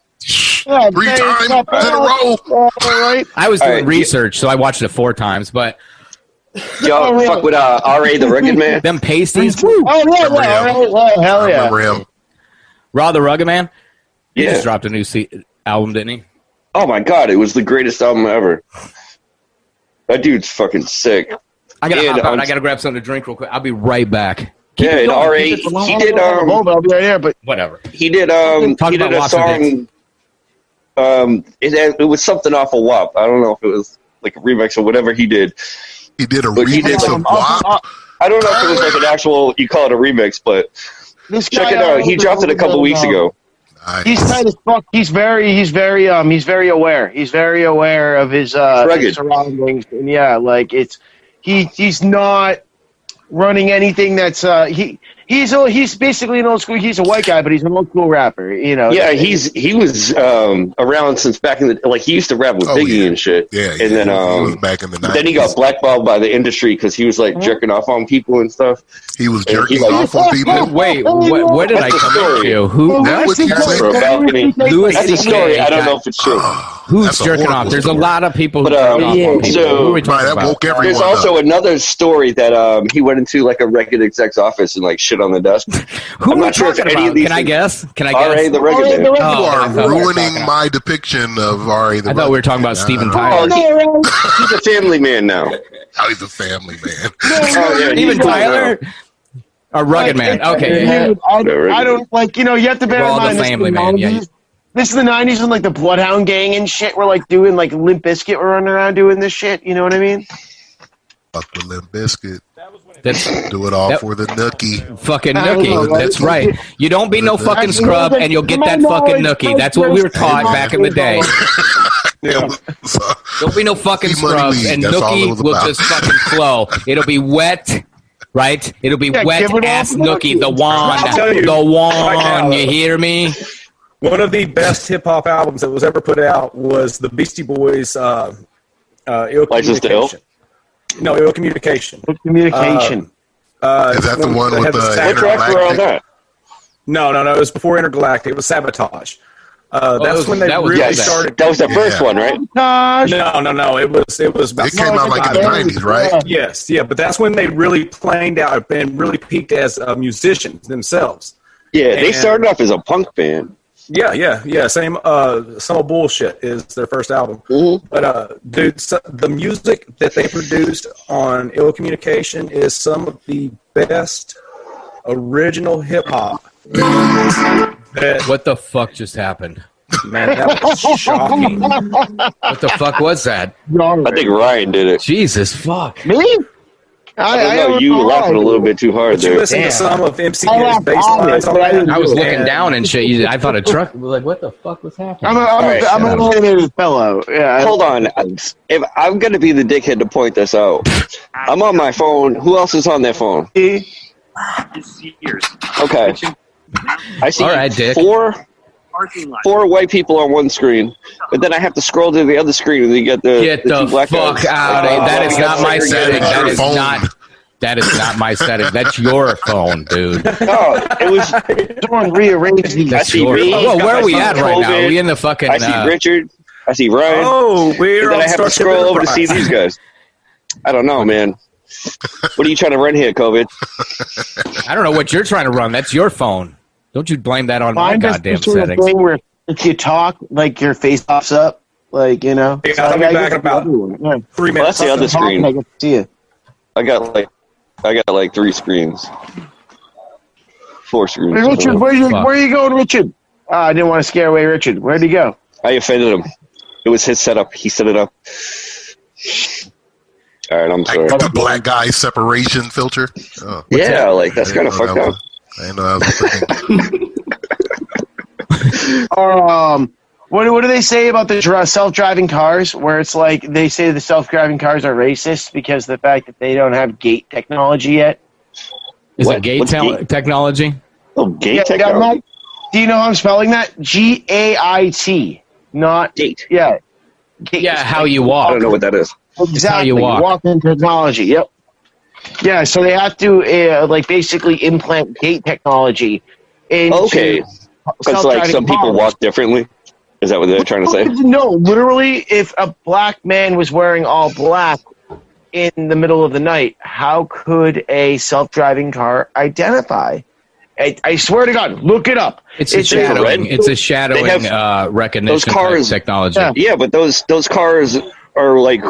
Yeah,
Three
man,
times
it's
in
not bad.
a row.
All right.
I was
All
doing
right, yeah.
research, so I watched it four times. But
Y'all
Oh, yeah.
fuck with uh, R.A. the Rugged Man.
them pasties, woo,
Oh yeah, yeah,
Remember him.
all right, well,
Oh,
hell
I
yeah.
remember him.
Raw the Rugged Man. He
Yeah.
just dropped a new se- album, didn't he?
Oh my god, it was the greatest album ever. That dude's fucking sick.
I gotta
Yeah,
hop
no,
out.
I'm-
I gotta grab something to drink real quick. I'll be right back.
yeah, and
going,
R.A.
keep it
He did um
Hold on, I'll be right here, but
Whatever.
he did um
Talk
he
about
did a
lots of
song. Um, it it was something off of WAP. I don't know if it was like a remix or whatever he did.
He did a
But he did
remix
some
um,
of WAP.
uh,
I don't know if it was like an actual you call it a remix, but
this
check
guy,
it out. He
uh,
dropped it a couple weeks
uh,
ago.
Nice.
He's tight as fuck. He's very, he's very, um, he's very aware. He's very aware of his uh
Rugged.
his surroundings. And yeah, like it's he he's not running anything that's uh he he's a, he's basically an old school. He's a white guy, but he's an old school rapper. You know.
Yeah, he's he was um around since back in the like he used to rap with
Oh,
Biggie
yeah.
and shit.
yeah, yeah,
and then
he
um
was back in the
But
nineties.
then he got blackballed by the industry because he was like jerking off on people and stuff.
He was
he
jerking
like-
off on people.
Wait, what, where did I
That's the
come
story.
to? Who?
That
Louis
would you
C.K.
say-
For a balcony.
Louis
That's a
CK
story. I don't
got-
know if it's true.
Oh,
Who's
That's a
jerking
horrible
off? There's
story.
a lot of people who
But, um,
jerk off on people.
so-
Who are we
Right,
talking
that
about?
woke everyone
There's
up.
also another story that um, he went into like a record exec's office and like shit on the desk.
Who
I'm
are we
not sure if
talking
any
about?
of these
Can I
is-
guess? Can I
R.A.
guess?
the record man.
Oh,
you
I
are
thought we were
ruining
talking-
my depiction of Ari the
I thought we were talking about
Rugged.
Steven
No, no, no.
Tyler.
Oh, he- he's a family man now.
Oh, he's a family man.
Oh, yeah, he's
Steven
cool now.
Tyler? A rugged man. Okay. yeah, yeah.
Dude, I, I don't like you know you have to bear
Well, the
in mind this is
family
the
man, yeah,
90s. This is the '90s when like the Bloodhound Gang and shit were like doing like Limp Bizkit were running around doing this shit. You know what I mean?
Fuck with Limp Biscuit.
That's
Do it all
That-
for the nookie.
fucking
I don't know,
nookie.
right?
That's right. You don't be no fucking scrub, and you'll get that fucking nookie. That's what we were taught back in the day.
Yeah. So,
Don't be no fucking
See money
scrubs,
lead,
and
that's all it
nookie
was
will
about.
just fucking flow. It'll be wet, right? It'll be
Yeah,
wet
give it
ass
all to
nookie. The
nookie.
I'll tell
wand,
you,
the
right now,
wand. You hear me?
One of the best hip hop albums that was ever put out was the Beastie Boys. Uh, uh, Ill
License to Ill?
Communication. No, ill communication.
Communication.
Uh,
Is that the
when
one
they
with
had
the
sack-
What tracks were on that?
No, no, no. It was before Intergalactic. It was Sabotage. Uh,
Oh,
that's
that was-
when they
that was-
really
Yes.
started.
That was the first
Yeah.
one, right?
Uh, Gosh.
No, no, no. It was it was about
it came out like in the
95.
nineties, right?
Yes, yeah, but that's when they really planed out and really peaked as uh, musicians themselves.
Yeah, they
And-
started off as a punk band.
Yeah, yeah, yeah. Same. Uh, some of bullshit is their first album. But uh, dude, so the music that they produced on Ill Communication is some of the best original hip hop. That
What the fuck just happened?
man, that was shocking.
What the fuck was that?
I think Ryan did it.
Jesus fuck.
Me?
I
I,
don't know. You
don't
laughing a
know.
little bit too hard
But you
there.
listen to some of
I
MCK's
laughed on it,
bass
but I
lines.
didn't
I was
do it.
looking down and shit. You- I thought a truck. Like what the fuck was happening?
I'm a, I'm,
Alright,
a, I'm
shut
an
up.
animated fellow. Yeah.
Hold on. If I'm going to be the dickhead to point this out, I'm on my phone. Who else is on their phone?
See?
Okay. I see
All right, Dick.
four four white people on one screen, but then I have to scroll to the other screen and you get the
Get
the two
the
black
fuck
guys.
out! of
Like,
here.
oh,
that is
we
not
got
my setting.
segregated.
It's
That
your
is
phone.
not. That is not my setting. That's your phone, dude.
No, it was.
Someone rearranged these.
I
That's
see
your.
me.
Well, where are we
I see
at right now?
COVID.
We in the fucking.
I see
uh,
Richard. I see Ryan.
Oh,
and
we're
then
on
I have to
Starship
scroll over to see
Enterprise.
these guys. I don't know, man. What are you trying to run here, COVID?
I don't know what you're trying to run. That's your phone. Don't you blame that on my
Mine does
goddamn
this sort of
settings.
thing where if you talk, like your face pops up, like you know.
Yeah, I'll be
Like, I
back
get
in about
the other one. Yeah.
Three
Well, that's
minutes.
the other
Talking, I
screen.
get to see you.
I got like, I got like three screens, four screens.
Hey, Richard, where you
Fuck.
where you going, Richard? Uh, I didn't want to scare away Richard. Where'd he go?
I offended him. It was his setup. He set it up. All right, I'm sorry.
Like the black guy separation filter. Oh,
yeah, like that's
I
kind
didn't
of fucked
know that
up.
was- I didn't know that was a thing.
Or um, what what do they say about the self driving cars? Where it's like they say the self driving cars are racist because of the fact that they don't have gate technology yet.
Is
What?
it gate
What's
tel-
gate?
technology?
Oh,
Yeah,
gate
yeah, I'm
technology.
not- do you know how I'm spelling that? G A I T, not
gate.
yeah. Gate
Yeah, how you
I
walk.
don't know what that is.
Exactly.
you walk.
Walking technology. Yep. Yeah, so they have to uh, like basically implant gate technology. Into
Okay, because like
self-driving
some people
cars.
walk differently. Is that what they're trying to say?
No, literally, if a black man was wearing all black in the middle of the night, how could a self-driving car identify? I, I swear to God, look it up.
It's a
a red-
shadowing. It's a shadowing
They have-
uh, recognition
those cars-
type technology.
Yeah.
Yeah, but those those cars are like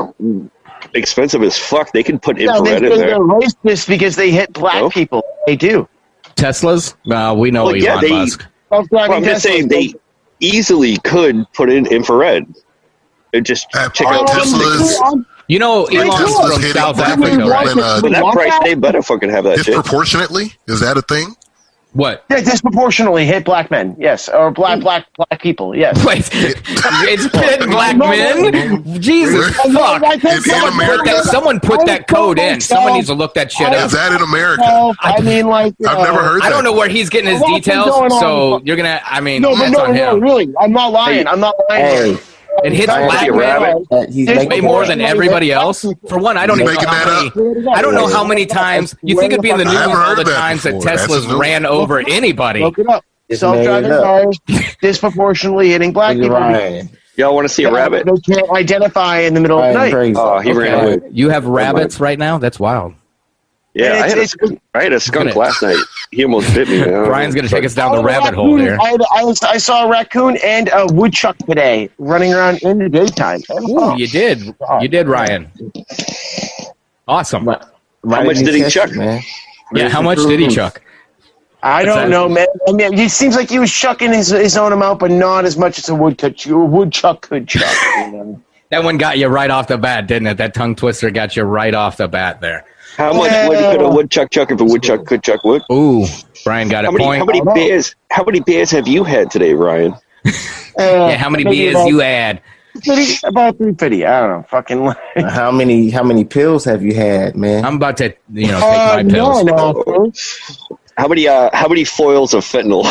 expensive as fuck. They can put
No, they
infrared
think
in
they're
there.
racist because they hit black
No?
people. They do.
Teslas? Uh, we know
Well,
Elon
yeah, they-
Musk.
Self-driving
Well, I'm just
Teslas
saying they easily could put in infrared. It just
Have
check
all
out
Teslas-
Tesla.
You know
Like
Elon's
Tesla's
from
hitting
South
black
Africa,
people
right?
in a-
For that
want
price,
that?
they better fucking have that shit.
disproportionately. Is that a thing?
What?
Yeah, disproportionately hit black men. Yes, or
Mm.
black black black people. Yes.
Wait, it's pit black
No,
men? Jesus
No,
fuck.
I think
In- in
someone-
America?
Put that- someone put that code in. Someone needs to look that shit
Is
up.
that in America?
I mean, like
I've
uh,
never heard that.
I don't know where he's getting his
What's been
details,
going on?
so you're gonna. I mean,
No, but
that's
no,
on
no,
him.
really, I'm not lying. I'm not lying.
Hey,
It hits
Sorry,
black
you're
men
rabbit.
that- he's
There's
way
making-
more than everybody else. For one, I don't
You
even know
making
how
that
many. I don't know how many times. You think it'd be in the
I
news
haven't
all
heard
the
that
times that
before. That's a new-
Teslas ran over anybody?
Look it up.
Just
Self-driving
made it up.
cars disproportionately hitting black
You're
people.
Ryan.
Y'all want to see a rabbit?
They can't identify in the middle of the
Ryan
night.
crazy.
Oh, he ran away.
You have rabbits right now. That's wild.
Yeah, I
It's-
had, a
it's-
skunk, I had a skunk
gonna-
last night. He almost bit me.
Brian's gonna take us down the
I had a
rabbit hole
raccoon-
there.
I, had- I was- I saw a raccoon and a woodchuck today running around in the daytime. Oh,
Ooh, you did. You did, Ryan. Awesome.
Ryan
much
in
did he
Texas,
chuck?
Man.
Yeah, how much did he chuck?
I
What's
don't
that?
know, man. I mean, it seems like he was chucking his, his own amount, but not as much as a woodchuck. A woodchuck could chuck. You know?
That one got you right off the bat, didn't it? That tongue twister got you right off the bat there.
How much wood could a woodchuck chuck if a woodchuck could chuck wood?
Ooh, Brian got a
How many,
point.
how many beers? How many beers have you had today, Ryan?
Uh,
yeah, how many
maybe
beers
about
you had?
350 About three fifty. I don't know. Fucking. like-
How many how many pills have you had, man?
I'm about to, you know, take
Uh,
my
no,
pills.
no.
How many uh, how many foils of fentanyl?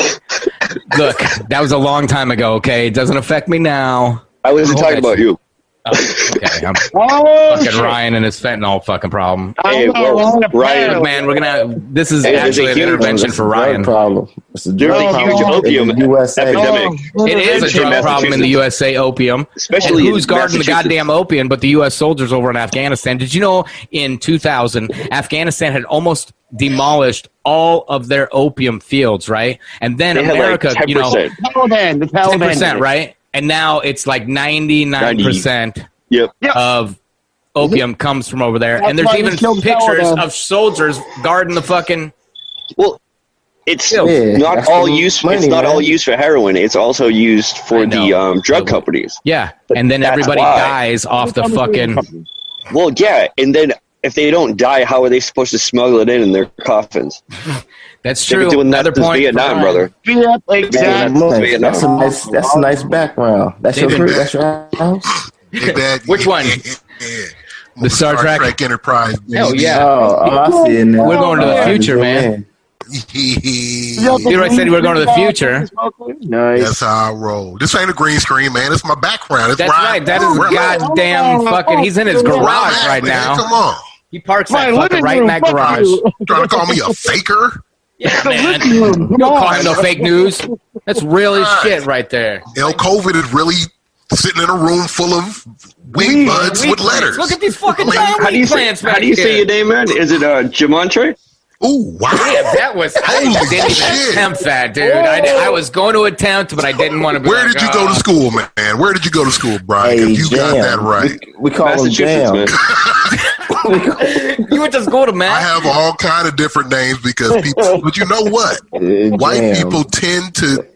Look, that was a long time ago. Okay, it doesn't affect me now.
I wasn't
Oh,
talking
that's-
about you.
Oh, okay, I'm
Oh, shit.
fucking Ryan and his fentanyl fucking problem.
I'm
Hey,
not
whoa,
allowed to
Ryan,
play.
Look, man, we're gonna. This is
Hey, there's
actually
a
an
huge-
intervention
It's a
for
drug
Ryan.
problem. It's a
There's
drug
a huge
problem in
opium
the USA.
Oh,
epidemic,
It is a
Intervention in
drug problem in the
Massachusetts.
USA. Opium.
especially
and
in
who's guarding the
Massachusetts.
goddamn opium but the U.S. soldiers over in Afghanistan? Did you know in 2000, Afghanistan had almost demolished all of their opium fields, right? And then
They had like
America,
ten
you know,
percent.
Taliban. The Taliban.
10%, right? And now it's like 99%
Yep.
of opium comes from over there. and
That's
there's
why we
even
killed
pictures
Taliban.
of soldiers guarding the fucking.
Well, it's
Yeah,
not
that's
all
the
use.
money,
it's not
man.
all used for heroin. It's also used
I
for the
know.
um, drug
Totally.
companies.
Yeah. And then
That's
everybody
why.
dies off the fucking.
Well, yeah, and then if they don't die, how are they supposed to smuggle it in in their coffins?
That's
They've
true.
been doing that
Another
since
point. for
Vietnam,
Ryan.
brother.
Yeah, like
Yeah,
that.
that's
Nice.
Vietnam.
That's a nice that's a nice background. That's your
David.
that's your house.
Big bad-
Which one? The Star Trek?
Enterprise.
Hell
baby.
yeah.
Oh, oh, I see it now.
We're going to the
Oh,
future,
yeah,
man. You know, I said we're going to the future.
Nice.
That's how I roll. This ain't a green screen, man. It's my background. It's
That's
where I-
right. That is
where I'm at.
goddamn fucking. He's in his
Where I'm
garage
at,
right
man.
now.
Come on.
He parks that fucking right in that garage.
Trying to call me a faker?
Yeah, man. You don't call him no fake news. That's real as shit right there.
El COVID is really sitting in a room full of weed buds
Weed
with
plants.
letters.
Look at these fucking
Like,
damn
How do you
weed
say,
plants
how
back
do you say
here.
your name, man? Is it uh, Jamontre?
Ooh, wow.
Damn, that was I
Holy
didn't even
shit.
attempt that, dude. I, di- I was going to attempt, but I didn't want to. Be
Where
like,
did you go
"Oh."
to school, man? Where did you go to school, Brian?
Hey,
If you got
jam.
that right.
We call them
Massachusetts,
jam.
man.
You went to school to
I
math.
have all kind of different names because people. But you know what? White
Jam.
people tend to.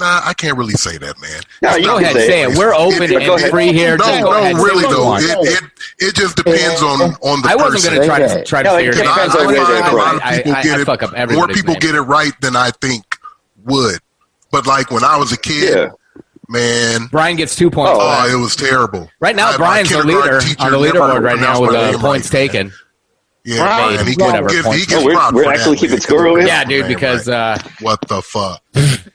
Nah, I can't really say that, man.
No, you
Go
can
ahead,
say it.
say it. We're open
Go
and
ahead.
free here.
No,
Just go
no,
ahead. Say
really
what you
though.
want.
It, it it just depends on on the
I wasn't
person.
going to try
Say
to
that.
try
No,
to
it
figure it
And
depends
I,
out.
on where
I
they're
find a lot
from.
of
I,
people
I-
get
I
it.
fuck up
more
everybody's
people
name.
get it right than I think would. But like when I was a kid,
Yeah.
man,
Brian gets two points. for that.
oh, it was terrible.
Right
I
now,
had my
Brian's the
kindergarten
leader
teacher
on the
never
leaderboard right now
pronounced
with
my
uh,
name
points
right.
taken.
Yeah,
Right.
Brian, he,
Whatever,
gets, he
points.
gets
Oh, we're-
robbed
we're
for
actually
that,
keeping
man.
score over here?
Yeah, dude, because uh,
what the fuck?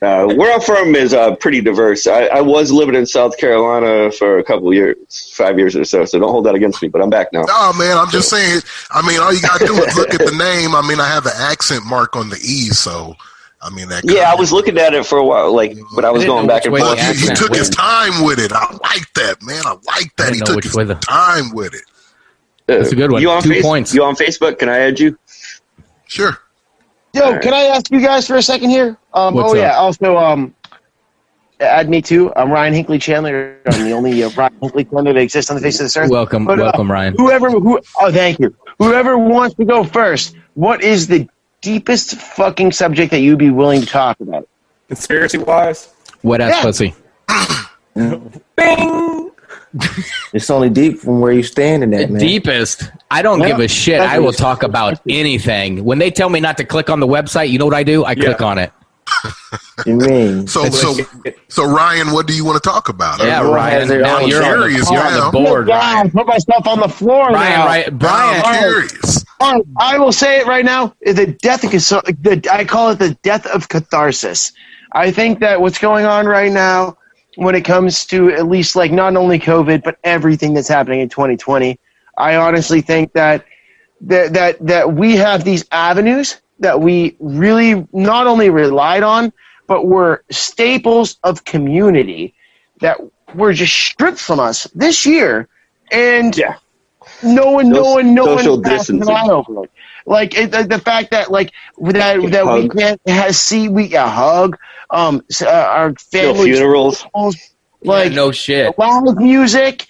Uh, where I'm from is uh, pretty diverse. I, I was living in South Carolina for a couple years, five years or so. So don't hold that against me. But I'm back now.
No, man, I'm just saying. I mean, all you gotta do is look at the name. I mean, I have an accent mark on the E, so I mean that.
Yeah, I
kinda-
was looking at it for a while, like, but I was
I didn't
going
know
back
which
and
way
Well,
forth.
the
he, he
accent
took his
went.
time with it. I like that, man. I like that.
didn't
He
know
took
which
his
way the-
time with it.
That's a good one.
Uh, You on
Two
Face-
points.
You on Facebook? Can I add you?
Sure.
Yo, can I ask you guys for a second here? Um,
What's
oh yeah.
up?
Also, um, add me too. I'm Ryan Hinkley Chandler. I'm the only uh, Ryan Hinkley Chandler that exists on the face of this earth.
welcome,
But, uh,
welcome, Ryan.
Whoever who oh thank you. Whoever wants to go first, what is the deepest fucking subject that you'd be willing to talk about?
Conspiracy wise,
Wet ass
yeah.
pussy.
It's only deep from where you standing at, man.
Deepest. I don't
Yeah.
give a shit.
That's
I
what
will
you-
talk about anything. When they tell me not to click on the website, you know what I do? I click on it.
You mean?
So so so Ryan, what do you want to talk about?
Yeah,
Everyone
Ryan.
has their
Now
own
you're on, the,
theories
you're on the
now.
board,
Sit
Ryan.
down, Put myself on the floor.
Brian,
now.
right?
I'm
Brian.
curious.
All right, I will say it right now. The death of the I call it the death of catharsis. I think that what's going on right now, when it comes to at least like not only COVID but everything that's happening in 2020, I honestly think that that that that we have these avenues that we really not only relied on but were staples of community that were just stripped from us this year, and
Yeah.
no one, no
Social-
one, no
social
one has an
distancing.
eye over it. Like it, the, the fact that like that
Get
that we
hugged.
can't has, see we a hug, um, s- uh, our
No
family
funerals.
like
no shit.
live music,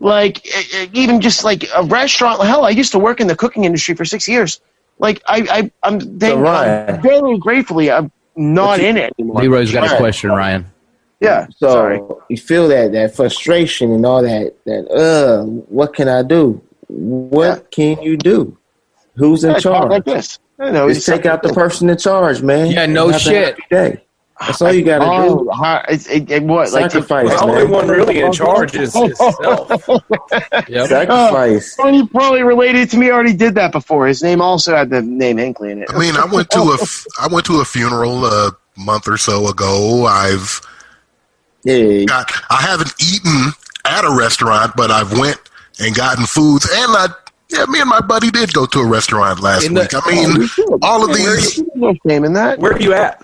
like e- e- even just like a restaurant. Hell, I used to work in the cooking industry for six years. Like I, I I'm, thank,
Ryan.
I'm very gratefully I'm not in it anymore.
Leroy's got a question, Ryan.
Yeah.
So
sorry.
you feel that that frustration and all that that uh what can I do? What can you do? Who's in
Yeah, talk
charge?
like this. I know.
Just take out the person in charge, man.
Yeah, no
And have a
shit.
happy Day. That's all you gotta
Oh,
do.
hi- it's- it, it, what like if-
Sacrifice,
The only one really in charge is himself.
Yep.
Sacrifice.
Someone you probably related to me already did that before. His name also had the name Hinkley in it.
I mean, I went to a f- I went to a funeral a month or so ago. I've
Yeah.
got I haven't eaten at a restaurant, but I've went and gotten foods, and I yeah, me and my buddy did go to a restaurant last
In the- Oh,
week. I mean, all of these
No shame in that.
Where are you at?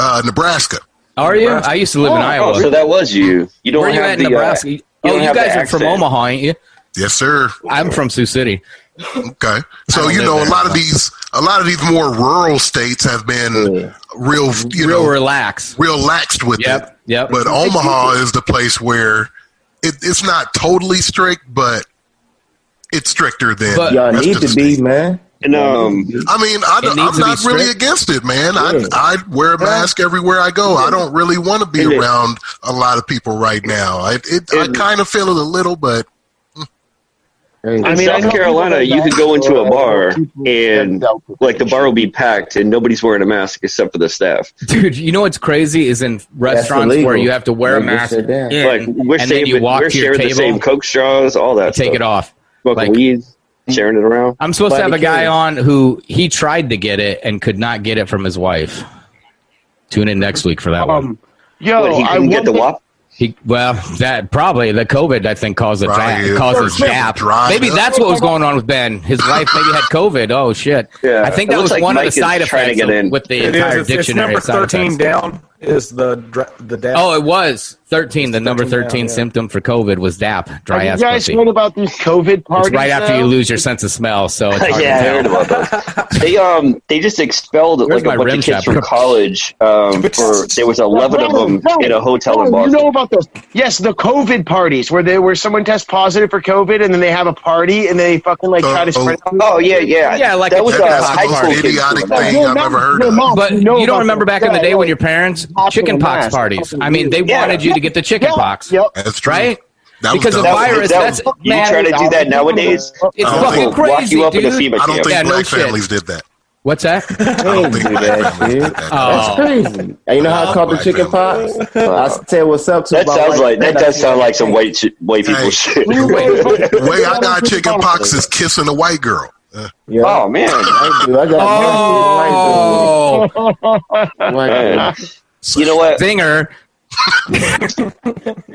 uh, Nebraska.
Are you? I used to live in Iowa.
Oh, So that was you. You don't
Where are you
have
at
the uh,
in Nebraska?
don't
oh, you
have the
guys are from
accent.
Omaha, ain't you?
Yes, sir.
I'm from Sioux City.
Okay, so
don't
you
live
know a
there,
lot of
but-
these a lot of these more rural states have been real you
Real
know
relax.
real laxed with it.
Yep, yep.
But Omaha is the place where it, it's not totally strict, but it's stricter than
But-
the
Y'all
rest
need
of the
to be,
state.
man.
And um,
I mean, I,
needs to
am
be
not really
strict.
against it, man.
Yeah.
I I wear a mask everywhere I go. I don't really want to be
And it-
around a lot of people right now. I it, I
And-
kind of feel it a little, but
Hey,
I
in
mean, I know
South Carolina,
people
you could go into a bar
people
and
that- that-
like the bar will be packed and nobody's wearing a mask except for the staff.
Dude, you know what's crazy is in restaurants
illegal.
where you have to wear a
Like you
mask
said that.
in,
Like we're
and then
saving,
you walk
we're
to your
sharing the
table,
same coke straws, all that.
take
stuff.
it off.
Smoking
like- mm.
weed, sharing it around.
I'm supposed
But
to have a
it
guy
is.
on who he tried to get it and could not get it from his wife. Tune in next week for that one.
Um, yo,
What, he
I
couldn't get the
wonder-
wop.
He, well, that probably the COVID I think caused a
Right,
that
yeah.
causes
Sure,
gap.
dried
Maybe
up.
that's what was going on with Ben. His wife maybe had COVID. Oh shit!
Yeah.
I think
It
that was
looks like
one
Mike
of
is
the side
trying to
effects
get in.
with the
It
entire
is. It's, it's
dictionary.
number
of side
thirteen
effects.
down is the dra- the dad.
Oh, it was thirteen. The number
13 down,
thirteen
yeah.
symptom for COVID was DAP,
Have
dry
you
ass
guys
pussy.
heard about these COVID parties?
It's right after
now?
you lose your sense of smell, so it's hard
yeah, I
to
heard
tell.
about those. They um they just expelled
Where's
like
my
a bunch
rim
of kids
job?
from college. Um, for there was eleven of them
Bro, bro,
in a hotel
bro,
in Boston.
Oh, You know about those? Yes, the COVID parties where they where someone tests positive for COVID and then they have a party and they fucking like try to
Uh-oh.
spread. it.
Oh yeah, yeah,
Yeah, like
that
a
was a
chicken
that's
high
the most
school kids
idiotic
doing that.
thing I've ever heard
Your
of.
mom,
But
you know
you
about
don't remember
that.
back in the
Yeah,
day
yeah.
when your parents
Popular
chicken pox
mask.
parties. I mean, they
Yeah.
wanted you to get the chicken
Yeah,
pox,
Yep.
that's true.
right?
That was
Because of
dumb.
virus,
That
that's
was- you try to do that nowadays?
Uh,
It's
I don't
fucking
think-
crazy,
Oh, Walk you up
dude.
in a FEMA
I don't think
Yeah, no
black
shit.
families did that.
What's that?
I don't think
do
black
that,
families
dude.
did that.
That's
Oh,
crazy. And you know how I called the
Black
chicken
family.
pox? I said, "What's up?" To
That
my
sounds
wife,
like that
and I
does
said,
sound like some white sh- white people
Hey.
shit.
The way I got chicken pox is kissing a white girl. Uh,
Yeah,
oh man,
I do. I got
oh,
oh.
Man. you know what?
zinger!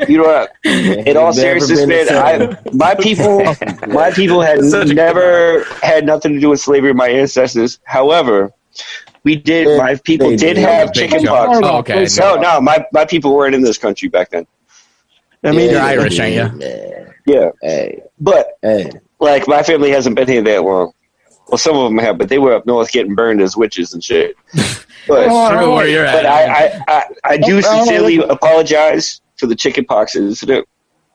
You know what? In all seriousness, man, I, my people, my people had
such a-
never had nothing to do with slavery. My ancestors, however, we did. My people
They
did
did.
have
Big
chicken
jump.
pox.
Oh, okay,
No, no, my my people weren't in this country back then.
I
mean, you're Irish, ain't ya?
Yeah,
Hey,
but
hey,
like my family hasn't been here that long. Well, some of them have, but they were up north getting burned as witches and shit. But,
True, where you're
but
at.
I, I, I, I do sincerely apologize for the chickenpox incident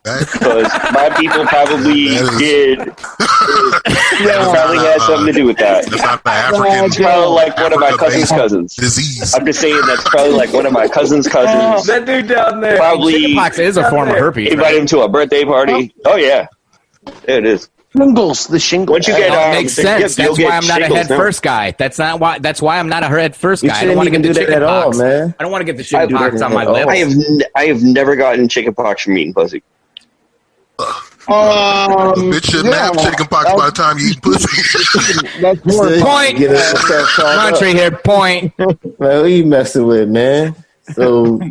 that-
because my people probably
That is-
did. probably had something to do with that.
that's not the African
It's probably like one of my
Africa
cousin's
based
cousins. Um,
disease.
I'm just saying that's probably like one of my cousin's cousins.
that dude down there.
Probably
Pox is a form of herpes. right?
invited him to a birthday party. Oh yeah, there it is.
Shingles, the shingles.
Once you get
That
um,
makes
the
sense.
gift, you'll
that's
get
why I'm not a
shingles
head
now.
first guy. That's not why. That's why I'm not a head first
you
guy. I don't
shouldn't
want to
even
get
do
the
that
chicken
at all,
pox.
man.
I don't want to get the chicken
I-
pox on my
I
lips.
I have n- I have never gotten chickenpox from eating pussy.
The
um,
bitch shouldn't
yeah,
have chicken pox by the time you eat pussy.
that's more.
See,
Point.
Get yourself caught up.
Country here. Point.
Man, who you messing with, man? So, man,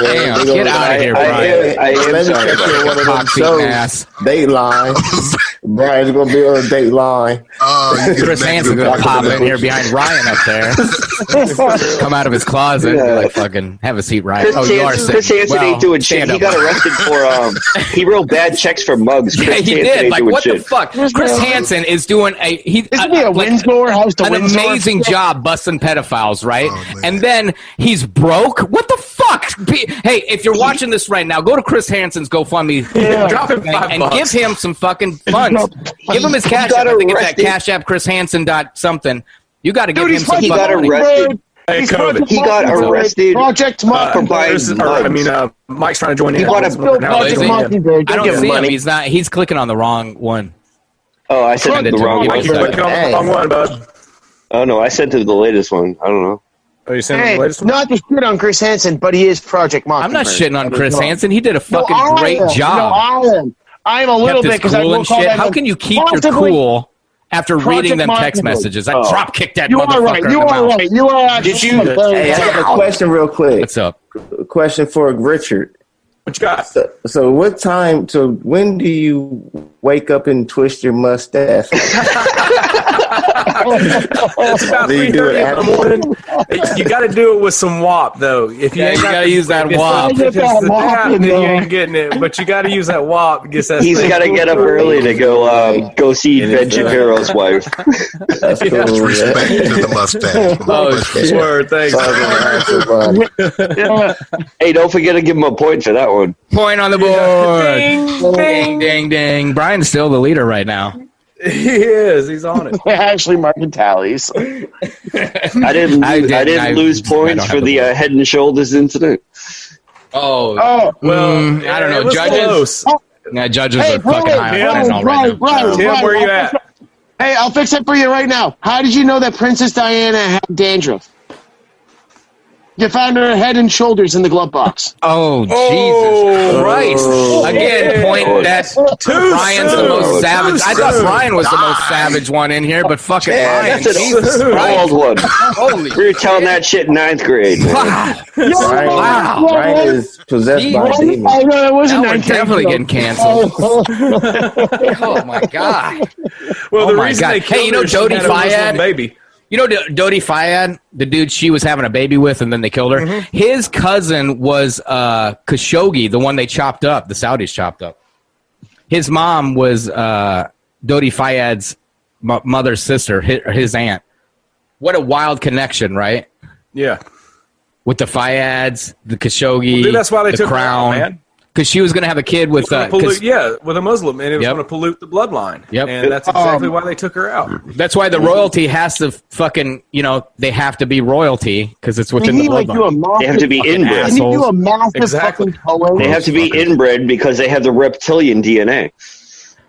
Damn,
they
get
gonna-
out of here,
I
Brian.
am, I am
Let me
sorry.
catch you in one of them
Pox eating
shows.
ass.
Dateline. Brian's gonna be on Dateline.
oh, you get
Chris
a negative
Hansen's gonna
point
pop
for that.
in here behind Ryan up there. Come out of his closet. and be like fucking have a seat, Ryan.
Chris
Oh, you are
Hansen, Chris
sitting.
Hansen
Well,
ain't doing shit.
stand
He
up.
got arrested for um, he wrote bad checks for mugs. Chris
Yeah, he
Hansen
did.
ain't
Like
doing
what the
shit.
fuck? Chris Hansen is doing a he.
Isn't he a
like,
Windsor? How's the
an
Windsor?
amazing job busting pedophiles, right?
Oh, man.
and then he's broke. What the fuck? Be- hey, if you're watching this right now, go to Chris Hansen's GoFundMe, drop a thing,
Five
and
bucks.
give him some fucking funds. his, give him his
He
cash
got
app. I think it's that
arrested.
cash app Chris Hansen dot something. You got to give him some fucking
he got
money.
arrested
Hey,
He's part of
COVID.
the
He got
Monty Bird
arrested.
Project
Uh,
Monty.
for buying
Bruce is- or, I
mugs.
mean, uh, Mike's trying to join in.
He bought a
He's
bill-
now
Project
he's in.
Monty
Bird.
I
Don't
don't
give him
see him.
money.
He's not. He's clicking on the wrong one.
Oh, I sent
Front
him the
door,
wrong
Mike,
You're
website.
clicking on the wrong one, bud.
Oh no, I sent him the latest one. I don't know.
Are you sending
Hey,
the latest one?
not to shit on Chris Hansen, but he is Project Monty.
I'm not shitting on Chris Hansen. He did a
No,
fucking
I
great
am.
job.
No, I am. I am a little
Kept
bit
his
because I
cool
will
and
call
shit.
that
How
man
can you keep your
positively-
cool after
Project
reading them text
Monty Bird.
messages? I
Oh.
drop kicked that
You
motherfucker
are right.
in
You
the
are
mouth.
right. You are
Did
actually
you-
Hey, I got a question real quick.
What's up?
A question for Richard.
What you got?
So, so what time? So when do you wake up and twist your mustache?
Oh.
It's about
Do you
three
do
thirty
it
in the morning. You got to do it with some wop though. If you
Yeah,
ain't
you
got
gotta use that
if it's-
wop.
if it's
Get that
the
wop
tap,
in
then you
there.
ain't getting it. But you got to use that wop. to Get that.
He's
thing
got to
cool.
get up early to go um, go see
It is
Ben
uh,
the-
Shapiro's wife.
That's cool.
Respect
yeah.
to the mustache. Come on,
Oh,
let's-
shit.
Word, thanks.
So I was gonna ask about it.
hey, don't forget to give him a point for that one.
Point on the board. Ding, ding, ding, ding. Brian's still the leader right now.
He is. He's on it.
Ashley marking tallies.
I didn't.
I
I didn't,
didn't. I-
lose
I
points
don't
for
have the
the uh, Head and Shoulders incident.
Oh,
Oh,
Well,
Mm, I don't know.
it was
Judges?
close.
Nah, judges
hey,
are fucking
Brian,
high on
Brian,
that all
Brian,
right now.
Brian,
Tim,
Brian,
where you
I'll
at?
fix it- Hey, I'll fix it for you right now. How did you know that Princess Diana had dandruff? You found her head and shoulders in the glove box.
Oh, Jesus
Oh.
Christ. Again,
Yeah.
point that
Too
Brian's the
soon.
most
Too
savage. I thought
soon.
Brian was the most savage one in here, but fucking
Yeah,
Brian.
that's an
Jesus
old
Christ.
one.
Holy
We were telling that shit in ninth grade. man.
Wow.
Brian,
Wow.
Brian is possessed by a
Jeez.
demon.
Oh, no, it
Now
wasn't
we're
19.
definitely getting canceled. Oh, my God.
Well, the
Oh my
reason
God.
they
Hey,
killed
you know
her is she
Jodie
had a Muslim
Fayed?
baby.
You know D- Dodie Fayed, the dude she was having a baby with, and then they killed her.
Mm-hmm.
His cousin was uh, Khashoggi, the one they chopped up. The Saudis chopped up. His mom was uh, Dodie Fayed's m- mother's sister, his, his aunt. What a wild connection, right?
Yeah,
With the Fayeds, the Khashoggi,
Dude, that's why they
the
took her out,
crown.
man.
Because she was going to have a kid with. Uh,
Gonna pollute,
'cause
yeah, with a Muslim, and it was
Yep.
going to pollute the bloodline.
Yep.
and that's exactly why they took her out.
That's why the royalty has to fucking, you know, they have to be royalty because it's
They
within
need,
the
like, do a
bloodline.
massive,
They have to be
they
inbred.
need to do a
assholes.
massive
Exactly.
fucking color.
They have to be
Motherfucker.
inbred because they have the reptilian DNA.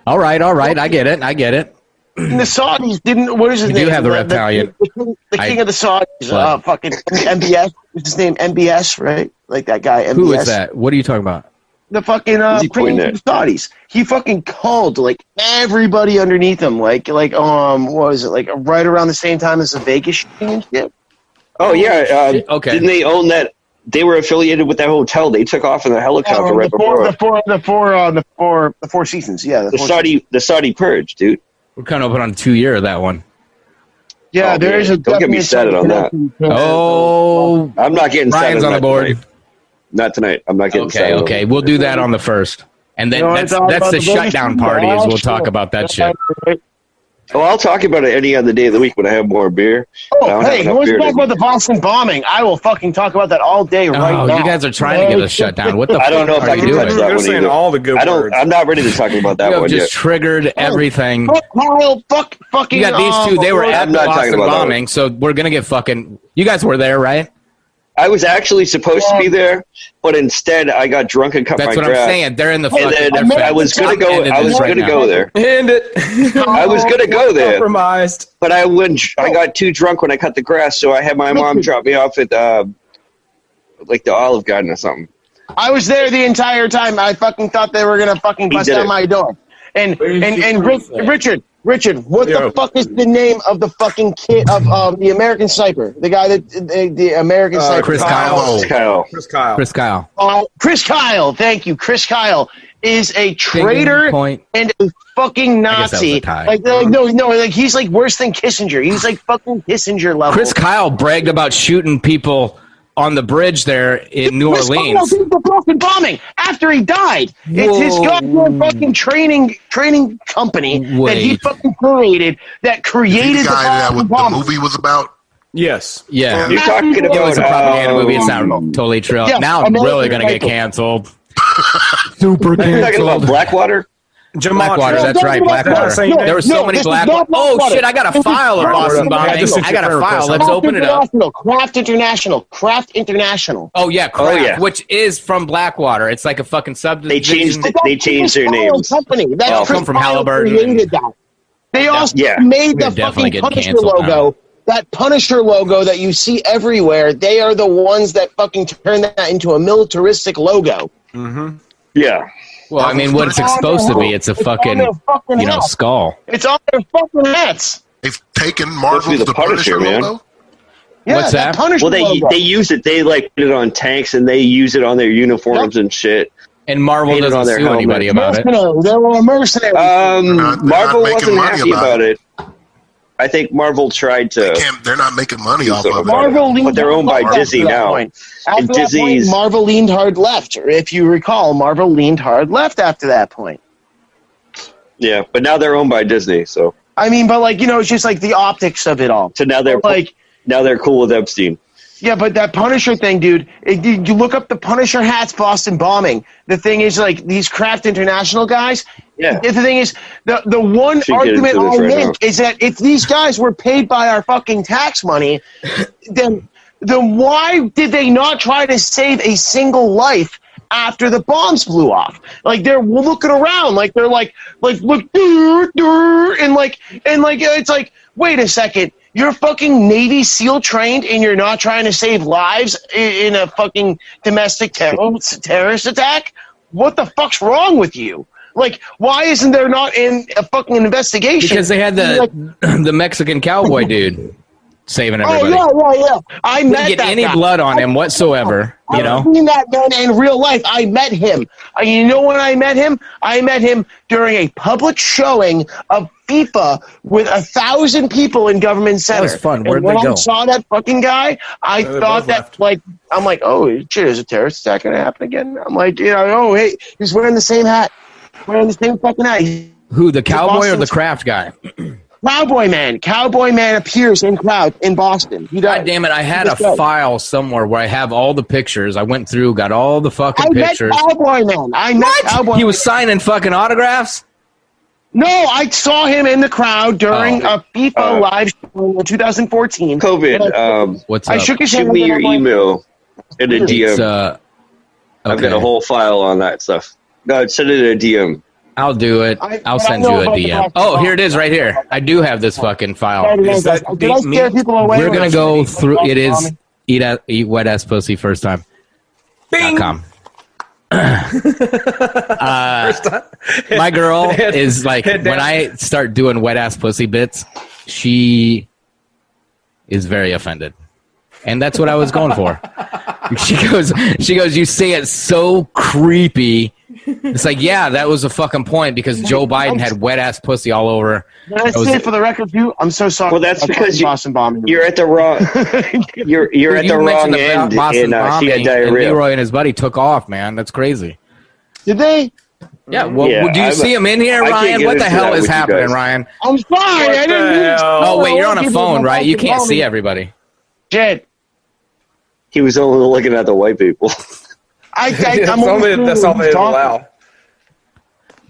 All right, all right. I get it. I get it.
And the Saudis didn't. What is his
We do
name?
have the reptilian.
The, king, the
I-
king of the Saudis.
What?
Uh, fucking MBS. What's his name? MBS, right? Like that guy. MBS.
Who is that? What are you talking about?
The fucking uh,
Who's he
prince
pointing
of the Saudis. He fucking called like everybody underneath him. Like like um, what was it? Like right around the same time as the Vegas shooting and shit.
Oh yeah. Um,
Okay.
Didn't they own that? They were affiliated with that hotel. They took off in a helicopter
Um,
right
the, four,
Oh, before
the four, the four, uh, the four, the four seasons. Yeah, the
the
four
Saudi the Saudi purge, dude.
We're kind of open on two year of that one.
seasons. Yeah,
Oh,
there
man.
is a.
Don't get me
definite
started on that.
connection to-
Oh,
I'm not getting
Brian's
started
on the board.
Tonight. Not tonight. I'm not getting
Okay,
started on
okay.
it.
We'll do that on the first. And then
You know, I
that's,
thought
that's
about
the
the Oh, biggest
shutdown
thing,
party is we'll
Ashton.
talk about that shit.
Oh, I'll talk about it any other day of the week when I have more beer. I
Oh,
don't
hey,
have enough
let's
beer
talk
to-
about the Boston bombing. I will fucking talk about that all day right
Oh,
now.
you guys are trying to get us shut down. What the
I don't know
fuck
if
are
I
you
can
doing?
touch that
You're
one
saying
either.
all the good
I don't.
words.
I'm not ready to talk about that
You
one
have just
yet.
triggered everything.
Fuck Kyle, fuck Oh, fucking.
You got these two. They were
um,
at the
not talking
Boston
about that one.
bombing, so we're gonna get fucking. You guys were there, right?
I was actually supposed to be there, but instead I got drunk and cut
That's
my
what I'm
grass.
saying. They're in the
And
fucking.
then
they're
I was
fed.
gonna
I'm
go.
ending
I was
this right
gonna
now.
go there.
End it.
I was gonna
Oh,
go there,
Compromised.
but I went. I got too drunk when I cut the grass, so I had my mom drop me off at uh, like the Olive Garden or something.
I was there the entire time. I fucking thought they were gonna fucking
He
bust
did
down
it.
my door. And
Where's
and
the
and Rich, Richard, Richard, what
Yo.
the fuck is the name of the fucking kid of um, the American sniper? The guy that the, the American
Uh,
sniper,
Chris
Kyle.
Kyle,
Chris Kyle.
Chris Kyle.
Uh, Chris Kyle. Thank you, Chris Kyle is a traitor.
Big Point.
and a fucking
guess that was a
Nazi.
tie.
Like, like, no, no, like he's like worse than Kissinger. He's like fucking Kissinger level.
Chris Kyle bragged about shooting people on the bridge there in New
Chris
Orleans.
Kyle did the Boston bombing after he died. It's his
Whoa.
goddamn fucking training training company that he
Wait.
fucking created that
He the
created the
guy that
Boston
what the
bombing.
movie was about.
Yes.
Yeah.
you're talking
It
It
about
was a propaganda
um,
movie. It's not totally true.
Yeah,
now I'm
American
really going to get
Psycho.
canceled. Super
You're talking about
canceled.
Blackwater.
Jamal
Blackwater, that's right, Blackwater. There were so many black. Oh shit! I got a file of Boston bombing. I got a file. Let's open it up.
International, Craft International, Craft International.
Oh yeah,
Oh,
correct.
yeah.
Which is from Blackwater. It's like a fucking
They
subdivision.
changed it. They changed their
That's
names.
Company. That's
Oh,
Chris
come from
Kyle
Halliburton.
created that. They also
Yeah.
made
We're
the
definitely
fucking
getting
Punisher
canceled
logo. That Punisher logo that you see everywhere. They are the ones that fucking turn that into a militaristic logo.
Yeah.
Well, I mean, what it's supposed to be? It's a fucking,
on their fucking
you know,
hats.
skull.
It's on their fucking hats.
They've taken
Must be
Marvel's
the
The Punisher,
Punisher, man.
logo.
Yeah,
What's that?
Punisher
Well, they
logo.
they use it. They like put it on tanks and they use it on their uniforms and shit.
And Marvel
Painted
doesn't
on their
sue
helmet.
anybody about it.
Mercenaries. They were mercenaries.
Um,
not- they're
Marvel
not
wasn't
making money
happy
about
about it. I think Marvel tried to.
Can't, they're not making money off
So
of it.
Marvel leaned
But they're owned by
hard left
Disney
at that
now.
point. After
And
that point,
Disney's-
Marvel leaned hard left. If you recall, Marvel leaned hard left after that point.
Yeah, but now they're owned by Disney, so
I mean, but like you know, it's just like the optics of it all.
so now they're
Like
now they're cool with Epstein.
Yeah, but that Punisher thing, dude. It, you, you look up the Punisher hats, Boston bombing. The thing is, like these Kraft International guys.
Yeah.
The thing is, the the one
Should get
argument
into this
I'll
right
make is that if these guys were paid by our fucking tax money, then then why did they not try to save a single life? After the bombs blew off, like they're looking around, like they're like, like look, "Durr, durr," and like, and like, it's like, wait a second, you're fucking Navy SEAL trained and you're not trying to save lives i- in a fucking domestic terror- terrorist attack? What the fuck's wrong with you? Like, why isn't there not in a fucking investigation?
Because they had
Like,
the the Mexican cowboy dude saving
oh
everybody.
yeah, yeah, yeah. I
Didn't
met
get
that
any
guy.
blood on him whatsoever. You
I've
know,
seen that man in real life. I met him. Uh, you know when I met him? I met him during a public showing of FIFA with a thousand people in Government Center.
was fun. Where'd
and when
they go?
I saw that fucking guy, I
they both
thought that
left.
like I'm like, oh shit, is a terrorist attack gonna happen again? I'm like, you know, oh hey, he's wearing the same hat, wearing the same fucking hat. He's
who the cowboy or the
Boston's-
craft guy?
Cowboy man, cowboy man appears in crowd in Boston. You
God damn it! I had a
Just go.
file somewhere where I have all the pictures. I went through, got all the
I
fucking
met
pictures.
Cowboy Man. I met Cowboy
He was signing fucking autographs.
No, I saw him in the crowd during
Oh.
a FIFA
Uh,
live show in 2014.
COVID,
And I,
um,
What's
I
up?
shook his hand.
shoot me
and
your
I'm like,
email in a DM.
It's, uh,
I've got
okay.
a whole file on that stuff. No, send it in a DM.
I'll do it.
I-
I'll
but I
send
know
you a
about the
DM.
Boston
Oh, here it is, right here. I do have this fucking file.
Is that
Did I
deep
scare
meat?
people away?
We're
with
gonna
it?
go through. It is eat a, eat wet ass pussy first time. Dot com. Uh, my girl
Head-
is like
head
when
down.
I start doing wet ass pussy bits, she is very offended, and that's what I was going for. she goes, she goes, you say it so creepy. It's like, yeah, that was a fucking point because Joe Biden had wet ass pussy all over.
Did I
That was-
say for the record, too? I'm so sorry.
Well, that's
about
because
fucking
you-
Boston bombing.
You're at the wrong. You're you're at
You
the wrong
mentioned
end,
Bo- Boston
and uh, she
bombing,
had
and
diarrhea.
Leroy and his buddy took off, man. That's crazy.
Did they?
Yeah. Well,
Yeah,
do you
I'm-
see him in here,
I can't
Ryan?
get
What the
into
hell
that
is
with you
happening,
guys.
Ryan?
I'm sorry. I
What
didn't
the
mean to-
hell?
Oh, wait, you're on
I
a
won't give
phone, right? You can't see
every
everybody.
Shit.
He was only looking at the white people.
I, I,
that's
I'm
all they,
only
that's all they
talking.
allow.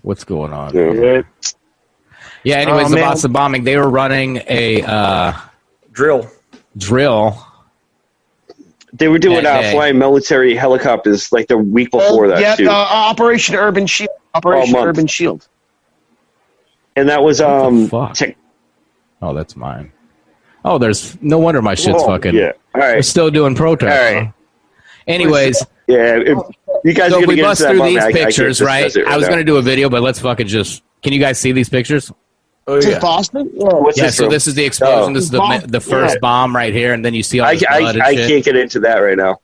What's going on?
Yeah.
Yeah, anyways,
Oh,
the
man.
Boston bombing, they were running a uh,
Drill.
drill.
They were doing
That
uh,
day.
flying military helicopters like the week
Oh,
before that
yeah,
too,
uh, Operation Urban Shield. Operation
month.
Urban Shield.
and that was um.
fuck?
tech-
Oh, that's mine. Oh, there's no wonder my shit's
oh,
fucking.
yeah. All
We're
right.
still doing protests.
All right.
huh? Anyways,
Yeah. if- you guys
so
are
if
gonna
we
get
bust
into that
through
moment,
these
I- I can't
pictures,
discuss
right?
it
I was
now.
going to do a video, but let's fucking just. Can you guys see these pictures?
Oh,
Is
yeah.
it Boston? Yeah.
What's
Yeah,
this
so
room?
this is the explosion.
Oh.
This is the, ma- the first
Yeah.
bomb right here, and then you see all
I,
this
I,
blood and
I
shit.
can't get into that right now.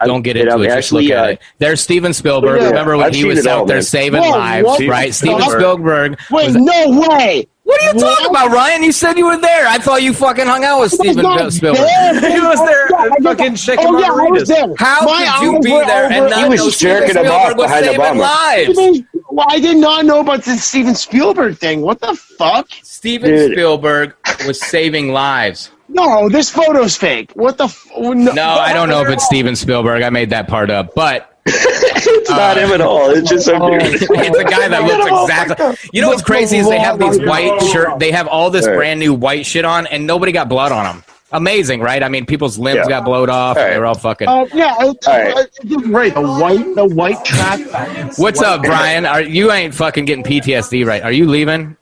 I'm-
Don't get
and
into
I'm
it.
actually,
just look at
uh,
it. There's Steven Spielberg.
Yeah,
Remember when
I've
he
seen
was
it
out
all,
there
man.
saving
Whoa,
lives,
what?
right? Steven
Fuck.
Spielberg.
Wait, no way.
What are you
What?
talking about, Ryan? You said you were there. I thought you fucking hung out with Steven
I was not
Spielberg.
there.
He was there,
Yeah, I
uh,
did
fucking
that.
shaking
Oh yeah, I
margaritas.
was there.
How
My
could you
eyes
be
were
there and
over-
not
I
know
was
Steven
jerking him off
Spielberg was
behind a
saving
bomber.
lives?
Steven- Well, I did not know about the Steven Spielberg thing. What the fuck?
Steven
Dude.
Spielberg was saving lives.
No, this photo's fake. What the? F- oh, no,
No, I don't know if it's Steven Spielberg. I made that part up, but
it's
Uh,
not him at all. It's just some dude.
it's a guy that looks exactly. You know what's crazy is they have these white shirt. They have all this
All right.
brand new white shit on, and nobody got blood on them. Amazing, right? I mean, people's limbs
Yeah.
got blowed off,
All
and
right.
they were all fucking.
Uh, yeah, it's,
All right.
it's just right. The white, the white trash.
Oh, What's up, Brian? Are you ain't fucking getting PTSD, right? Are you leaving?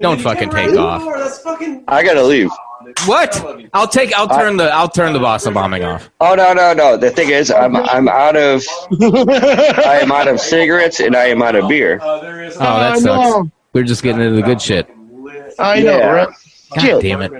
Don't fucking take off.
I gotta leave.
What? I'll take. I'll turn the. I'll turn the Bossa bombing off.
Oh no no no! The thing is, I'm I'm out of I am out of cigarettes and I am out of beer.
Oh, that
I
sucks.
know.
We're just getting into the good shit.
I know,
Yeah.
right?
God
Shit.
damn it.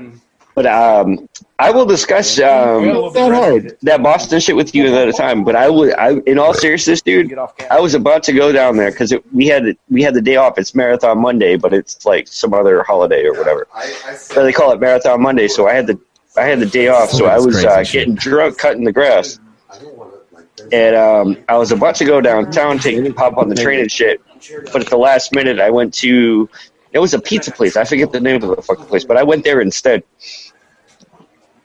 But um, I will discuss um
Not that hard.
that Boston shit with you another time. But I would I in all seriousness, dude, I was about to go down there because we had we had the day off. It's Marathon Monday, but it's like some other holiday or whatever. But they call it Marathon Monday, so I had the I had the day off, so I
That's
was
crazy
uh,
shit.
getting drunk cutting the grass. And um, I was about to go downtown, take pop on the train and shit. But at the last minute, I went to it was a pizza place. I forget the name of the fucking place, but I went there instead.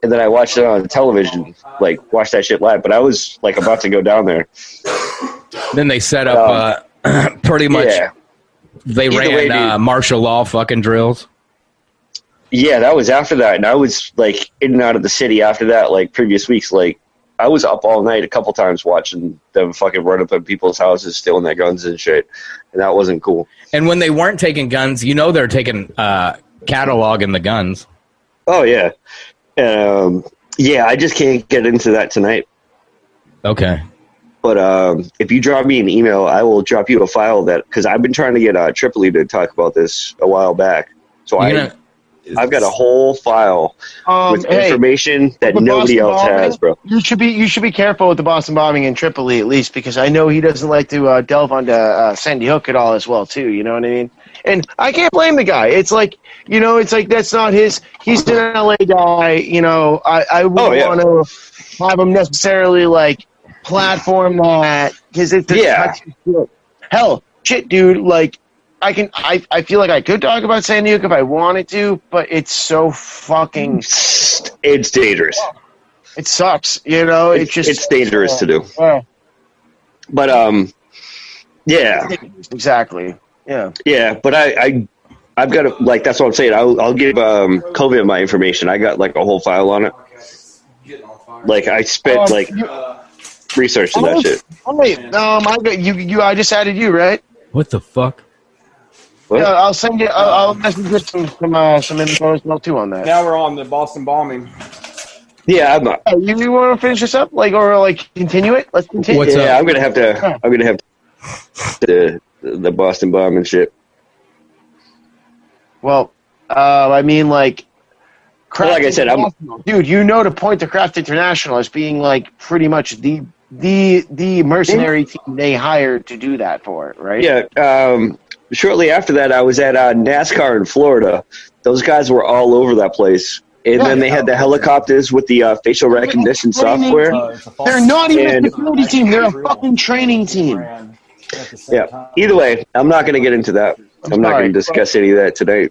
And then I watched it on television, like watched that shit live. But I was like about to go down there.
Then they set up uh, pretty much.
Um, Yeah,
They
Either
ran
way, dude.
uh, martial law fucking drills.
yeah, that was after that, and I was like in and out of the city after that. Like previous weeks, like I was up all night a couple times watching them fucking run up on people's houses, stealing their guns and shit, and that wasn't cool.
And when they weren't taking guns, you know they're taking uh, catalog in the guns.
Oh yeah, um, yeah. I just can't get into that tonight.
Okay.
But um, if you drop me an email, I will drop you a file that because I've been trying to get uh, Tripoli to talk about this a while back. So
You're
I,
gonna-
I've got a whole file
Um,
with
hey,
information that
the
nobody
Boston
else
bombing,
has, bro.
You should be you should be careful with the Boston bombing in Tripoli at least because I know he doesn't like to uh, delve onto uh, Sandy Hook at all as well too. You know what I mean? And I can't blame the guy. It's like you know, it's like that's not his. He's an LA guy. You know, I I wouldn't
Oh, yeah.
want to have him necessarily like platform that because it's it's
Yeah.
not his shit. Hell, shit, dude, like. I can. I, I feel like I could talk about Sandy Hook if I wanted to, but it's so fucking
It's dangerous.
it sucks, you know. It just
it's dangerous to do.
Uh,
But um, yeah,
exactly. Yeah.
yeah. But I, I I've got a, like that's what I'm saying. I'll, I'll give um COVID my information. I got like a whole file on it. Like I spent
Um,
like
you-
researching
oh,
that shit.
oh, wait, um, I got you. You, I just added you, right?
What the fuck?
What?
Yeah, I'll send you. I'll, I'll message you some some uh, some info as well too on that.
Now we're on the Boston bombing.
Yeah, I'm not.
Yeah, Uh, you, you want to finish this up, like, or like continue it? Let's continue.
What's
yeah,
up?
I'm gonna have to. I'm gonna have to, the the Boston bomb and shit.
Well, uh, I mean, like, Kraft
Well, like I said, I'm-
International. dude. You know to point to Craft International as being like pretty much the the the mercenary
Mm-hmm.
team they hired to do that for, right?
Yeah. Um, shortly after that, I was at uh, NASCAR in Florida. Those guys were all over that place, and then they had the helicopters with the uh, facial recognition software.
Uh,
They're not even
And-
a security team. They're a fucking training team.
Yeah. Either way, I'm not gonna get into that. I'm not
sorry.
gonna discuss any of that today.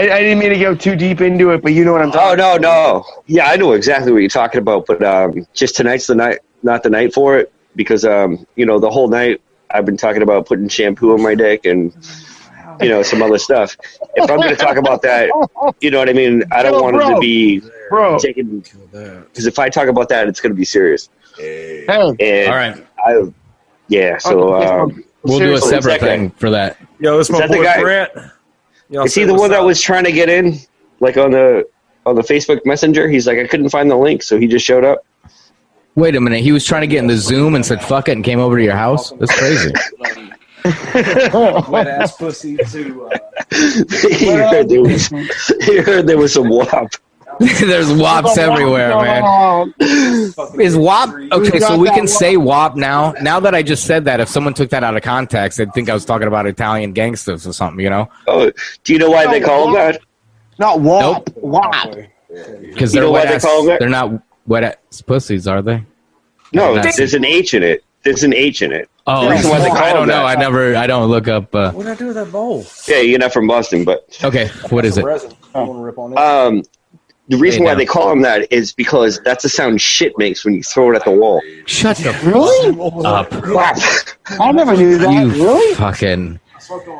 I, I didn't mean to go too deep into it, but you know what I'm talking.
Oh no, no. Yeah, I know exactly what you're talking about, but um, just tonight's the night, not the night for it, because um, you know, the whole night I've been talking about putting shampoo on my dick and you know some other stuff. If I'm going to talk about that, you know what I mean. I don't
Yo,
want it
bro.
to be
Oh.
bro.
taken because if I talk about that, it's going to be serious.
Hey,
And
All right.
I, yeah. So um,
We'll
Seriously,
do a separate
exactly.
thing for that.
Yo, this
Is
my
that the
boy
guy-
Brent. Y'all
is he
say
the
what's
one that
up?
was trying to get in, like on the on the Facebook Messenger? He's like, I couldn't find the link, so he just showed up.
Wait a minute. He was trying to get in the Zoom and said fuck it and came over to your house. That's crazy.
wet ass pussy to uh,
he heard there was he heard there was some wop.
There's wops everywhere, man. Is wop okay? So we can say wop now. Now that I just said that, if someone took that out of context, they'd think I was talking about Italian gangsters or something. You know,
Oh, do you know why they call him that?
Not WAP. WAP.
because
You
they're
know why
wet
they
ass,
call that?
They're not wet ass pussies, are they?
No,
That's-
there's an H in it. There's an H in it.
Oh,
reason why they call
I don't
them
know. I
that.
never. I don't look up. Uh,
What did I do with that bowl?
Yeah, you're not from Boston, but
okay, what is it?
Resin. I want to rip on it.
um, The reason
Hey,
why
now.
they call him that is because that's the sound shit makes when you throw it at the wall.
Shut the
Really?
up.
Clap.
I never knew that.
You
really?
fucking.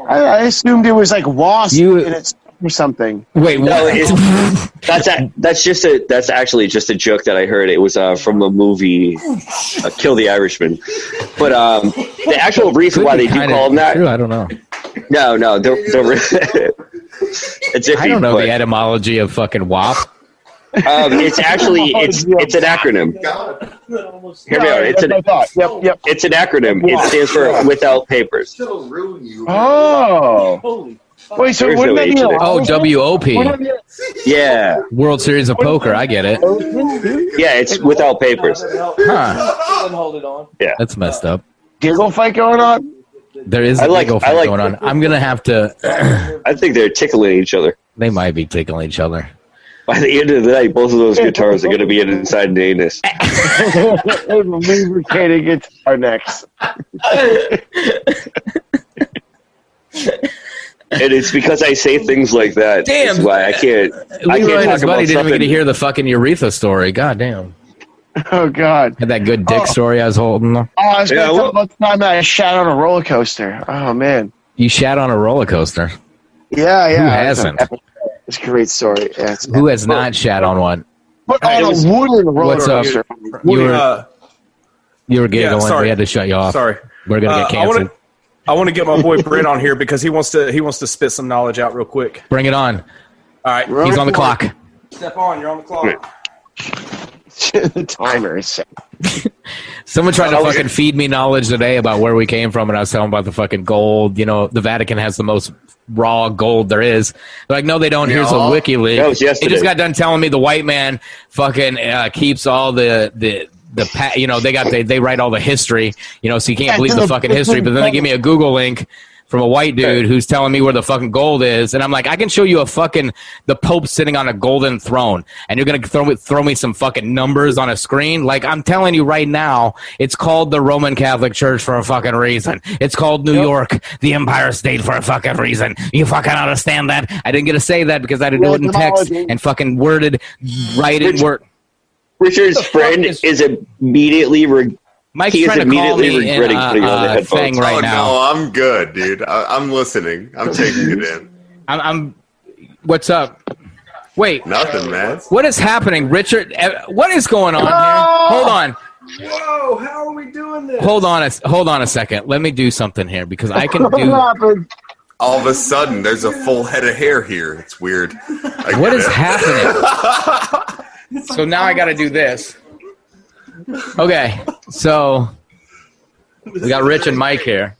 I, I assumed it was like wasp
You-
and it's or something.
Wait, what?
No, it's- that's a, that's just a that's actually just a joke that I heard. It was uh, from the movie uh, Kill the Irishman. But um, the actual reason why they do
Kinda
call him that,
true, I don't know.
no, no, the, the re- it's iffy.
I don't know
but,
the etymology of fucking WAP.
um, it's actually it's it's an acronym. Hear me out. It's an
I thought. Yep, yep.
it's an acronym. It stands for without papers.
Oh. Wait, so
There's
wouldn't
no
that be
H in it.
Oh, WOP.
W.
Yeah,
World Series of Poker. I get it.
yeah, it's without papers.
Huh.
hold it on.
That's messed up.
Giggle fight going on?
There is
I
a
like-
legal
I
fight
like-
going on. I'm gonna have to.
I think they're tickling each other.
they might be tickling each other.
By the end of the night, both of those guitars are going to be inside an anus.
lubricating it our necks.
and it's because I say things like that.
Damn.
That's why I can't. I
Leroy
can't
and
talk
his
about
buddy didn't even get to
something.
hear the fucking urethra story. God damn.
Oh God!
Had that good dick
Oh.
story I was holding.
Oh, I was
Yeah,
gonna
well-
talk about the time I shot on a roller coaster. Oh man!
You shat on a roller coaster.
Yeah, yeah. that's
hasn't?
an epic- It's a great story. Yeah, it's
Who
Oh.
has not shat on one?
But on
It was-
a wooden roller
What's up?
coaster.
You were
uh,
you were giggling.
sorry.
We had to shut you off.
sorry.
We're gonna
Uh,
get
I
canceled.
want to I want to get my boy Brent on here because he wants to he wants to spit some knowledge out real quick.
Bring it on.
All right,
He's on the clock.
Step on. You're on the clock.
the timer is set.
Someone tried
Oh,
to fucking feed me knowledge today about where we came from, and I was telling them about the fucking gold. You know, the Vatican has the most raw gold there is. They're like, no, they don't. Here's a WikiLeaks.
That was yesterday.
They just got done telling me the white man fucking uh, keeps all the the. The pa- you know they got they, they write all the history you know so you can't
Yeah,
believe
to
the
the-
fucking history but then they give me a Google link from a white dude who's telling me where the fucking gold is and I'm like I can show you a fucking the Pope sitting on a golden throne and you're gonna throw me throw me some fucking numbers on a screen like I'm telling you right now it's called the Roman Catholic Church for a fucking reason it's called New York the Empire State for a fucking reason you fucking understand that I didn't get to say that because I didn't know it in text
Etymology.
and fucking worded right in
Which-
word.
Richard's friend
is-
is, immediately. Re-
Mike's
He is
trying to call
immediately
me in,
regretting
uh,
putting on the
uh,
headphones.
thing right
oh
now.
no, I'm good, dude. I, I'm listening. I'm taking it in.
I'm, I'm. What's up? Wait,
Nothing, man.
what is happening, Richard? eh, What is going on here? Hold on,
Whoa! How are we doing this?
hold on, a, s- hold on a second. Let me do something here because I can
What
do.
happened?
All of a sudden, there's a full head of hair here. It's weird. I
What
get
is
it.
happening? so now I got to do this. Okay, so we got Rich and Mike here.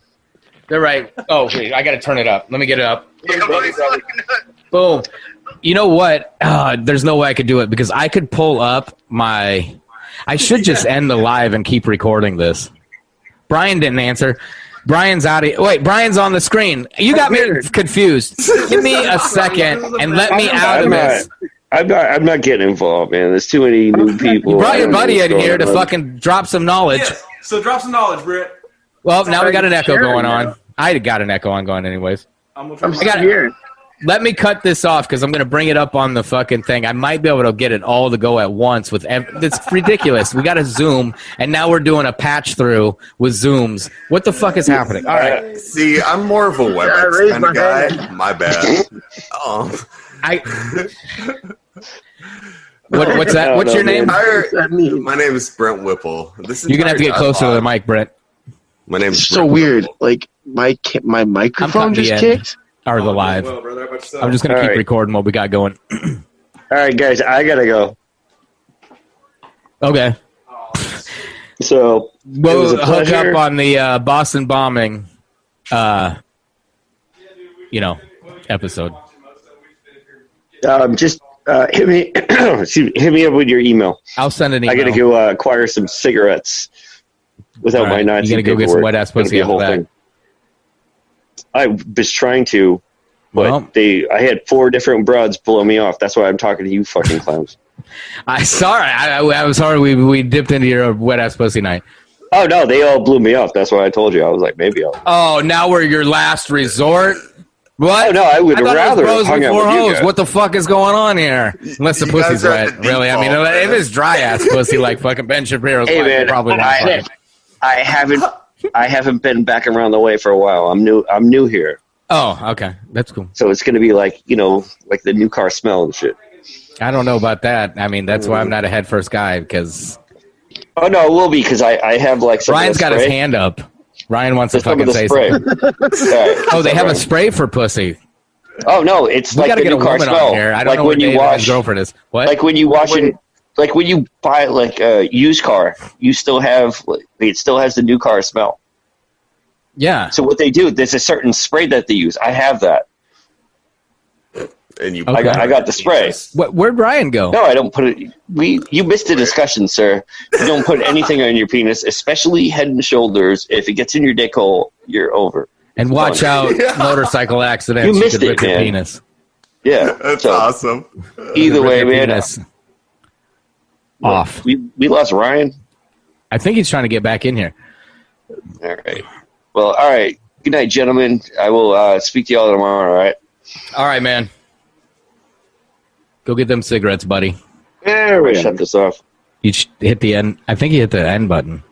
They're right. Oh, wait, I got to turn it up. Let me get it up. Boom. You know what? Uh, there's no way I could do it because I could pull up my. I should just end the live and keep recording this. Brian didn't answer. Brian's out of. Wait, Brian's on the screen. You got me confused. Give me a second and let me out of
I'm not.
this.
I'm not. I'm not getting involved, man. There's too many new people.
You
I
brought your
don't know
buddy
what's
in here
going
to
on.
fucking drop some knowledge.
Yes. So drop some knowledge, Brent.
Well, now we got an echo
Sharon,
going on. I got an echo on going anyways.
I'm gonna
I'm
try.
got
still
it.
here.
Let me cut this off because I'm going to bring it up on the fucking thing. I might be able to get it all to go at once with. Ev- it's ridiculous. We got to Zoom, and now we're doing a patch through with Zooms. What the fuck is happening? All right,
See, I'm more of a WebEx kind of guy. My bad. Oh,
I. What, what's that? What's your name?
I- my name is Brent Whipple. This is
You're gonna have to get closer to the mic, Brent,
My name's
It's so
Brent
weird.
Whipple.
Like my ki- my microphone
cutting
just
the end.
kicked.
or the live.
Well, brother, how about yourself?
I'm just gonna
All
keep
right.
recording what we got going.
All right, guys, I gotta go.
Okay.
So It was
Well,
a
hook
pleasure.
up on the uh, Boston bombing, uh, you know, episode.
um, just uh, hit me. excuse me, hit me up with your email.
I'll send an email.
I gotta go uh, acquire some cigarettes. Without
All
my
right,
Nazi
you gotta go get some
paperwork.
wet ass
It's gonna
pussy
be a
after
whole
that.
thing. I was trying to, but
Well,
they I had four different broads blow me off. That's why I'm talking to you fucking clowns.
I sorry, I, I, I'm sorry. We we dipped into your wet ass pussy night.
oh no, they all blew me off. That's why I told you. I was like, maybe I'll
Oh, now we're your last resort. What?
Oh, no, I would
thought it was
rather
bros
hung
with
out
four
with you
hoes.
guys.
What the fuck is going on here? Unless the
you
pussy's
guys are
right,
at the
really. I mean,
default,
if
man.
it's dry ass pussy like fucking Ben Shapiro's,
Hey,
wife,
man,
probably won't
I-
fucking-
I haven't I haven't been back around the way for a while. I'm new I'm new here.
Oh, okay, that's cool.
So it's gonna be like, you know, like the new car smell and shit.
I don't know about that. I mean,
Mm-hmm.
that's why I'm not a head first guy because
Oh no, it will be because I, I have like some of
Ryan's
the
got his
spray.
hand up. Ryan wants to
There's some
fucking
of the
say
spray.
something.
All right.
Oh, they
All
have a
right.
spray for pussy.
Oh no, it's
We
like
gotta
the
get a
new car
woman
smell.
on here. I don't
like
know
when
what
you
David and his
wash
girlfriend is. What?
like when you wash an, like when you buy like a used car, you still have it still has the new car smell.
Yeah.
So what they do, there's a certain spray that they use. I have that.
And you,
I, got, I got the spray.
What, where'd Ryan go?
No, I don't put it. We you missed the discussion, sir. You don't put anything on your penis, especially head and shoulders. If it gets in your dick hole, you're over.
And watch out, motorcycle accidents.
You
could
missed
rip
it,
your
man.
penis.
Yeah, that's
awesome.
Either
Rip
way,
your
man,
penis off.
we we lost Ryan.
I think he's trying to get back in here.
All right. Well, all right. Good night, gentlemen. I will uh, speak to y'all tomorrow. All right.
All right, man. Go get them cigarettes, buddy.
There we shut this off.
You sh- hit the end. I think he hit the end button.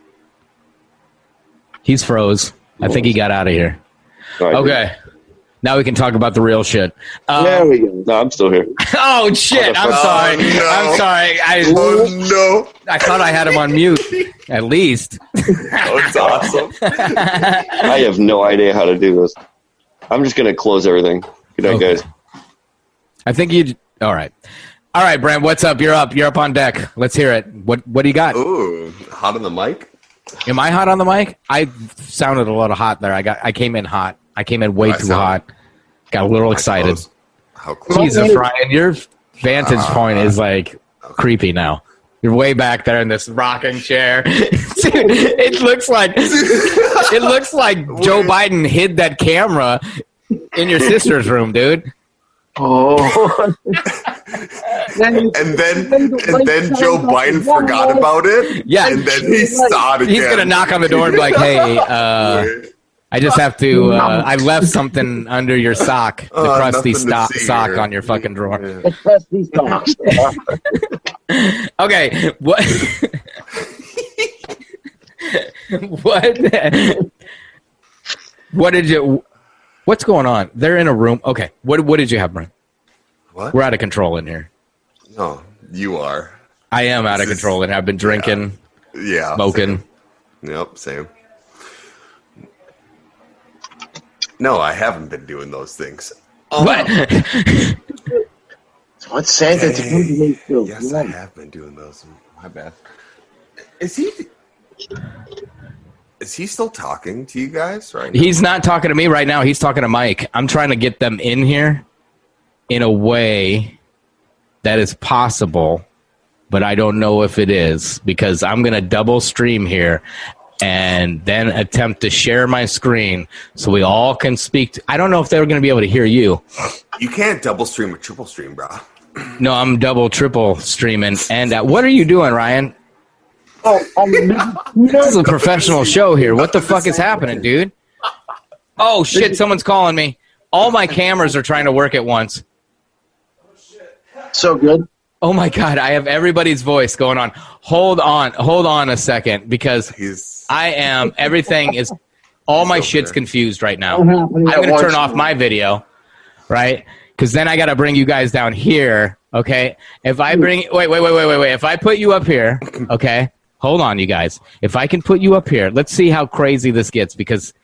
He's froze. I think he got out of here. Okay. Now we can talk about the real shit. Um,
there we go. No, I'm still here.
oh shit! I'm
Motherfucker.
sorry. I'm sorry. I
oh,
I thought I had him on mute. At least.
That's awesome.
I have no idea how to do this. I'm just gonna close everything. Good night, guys.
I think you. All right. All right, Brent. What's up? You're up. You're up on deck. Let's hear it. What What do you got?
Ooh, hot on the mic.
Am I hot on the mic? I sounded a little hot there. I got. I came in hot. I came in way
I
too
sound-
hot. Got a little excited.
How close?
Jesus, Ryan, your vantage point is like creepy now. You're way back there in this rocking chair. Dude, it looks like it looks like Joe Biden hid that camera in your sister's room, dude.
Oh,
And then and then Joe Biden forgot about it.
Yeah.
And then he saw it again.
He's gonna knock on the door and be like, "Hey, uh, I just have to. Uh, I left something under your sock, the
Uh,
crusty
nothing to
stock,
see
sock
here.
on your fucking drawer."
that's these socks.
Okay, what? what? what did you? What's going on? They're in a room. Okay, what? What did you have, Brent?
What?
We're out of control in here.
No, you are.
I am out of
This is-
control, and I've been drinking,
Yeah.
smoking.
same. Yep, same. No, I haven't been doing those things. Oh,
What?
What's Santa to do to me? Phil?
Yes, I have been doing those. My bad. Is he? Is he still talking to you guys right now?
He's not talking to me right now. He's talking to Mike. I'm trying to get them in here in a way that is possible, but I don't know if it is because I'm going to double stream here and then attempt to share my screen so we all can speak. to- I don't know if they're going to be able to hear you.
You can't double stream or triple stream, bro.
No, I'm double, triple streaming. And uh, what are you doing, Ryan?
Oh, um, you
This
know,
is a professional show here. What the fuck is happening, dude? Oh shit! Someone's calling me. All my cameras are trying to work at once.
so good.
Oh my god, I have everybody's voice going on. Hold on, hold on a second because
He's
I am everything is all my
over
shit's
there.
confused right now.
I'm
I'm
happening at
going to
once.
turn off my video, right? Cuz then I got to bring you guys down here, okay? If I bring wait, wait, wait, wait, wait, wait. If I put you up here, okay? Hold on you guys. If I can put you up here, let's see how crazy this gets because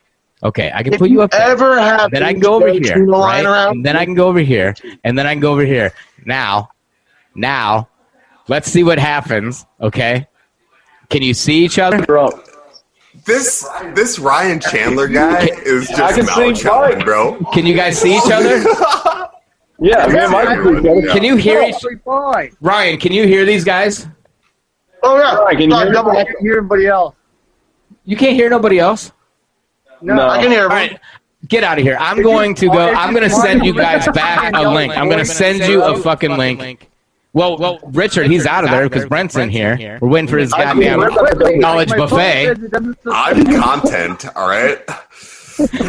okay, I can put you up there
Ever have?
and then I can go over
things that
here,
turn the line
right?
around?
And then I can go over here, and then I can go over here. Now, now, let's see what happens. Okay, can you see each other?
Bro,
this this Ryan Chandler guy is
I
just
can see
mouth chopping,
Mike.
bro.
Can you guys see each other?
Yeah, me and Mike do that.
Can you hear each? Ryan, can you hear these guys?
Oh yeah,
Right, can you
Sorry,
hear
double- I can hear everybody else.
You can't hear nobody else.
No, I can hear.
All right. Get out of here. I'm going to go. I'm going to send you guys back a link. I'm going to send you a fucking link. Well, well, Richard, he's out of there because Brent's in here. We're waiting for his
I can hear
goddamn
everybody.
knowledge buffet.
I'm content, all right.
Okay,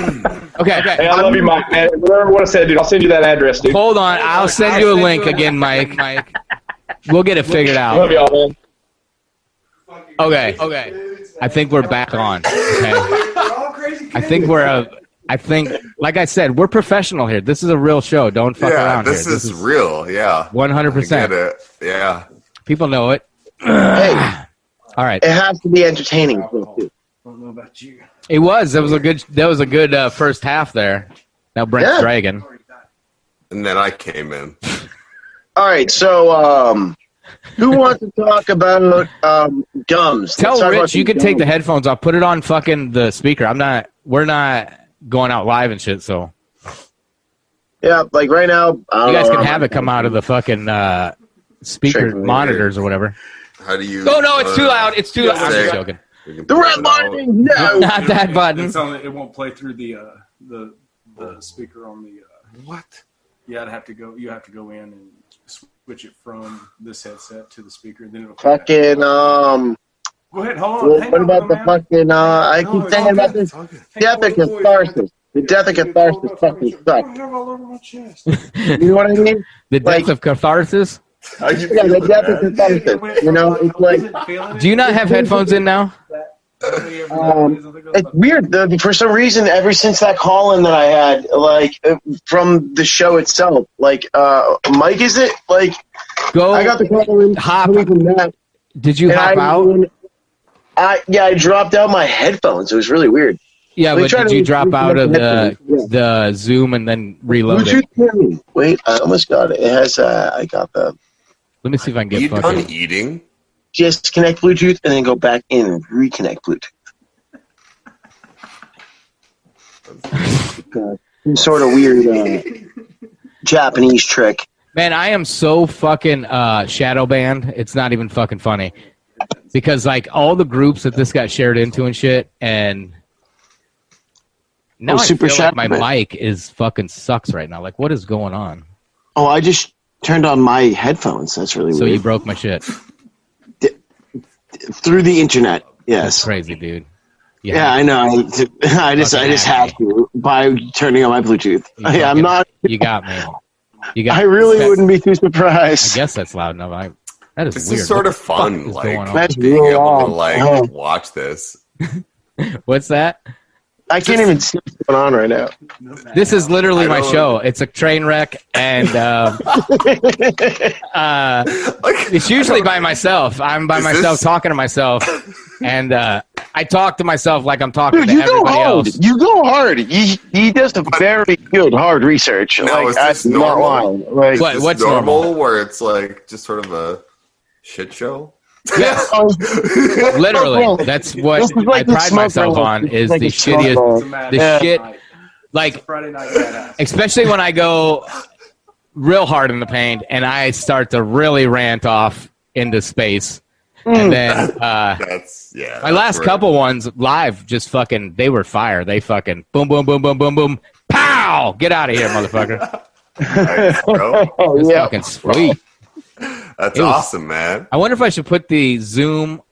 okay.
Hey, I love you, Mike. Man. Whatever I want to say, dude, I'll send you that address, dude.
Hold on, I'll send you a link again, Mike. Mike, we'll get it figured
Love
out.
y'all, man.
Okay, okay. I think we're back on. Okay. I think we're a. I think, like I said, we're professional here. This is a real show. Don't fuck
yeah,
around
this
here.
is, real. Yeah,
One hundred
I get
percent.
it. Yeah,
People know it.
Hey,
All right.
it has to be entertaining. too.
It was. That was a good. That was a good uh, first half there. Now Brent's
Yeah.
dragon.
and then I came in.
All right, so um, who wants to talk about um, gums?
Tell
Let's talk about
Rich you
some
can take the
gums.
headphones off. Put it on fucking the speaker. I'm not. We're not going out live and shit. So
Yeah, like right now. I
you
don't
guys
know,
can
I'm
have it come out of the fucking uh, speaker
Sure.
monitors or whatever.
How do you?
Oh no, it's too loud. It's too loud. I'm
Sick.
just joking.
We can
The
play
red
it out.
lightning. No,
Not that button. Oh.
It's on the, it won't play through the uh, the the speaker on the. Uh,
What?
yeah, I'd have to go. You have to go in and switch it from this headset to the speaker. Then it'll. come back.
fucking um.
Go ahead. Hold on.
Well,
hang
what
on,
about the
man.
fucking? Uh, I
No,
keep
it's
saying
all
about
good,
this
It's all good.
Death catharsis. The death of catharsis fucking
I
sucks.
have all over my chest.
You know what I mean?
The death
Like-
of catharsis.
How you
Yeah, the
feeling,
death of
man?
catharsis. You know, it's like
Do you not have headphones in now?
um, it's weird. The, for some reason, ever since that call in that I had, like uh, from the show itself, like uh, Mike, is it like
Go.
I got the
Oh,
call in
hop.
two weeks from that,
Did you
and
hop
I,
out?
I yeah, I dropped out my headphones. It was really wered.
Yeah,
we
but
tried
did
to
you drop
reconnect
out of
the
the
headphones,
the Zoom and then reload
Bluetooth
it?
hearing. Wait, I almost got it. It has. Uh, I got the
Let me see if I can
Are you
get
done
fucking.
eating?
just connect Bluetooth and then go back in and reconnect Bluetooth. Some sort of weird uh, Japanese trick.
Man, I am so fucking uh, shadow banned. It's not even fucking funny because like all the groups that this got shared into and shit, and now
Oh,
I
super
feel
shadow
like my
banned.
mic is fucking sucks right now. Like, what is going on?
Oh, I just turned on my headphones. That's really
So
weird.
you broke my shit.
Through the internet,
That's
yes.
crazy, dude. You
Yeah,
hack-
I know. I just, I just have to by turning on my Bluetooth.
you
I,
fucking-
I'm not.
You got me. You got.
I really
that-
wouldn't be too
I
surprised.
guess that's loud enough. I, that is
This
weird.
is sort
What
of
the
fun,
fuck is
like
going on?
That's
being
real
able to
long.
like
Oh,
watch this.
What's that?
I can't even see what's going on right now.
This is literally
I
my
don't-
show. It's a train wreck, and um, uh,
Like,
it's usually by myself. I'm by
Is
myself
this-
talking to myself, and uh, I talk to myself like I'm talking
Dude,
to
you go
everybody
hard.
else.
You go hard. He he does a very good hard research.
No,
like
is this
I'm not
normal?
lying. Like,
What-
is this
what's
normal,
normal?
where it's like just sort of a shit show.
Yes, literally. That's
This
what
is like the
I pride
smoke
myself
room.
on
It's
is
like
the
a smoke
shittiest.
room.
It's a mad
The
night.
shit,
It's a
like
Friday night badass.
especially when I go real hard in the paint and I start to really rant off into space,
Mm.
and then. Uh,
That's yeah.
My
that's
last
where-
couple ones live just fucking they were fire. They fucking boom boom boom boom boom boom pow. Get out of here, motherfucker.
Nice, bro.
Oh,
It's
yeah.
fucking sweet.
That's
It was-
awesome, man.
I wonder if I should put the Zoom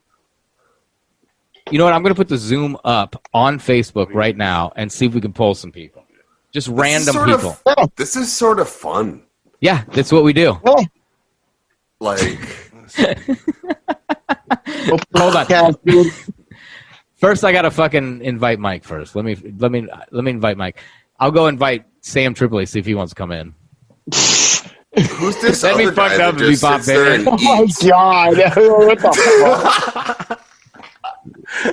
You know what? I'm going to put the Zoom up on Facebook right now and see if we can pull some people. Just random
sort of-
people.
This is sort of fun.
Yeah, that's what we do.
Like
Hold on.
Yeah, dude.
First, I gotta fucking invite Mike. First, let me let me let me invite Mike. I'll go invite Sam Tripoli see if he wants to come in.
who's this
That'd be
other guy
fucked
that
up if he
just
popped
sits there
in.
and
Oh my
eats?
god! what the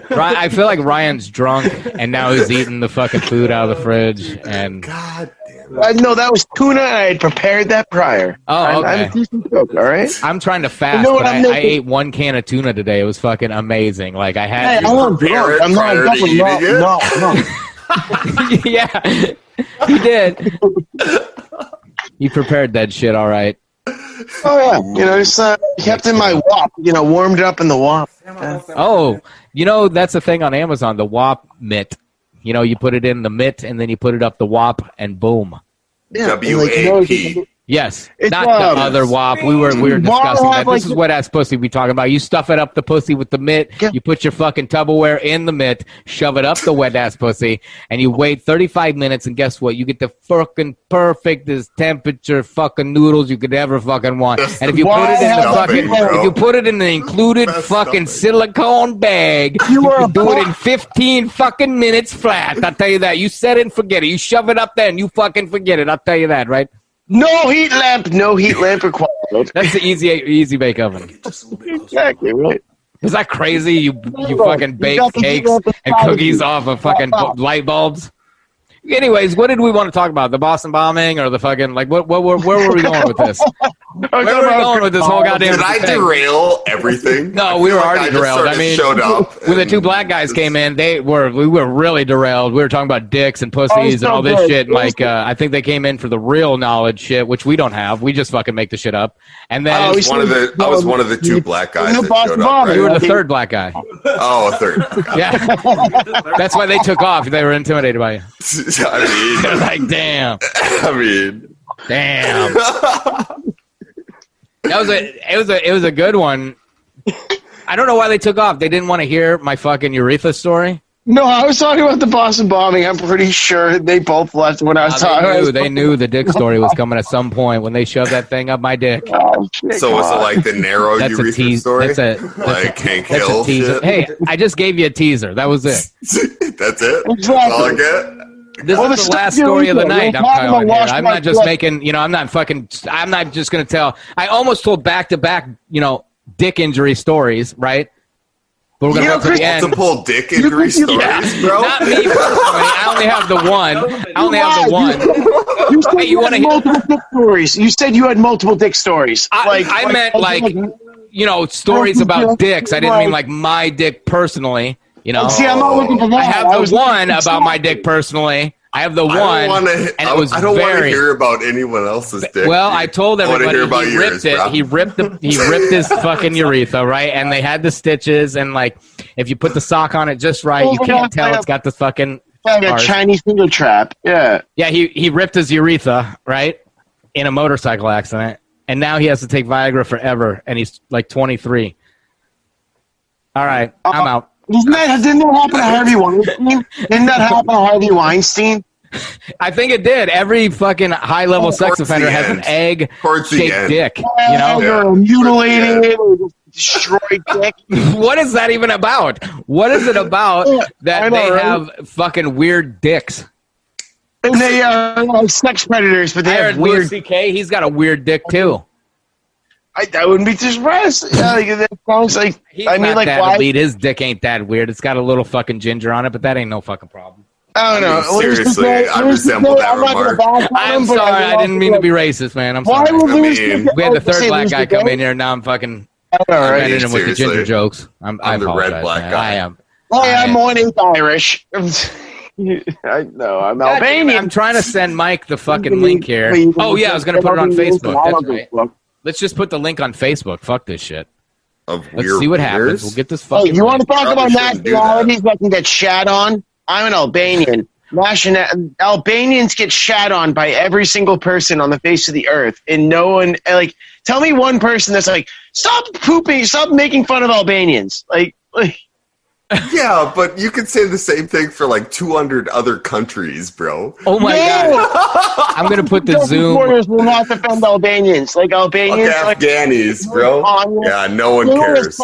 Ryan, I feel like Ryan's drunk and now he's eating the fucking food out of the fridge. And
God damn
fuck? I, Uh, no, that was tuna. and I had prepared that prior.
oh,
I'm, I'm
okay.
a decent cook. All right.
I'm trying to fast,
You know what
but I,
I'm
I
making?
ate one can of tuna today. It was fucking amazing. Like I
Hey,
had,
I'm not
prepare
drunk.
it
I'm not
prior to
definitely not.
eating
No,
it?
no.
yeah, he did. He prepared that shit all right.
Oh yeah. You know, just uh, kept in my wop. You know, warmed up in the wop. Yeah.
Oh, you know that's the thing on Amazon, the WAP mitt. You know, you put it in the mitt and then you put it up the WAP and boom.
Yeah, and,
W
like, you know,
A P.
Yes,
It's,
not
um,
the other wop. We were we were
Marvel
discussing
have,
that.
like,
this is what ass pussy we talking about. You stuff it up the pussy with the mitt. You put your fucking Tupperware in the mitt, shove it up the wet ass pussy, and you wait 35 minutes. And guess what? You get the fucking perfectest temperature fucking noodles you could ever fucking want. and if you put
Why
it in the
have
fucking,
you ever-
if you put it in the included fucking silicone bag, you, can do it in 15 fucking minutes flat. I tell you that. You set it and forget it. You shove it up there and you fucking forget it. I'll tell you that, right?
No heat lamp, no heat lamp required.
That's the easy easy bake oven.
exactly right.
Is that crazy? You you fucking bake
got to do
cakes
that with
and
privacy.
cookies off of fucking bu- light bulbs. Anyways, what did we want to talk about? The Boston bombing or the fucking like? What? What? Where, where were we going with this? Where were we going with this whole goddamn?
Did I
thing?
derail everything?
No, we were already
I just
derailed.
sort
I
of
mean,
showed up
when the two black guys came in, they were we were really derailed. We were talking about dicks and
Oh, it
pussies
was
and
so
all this
good.
shit.
It
And
was
like, uh, I think they came in for the real knowledge shit, which we don't have. We just fucking make the shit up. And then
I was one of the I was one of the two black guys that showed up.
You were the
right?
third black guy.
Oh, a third.
Yeah, that's why they took off. They were intimidated by you.
I mean,
like damn.
I mean,
damn. That was a it was a it was a good one. I don't know why they took off. They didn't want to hear my fucking urethra story.
No, I was talking about the Boston bombing. I'm pretty sure they both left when I was
Uh,
talking.
they knew they knew the dick story was coming at some point when they shoved that thing up my dick.
so was it like the narrow
That's a
urethra
tease-
story?
that's a- that's
like
a-
Hank
that's a
Hill
teaser.
shit?
Hey, I just gave you a teaser. That was it.
that's it. That's all I get.
This
Well,
is
the
the last
stuff you
story of the
read,
night.
you're
I'm
talking
telling you.
about Wash
I'm
My
not just
Blood.
making. You know, I'm not fucking. I'm not just gonna tell. I almost told back to back. You know, dick injury stories, right? But we're gonna
You
wait
have
till the end.
multiple dick injury stories, bro.
Not me personally. I only have the one. I only have the one.
You said
Hey,
you,
you
had
wanna hear-
multiple dick stories. You said you had multiple dick stories.
I,
like
I meant like, you know stories about dicks. I didn't mean like my dick personally. You know,
See, I'm not looking for that.
I have
I
the
was looking
one
for
about my dick personally. I have the
I
one,
don't want to.
and it was
I don't want to
very.
hear about anyone else's dick.
Well, I told
I wanna
everybody
hear about
he
yours,
ripped it.
bro.
He ripped the he ripped his fucking urethra right, and they had the stitches, and like if you put the sock on it just right, you can't tell it's got the fucking
like a
scars.
Chinese needle trap. Yeah.
Yeah, he he ripped his urethra right in a motorcycle accident, and now he has to take Viagra forever, and he's like 23. All right, I'm out.
Isn't that, didn't that happen to Harvey Weinstein? Didn't that happen to Harvey Weinstein?
I think it did. Every fucking high level sex offender
the
has an egg shaped dick. You know,
You're mutilating it or destroyed dick.
what is that even about? What is it about that they have fucking weird dicks?
And they are like sex predators, but they
I
have
heard
weird.
Louis C.K. He's got a weird dick too.
I, I wouldn't be surprised. Yeah, like, that sounds like.
He's
I mean,
not
like,
that
why?
elite. His dick ain't that weird. It's got a little fucking ginger on it, but that ain't no fucking problem.
I don't know.
mean, seriously,
Louis
I
Louis
resemble
CK,
that
I'm not gonna
remark.
bash on
I'm
him, but
sorry.
will
I didn't mean to be racist, man. I'm
Why
sorry.
would
I
Louis
mean-
CK
we had the
say
third black
Louis
guy
CK?
come in here, and now I'm fucking.
All
I'm
right.
in him with the
Seriously.
ginger jokes. I'm, I
I'm the
apologize,
red black
man.
guy.
I am.
Hey, I'm one eighth Irish. I know
God
I'm
damn it,
Albanian.
I'm trying to send Mike the fucking
Please,
link here.
please,
Oh yeah, I was gonna put it on
please,
Facebook. That's right.
Facebook.
Let's just put the link on Facebook. Fuck this shit.
Of
Let's see what happens. We'll get this fucking.
Hey, you want to
link.
talk about
shouldn't do that.
nationalities that can get shat on? I'm an Albanian. National Albanians get shat on by every single person on the face of the earth, and no one like tell me one person that's like stop pooping, stop making fun of Albanians. Like, like
Yeah, but you could say the same thing for like 200 other countries, bro.
Oh my
No!
god! I'm gonna put the
Those
Zoom.
supporters will not defend Albanians. Like
Fuck
Albanians, like,
Afghanis, bro.
On-
Yeah, no one
No one
cares.
is-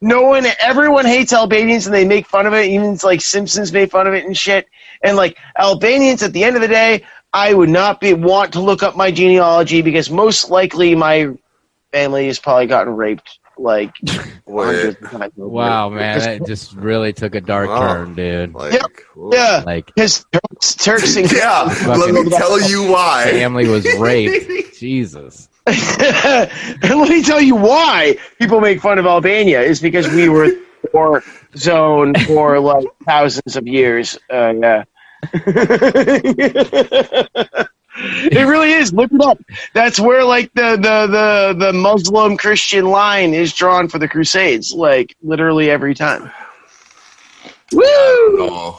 No one, everyone hates Albanians and they make fun of it. Even like Simpsons made fun of it and shit. And like Albanians, at the end of the day, I would not be want to look up my genealogy because most likely my family has probably gotten raped. Like,
Wait.
Wow, man, that just really took a dark turn, dude.
Like,
Yep. yeah,
like
because Turks, Turks and
Yeah, let me tell you why.
family was raped. Jesus.
and let me tell you why people make fun of Albania is because we were in the war zone for like thousands of years. Uh, yeah. it really is. Look it up. That's where like the, the, the, the Muslim Christian line is drawn for the Crusades, like literally every time.
Woo!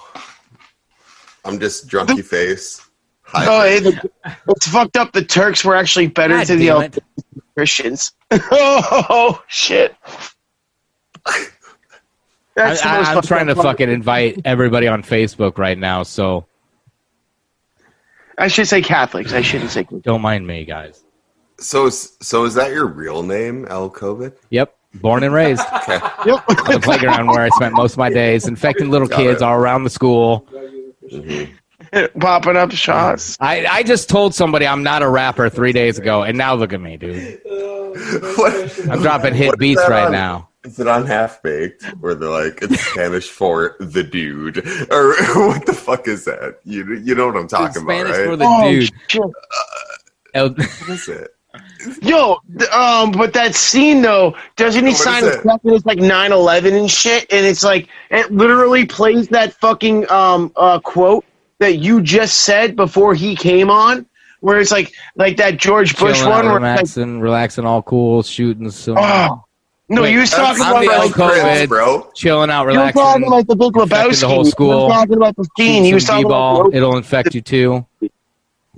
I'm just drunky face.
Oh, hey, the, it's fucked up. The Turks were actually better
God
to the
damn
Al- Christians. oh shit! That's
I,
the most
I, I'm
fucked
trying to
up part.
fucking invite everybody on Facebook right now, so
I should say Catholics. I shouldn't say.
don't mind me, guys.
So, is- so is that your real name, Al Kovic?
Yep, born and raised
Okay.
Yep.
on the playground where I spent most of my days, infecting little
Got
kids
it.
all around the school.
Popping up shots.
I, I just told somebody I'm not a rapper three days ago, and now look at me, dude. I'm dropping hit
What is
beats
that
right
on?
now.
Is it on Half Baked where they're like it's Spanish for the dude or what the fuck is that? You you know what I'm talking about,
Spanish
right?
for the
Oh,
dude.
What is it?
Yo, th- um, but that scene though, doesn't he
What
sign
is
a
it?
contract with like 9-11 and shit? And it's like it literally plays that fucking um uh quote that you just said before he came on, where it's like like that George Bush
Chilling out,
one. Where it's like,
relaxing, relaxing, all cool, shooting some.
Oh. no, you was talking about
the
like
COVID,
bro.
Chilling out,
you were
relaxing.
talking like the Big
infected
Lebowski.
the whole
You
school.
were talking about the scene. You was talking
ball.
about the-
It'll infect you too.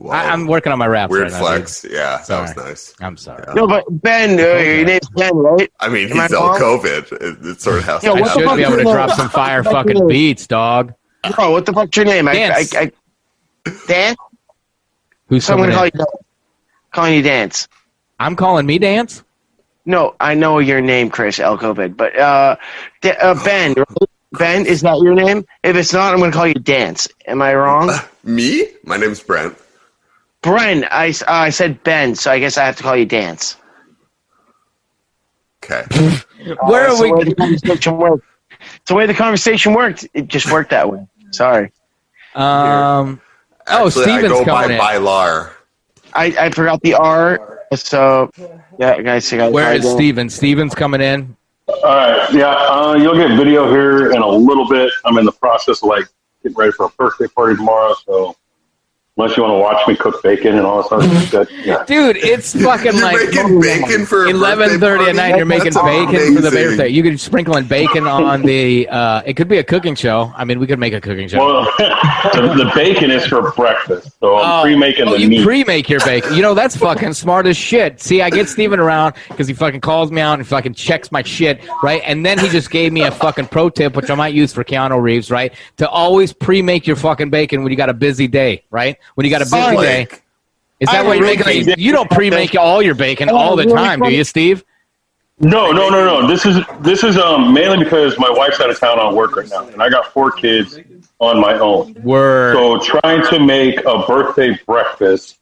I, I'm working on my raps. right
Weird
now,
flex.
dude.
yeah, that
Sorry.
was nice.
I'm sorry.
no, but Ben, uh, your name's Ben, right?
I mean,
Am I
he's El
wrong?
COVID. It, it sort of has
Yeah,
to
what
I
the
should
fuck
be able
is
to
that?
drop some fire
What the fuck
fucking
is-
beats, dog.
Bro, what the fuck's your name? I, I,
Dance.
I, Dan.
Who's
Someone
coming
call
in?
you Dan. calling you dance.
I'm calling me dance.
No, I know your name, Chris Elkovid, but uh, D- uh, Ben, right? Ben is that your name? If it's not, I'm going to call you Dance. Am I wrong?
Me? My name's Brent.
Bren, I, s- uh, I said Ben, so I guess I have to call you Dance.
Okay.
Oh,
Where are we? Oh, The way the conversation worked. It's the way the conversation worked. It just worked that way. Sorry,
Um. Oh,
Actually, I
Steven's
go by
coming in.
Bylar.
I, I forgot the R. So yeah, guys, I got
Where is Steven? Steven's coming in.
All right. Yeah. Uh, you'll get video here in a little bit. I'm in the process of like getting ready for a birthday party tomorrow. So unless you want to watch me cook bacon and all this other shit, yeah.
Dude, it's fucking
You're
like
making bacon for a
eleven thirty
birthday
at night.
party?
You're making
That's
bacon for the
amazing.
birthday. You could sprinkle in bacon on the. Uh, it could be a cooking show. I mean, we could make a cooking show.
Well, the, the bacon is for breakfast, so I'm
Oh.
pre-making
Oh,
the
you
meat.
pre-make your bacon. You know that's fucking smart as shit. See, I get Steven around because he fucking calls me out and fucking checks my shit, right? And then he just gave me a fucking pro tip, which I might use for Keanu Reeves, right? To always pre-make your fucking bacon when you got a busy day, right? When you got a busy
Oh
Son,
day. Is
I
that what you're
really
making?
think-
You don't pre-make all your bacon
Oh,
all the
really
time, do
funny.
you, Steve?
No, no, no, no. This is this is um, mainly because my wife's out of town on work right now, and I got four kids on my own.
Word.
So trying to make a birthday breakfast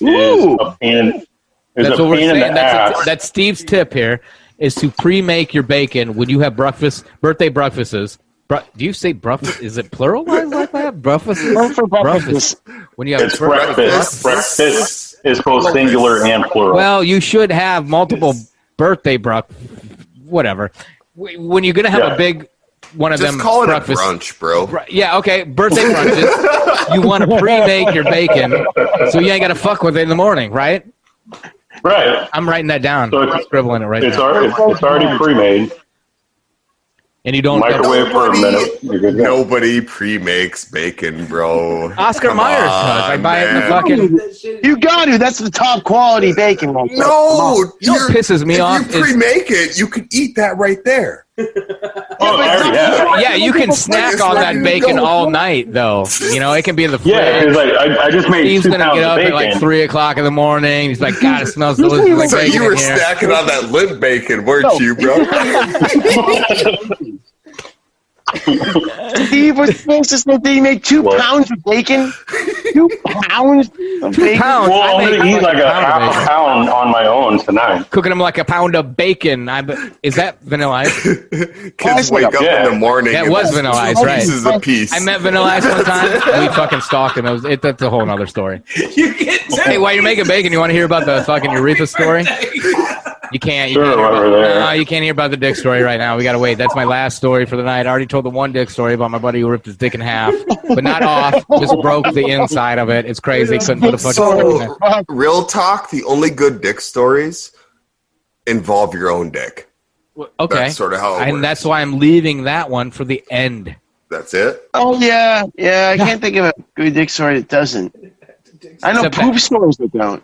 is a pain. in- Is
That's
a
what we're
pain in
saying.
the
That's,
ass.
that's Steve's tip here is to pre-make your bacon when you have breakfast, birthday breakfasts. Bru- do you say breakfast? Is it pluralized like that? Breakfast. breakfast. When you have
It's breakfast. Breakfast is both singular and plural.
Well, you should have multiple birthday breakfast. Whatever. Wh- When you're gonna have
Yeah.
a big one of
Just
them
call it a
breakfast.
brunch, bro.
Bru- Yeah, okay. Birthday brunches. you want to pre-make your bacon, so you ain't gotta fuck with it in the morning, right?
right.
I'm writing that down.
So
I'm
it's-
scribbling it right
It's,
now.
al- it's, it's already pre-made.
and you don't
Microwave for a minute. You're good to go.
Nobody pre-makes bacon, bro.
Oscar
Come
Myers
on,
does. I buy it in the
man.
fucking.
You got to. That's the top quality bacon. Right there. Come on.
No,
You know what
you're-
pisses me
if
off
you
is-
pre-make it, you could eat that right there.
Oh, I already have.
Yeah, you can snack on that bacon all night, though. You know, it can be in the fridge.
Yeah, because like I, I just made
Steve's
two
gonna
pounds
get
of
up at
bacon.
like three o'clock in the morning. He's like, God, it smells delicious. There's
So
bacon
you were
in here.
snacking on that limp bacon, weren't you, bro?
Steve was supposed to say that he made two
What?
pounds of bacon. Two pounds of bacon.
pounds.
Well,
I
I'm
make
gonna eat like
fucking
a
pound of
half a
bacon.
pound on my own tonight.
Cooking him like a pound of bacon. I, is that vanilla ice?
Kids wake up in the morning.
That
and
was
it's
Vanilla Ice,
two
right.
Pieces a piece.
I met vanilla ice one time. We fucking stalked him. It was, it, that's a whole other story.
you get
Hey, while you're making bacon, you want to hear about the fucking urethra story? You can't. You
Sure,
can't hear
while
about,
we're there.
no, you can't hear about the dick story right now. We gotta wait. That's my last story for the night. I already told the one dick story about my buddy who ripped his dick in half, but not off. Just broke the inside of it. It's crazy. Couldn't put a fucking. string in there.
So, real talk. The only good dick stories involve your own dick.
okay.
That's sort of how. It
and
works.
that's why I'm leaving that one for the end.
that's it.
Oh yeah, yeah. I can't think of a good dick story that doesn't. I know
Except
poop stories that don't.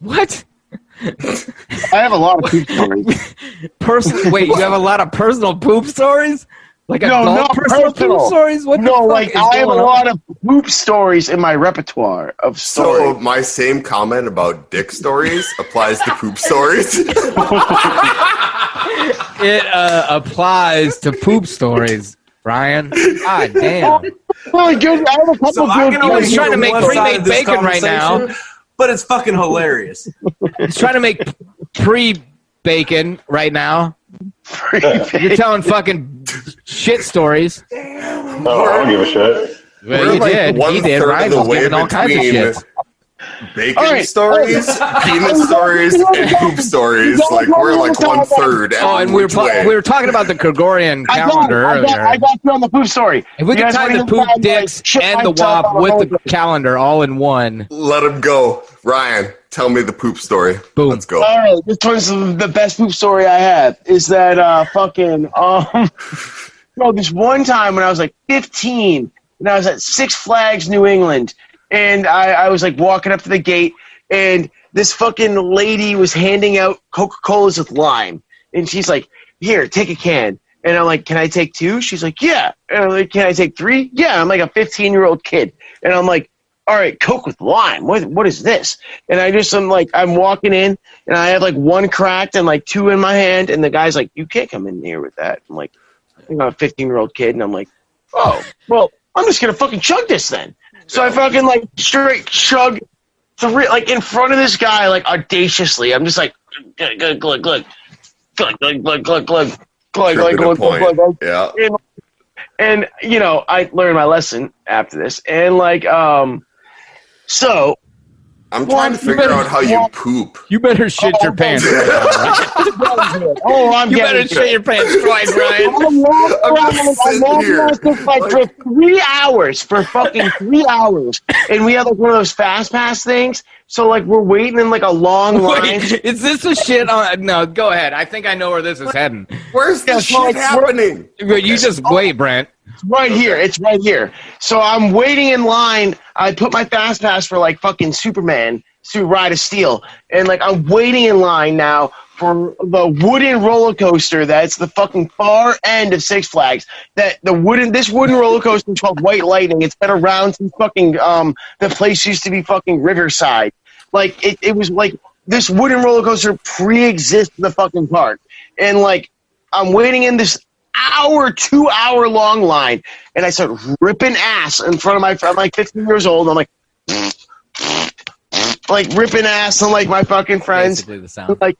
What?
I have a lot of poop stories.
Personally, wait, you have a lot of personal poop stories? Like adult personal, poop stories? What the
no,
fuck
like
is
I have a
going on?
lot of poop stories in my repertoire of
So
stories.
my same comment about dick stories applies to poop stories.
It uh, applies to poop stories, Brian. God damn.
Really good. I have a couple
So I
good
can only
ones.
trying to make pre-made bacon right now,
now.
but it's fucking hilarious.
He's trying to make pre bacon right now. You're telling fucking shit stories.
Oh, I don't give a shit.
Well, you did. He did. Ryan was giving all kinds of shit.
bacon
All right.
stories, penis stories, and poop stories. Like we're like one third.
Oh, and we were, pla- we were talking about the Gregorian
I got,
calendar
I, got,
earlier.
I got you on the poop story.
If we
You
could
guys
tie the
wanna hear
poop
about my
dicks
shit
and the WAP
myself on whole
with the calendar all in one.
Let him go, Ryan. Tell me the poop story.
Boom.
Let's go.
All right, this one's the best poop story I have. Is that uh, fucking um, bro? This one time when I was like 15, and I was at Six Flags New England, and I, I was like walking up to the gate, and this fucking lady was handing out Coca Colas with lime, and she's like, "Here, take a can." And I'm like, "Can I take two? She's like, "Yeah." And I'm like, "Can I take three? Yeah." I'm like a 15 year old kid, and I'm like, all right, Coke with lime. What what is this? And I just I'm like I'm walking in and I have like one cracked and like two in my hand and the guy's like, You can't come in here with that. I'm like I'm a fifteen year old kid and I'm like, Oh, well, I'm just gonna fucking chug this then. So I fucking like straight chug three like in front of this guy, like audaciously. I'm just like glug glug glug glug glug glug glug glug glug glug glug
Tripping a
glug glug
point.
glug
Yeah.
and, and you know i learned my lesson after this and like um so
I'm trying to figure out how you poop.
You better shit your pants.
oh i'm
you
getting
better
to
shit
it.
your pants twice, Ryan.
I walked around,
just
I
sitting
walked
here,
around Six Flags for three hours, for fucking three hours, and we had like one of those fast pass things. So like we're waiting in like a long line.
Wait, is this a shit on? No, go ahead. I think I know where this is heading.
Where's the
Yes,
shit
like,
happening?
But You just wait, Brent.
It's right here. It's right here. So I'm waiting in line. I put my fast pass for like fucking Superman to Ride of Steel, and like I'm waiting in line now for the wooden roller coaster that's the fucking far end of Six Flags. That the wooden this wooden roller coaster is called White Lightning. It's been around since fucking um the place used to be fucking Riverside. Like it, it was like this wooden roller coaster pre-exists the fucking park, and like I'm waiting in this hour, two hour long line, and I start ripping ass in front of my. I'm like 15 years old. I'm like, like ripping ass on like my fucking friends.
Basically the sound.
Like,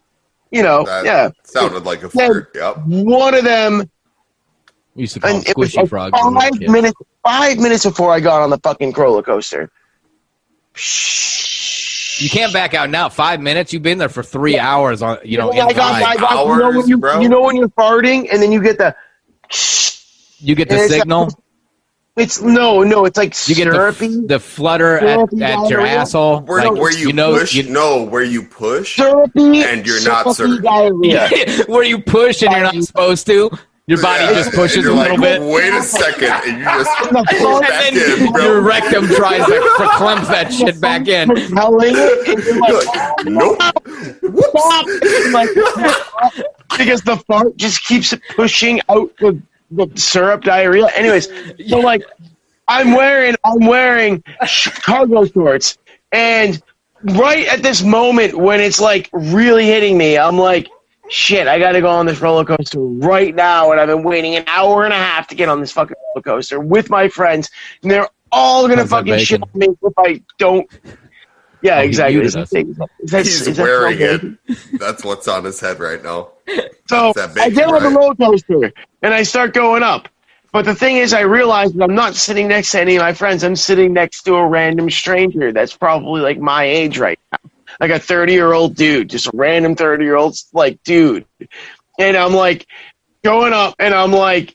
you know,
That
yeah.
sounded like a
Yeah.
fart. Yep.
One of them,
We used to call them
and it was
squishy
like
frogs. when we were
five
kids.
minutes, five minutes before I got on the fucking roller coaster.
You can't back out now. Five minutes. You've been there for three hours. On you know,
Yeah, I got, I
inside.
got, you, know when
hours,
you,
bro.
you know when you're farting, and then you get the.
you get the
It's-
signal.
It's no, no. It's like
You get the,
syrupy.
the flutter at,
Syrupy
at your
diarrhea.
asshole.
Where,
like,
where you,
know,
push?
you-
no, where you push.
syrupy,
And you're not
syrupy
syrup.
diarrhea.
where you push and you're not supposed to. Your body
Yeah.
just pushes
And
a
you're
little
like,
bit.
Wait a second, and you just pull
And
back
And then
in, bro.
your rectum tries to clump that shit back in.
propelling it, and you're
You're
like,
like, nope.
stop! And like, because the fart just keeps pushing out the, the syrup diarrhea. Anyways, so like, I'm wearing I'm wearing sh- cargo shorts, and right at this moment when it's like really hitting me, I'm like, shit, I gotta go on this roller coaster right now, and I've been waiting an hour and a half to get on this fucking roller coaster with my friends, and they're all gonna
How's that
fucking shit
bacon?
on me if I don't. Yeah,
Oh, he
exactly.
muted
Is that-
us.
is that-
He's
is that
wearing
so
it. That's what's on his head right now.
so
That's that
I get
bacon,
on the
right?
roller coaster and I start going up. But the thing is, I realize that I'm not sitting next to any of my friends. I'm sitting next to a random stranger that's probably like my age right now, like a 30 year old dude, just a random 30 year old like dude. And I'm like going up, and I'm like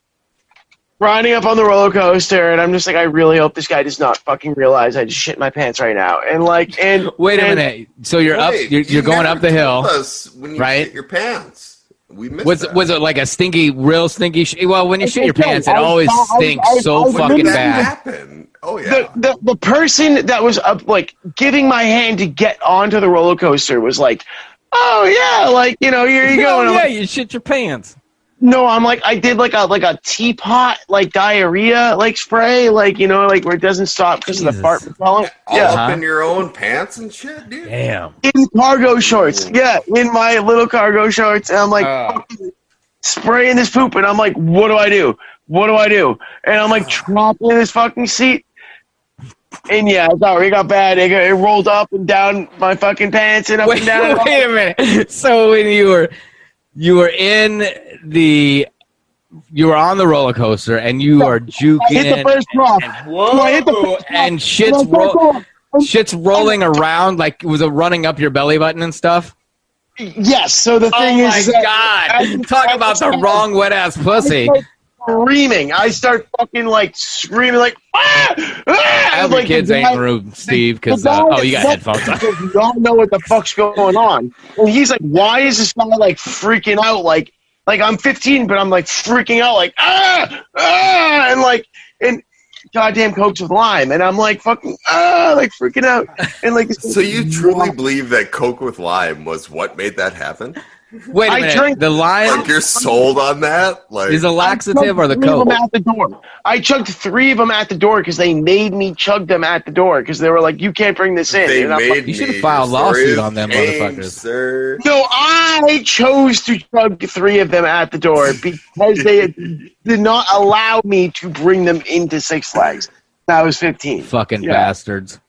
grinding up on the roller coaster, and I'm just like, I really hope this guy does not fucking realize I just shit my pants right now. And like, and
Wait a
and-
minute. So you're up.
Wait,
You're,
you
you're going
never
up the hill.
told us when you
right?
shit your pants. We missed
Was
that.
was it like a stinky, real stinky? Sh- well, when you shit your
Okay,
pants, it
I-
always
I- I-
stinks
I-
so
I
fucking
remember
bad.
Happen. Oh yeah.
the, the the person that was up like giving my hand to get onto the roller coaster was like, "Oh yeah, like you know, here you go."
Oh,
And I'm
yeah,
like,
you shit your pants.
no, I'm like I did like a like a teapot like diarrhea like spray like you know like where it doesn't stop because of the fart repellent.
All
Yeah,
up in your own pants and shit, dude.
Damn.
in cargo shorts. Yeah, in my little cargo shorts. And I'm like
Oh.
Ah.
fucking spraying this poop, and I'm like, what do I do? What do I do? And I'm like dropping in this fucking seat. And yeah, I thought it got bad. It, got, it rolled up and down my fucking pants and up
Wait,
and down.
wait a minute. So when you were you were in the you were on the roller coaster and you are juking
I hit the first drop. I hit the first
and
drop.
shit's
And I
ro-
go,
shit's rolling around like was it running up your belly button and stuff?
Yes. So the
Oh
thing
my
is, that I-
god! Talk
I-
about the
I-
wrong wet ass pussy.
I start screaming. I start fucking like screaming, like ah, ah!
Every
like, the
kid's ain't
guy-
room, Steve, because
the
uh,
guy
oh, you got
that-
headphones on.
does not know what the fuck's going on. And he's like, why is this guy like freaking out? Like, like I'm 15, but I'm like freaking out, like ah, ah, and like and goddamn cokes with lime, and I'm like fucking ah, like freaking out, and like
So you truly believe that Coke with lime was what made that happen?
Wait a
I
minute.
drank-
the lime
Like you're sold on that? Like
is a laxative or the
Three
coke?
of them at the door. I chugged three of them at the door because they made me chug them at the door because they were like, "You can't bring this in."
they
And I'm like,
made
you should
me.
have filed
Your story
lawsuit
has
on them
changed,
motherfuckers.
sir.
No, I chose to chug three of them at the door because they did not allow me to bring them into Six Flags. When I was 15.
Fucking
Yeah.
bastards.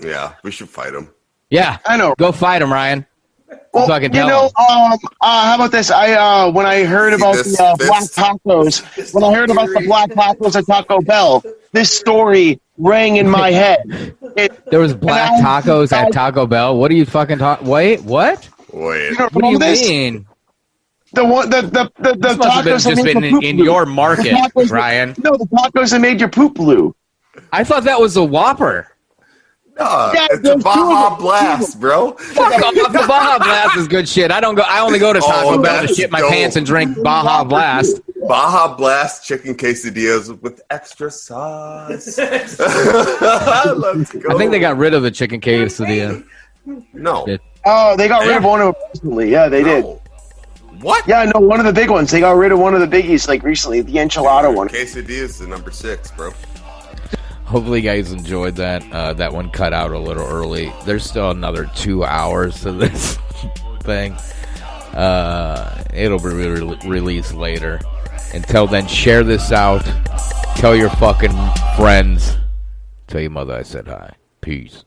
Yeah, we should fight him.
Yeah.
I know.
Go fight him, Ryan.
Well,
fucking
you
tell
know, um, uh, how about this? I uh, when I heard
See,
about
this-
the uh,
this-
black tacos, when I heard about the black tacos at Taco Bell, this story rang in my head. It,
There was black
And I-
tacos
I-
at Taco Bell. What are you fucking talking? Wait, what?
Wait.
you don't
What do you
remember this?
mean?
The one, the the the, the
This must have been,
tacos that
just
made
been
the
in,
poop
in
blue.
your market,
The tacos-
Ryan.
No, the tacos that made your poop blue.
I thought that was a Whopper.
No,
Yeah,
it's
there's two
a
of
Baja
them.
Blast, bro.
Fuck off. The Baja Blast is good shit. I don't go. I only go to Taco
Oh,
Bell to
that's
shit my
dope.
pants and drink Baja Blast.
Baja Blast chicken quesadillas with extra sauce. Let's go.
I think they got rid of the chicken quesadilla.
no.
Shit.
Oh, they got rid of one of them recently. Yeah, they did.
no. What?
Yeah, no, one of the big ones. They got rid of one of the biggies like recently, the enchilada one.
Quesadillas is number six, bro.
Hopefully, you guys enjoyed that. Uh, that one cut out a little early. There's still another two hours to this thing. Uh, it'll be re- re- released later. Until then, share this out. Tell your fucking friends. Tell your mother I said hi. Peace.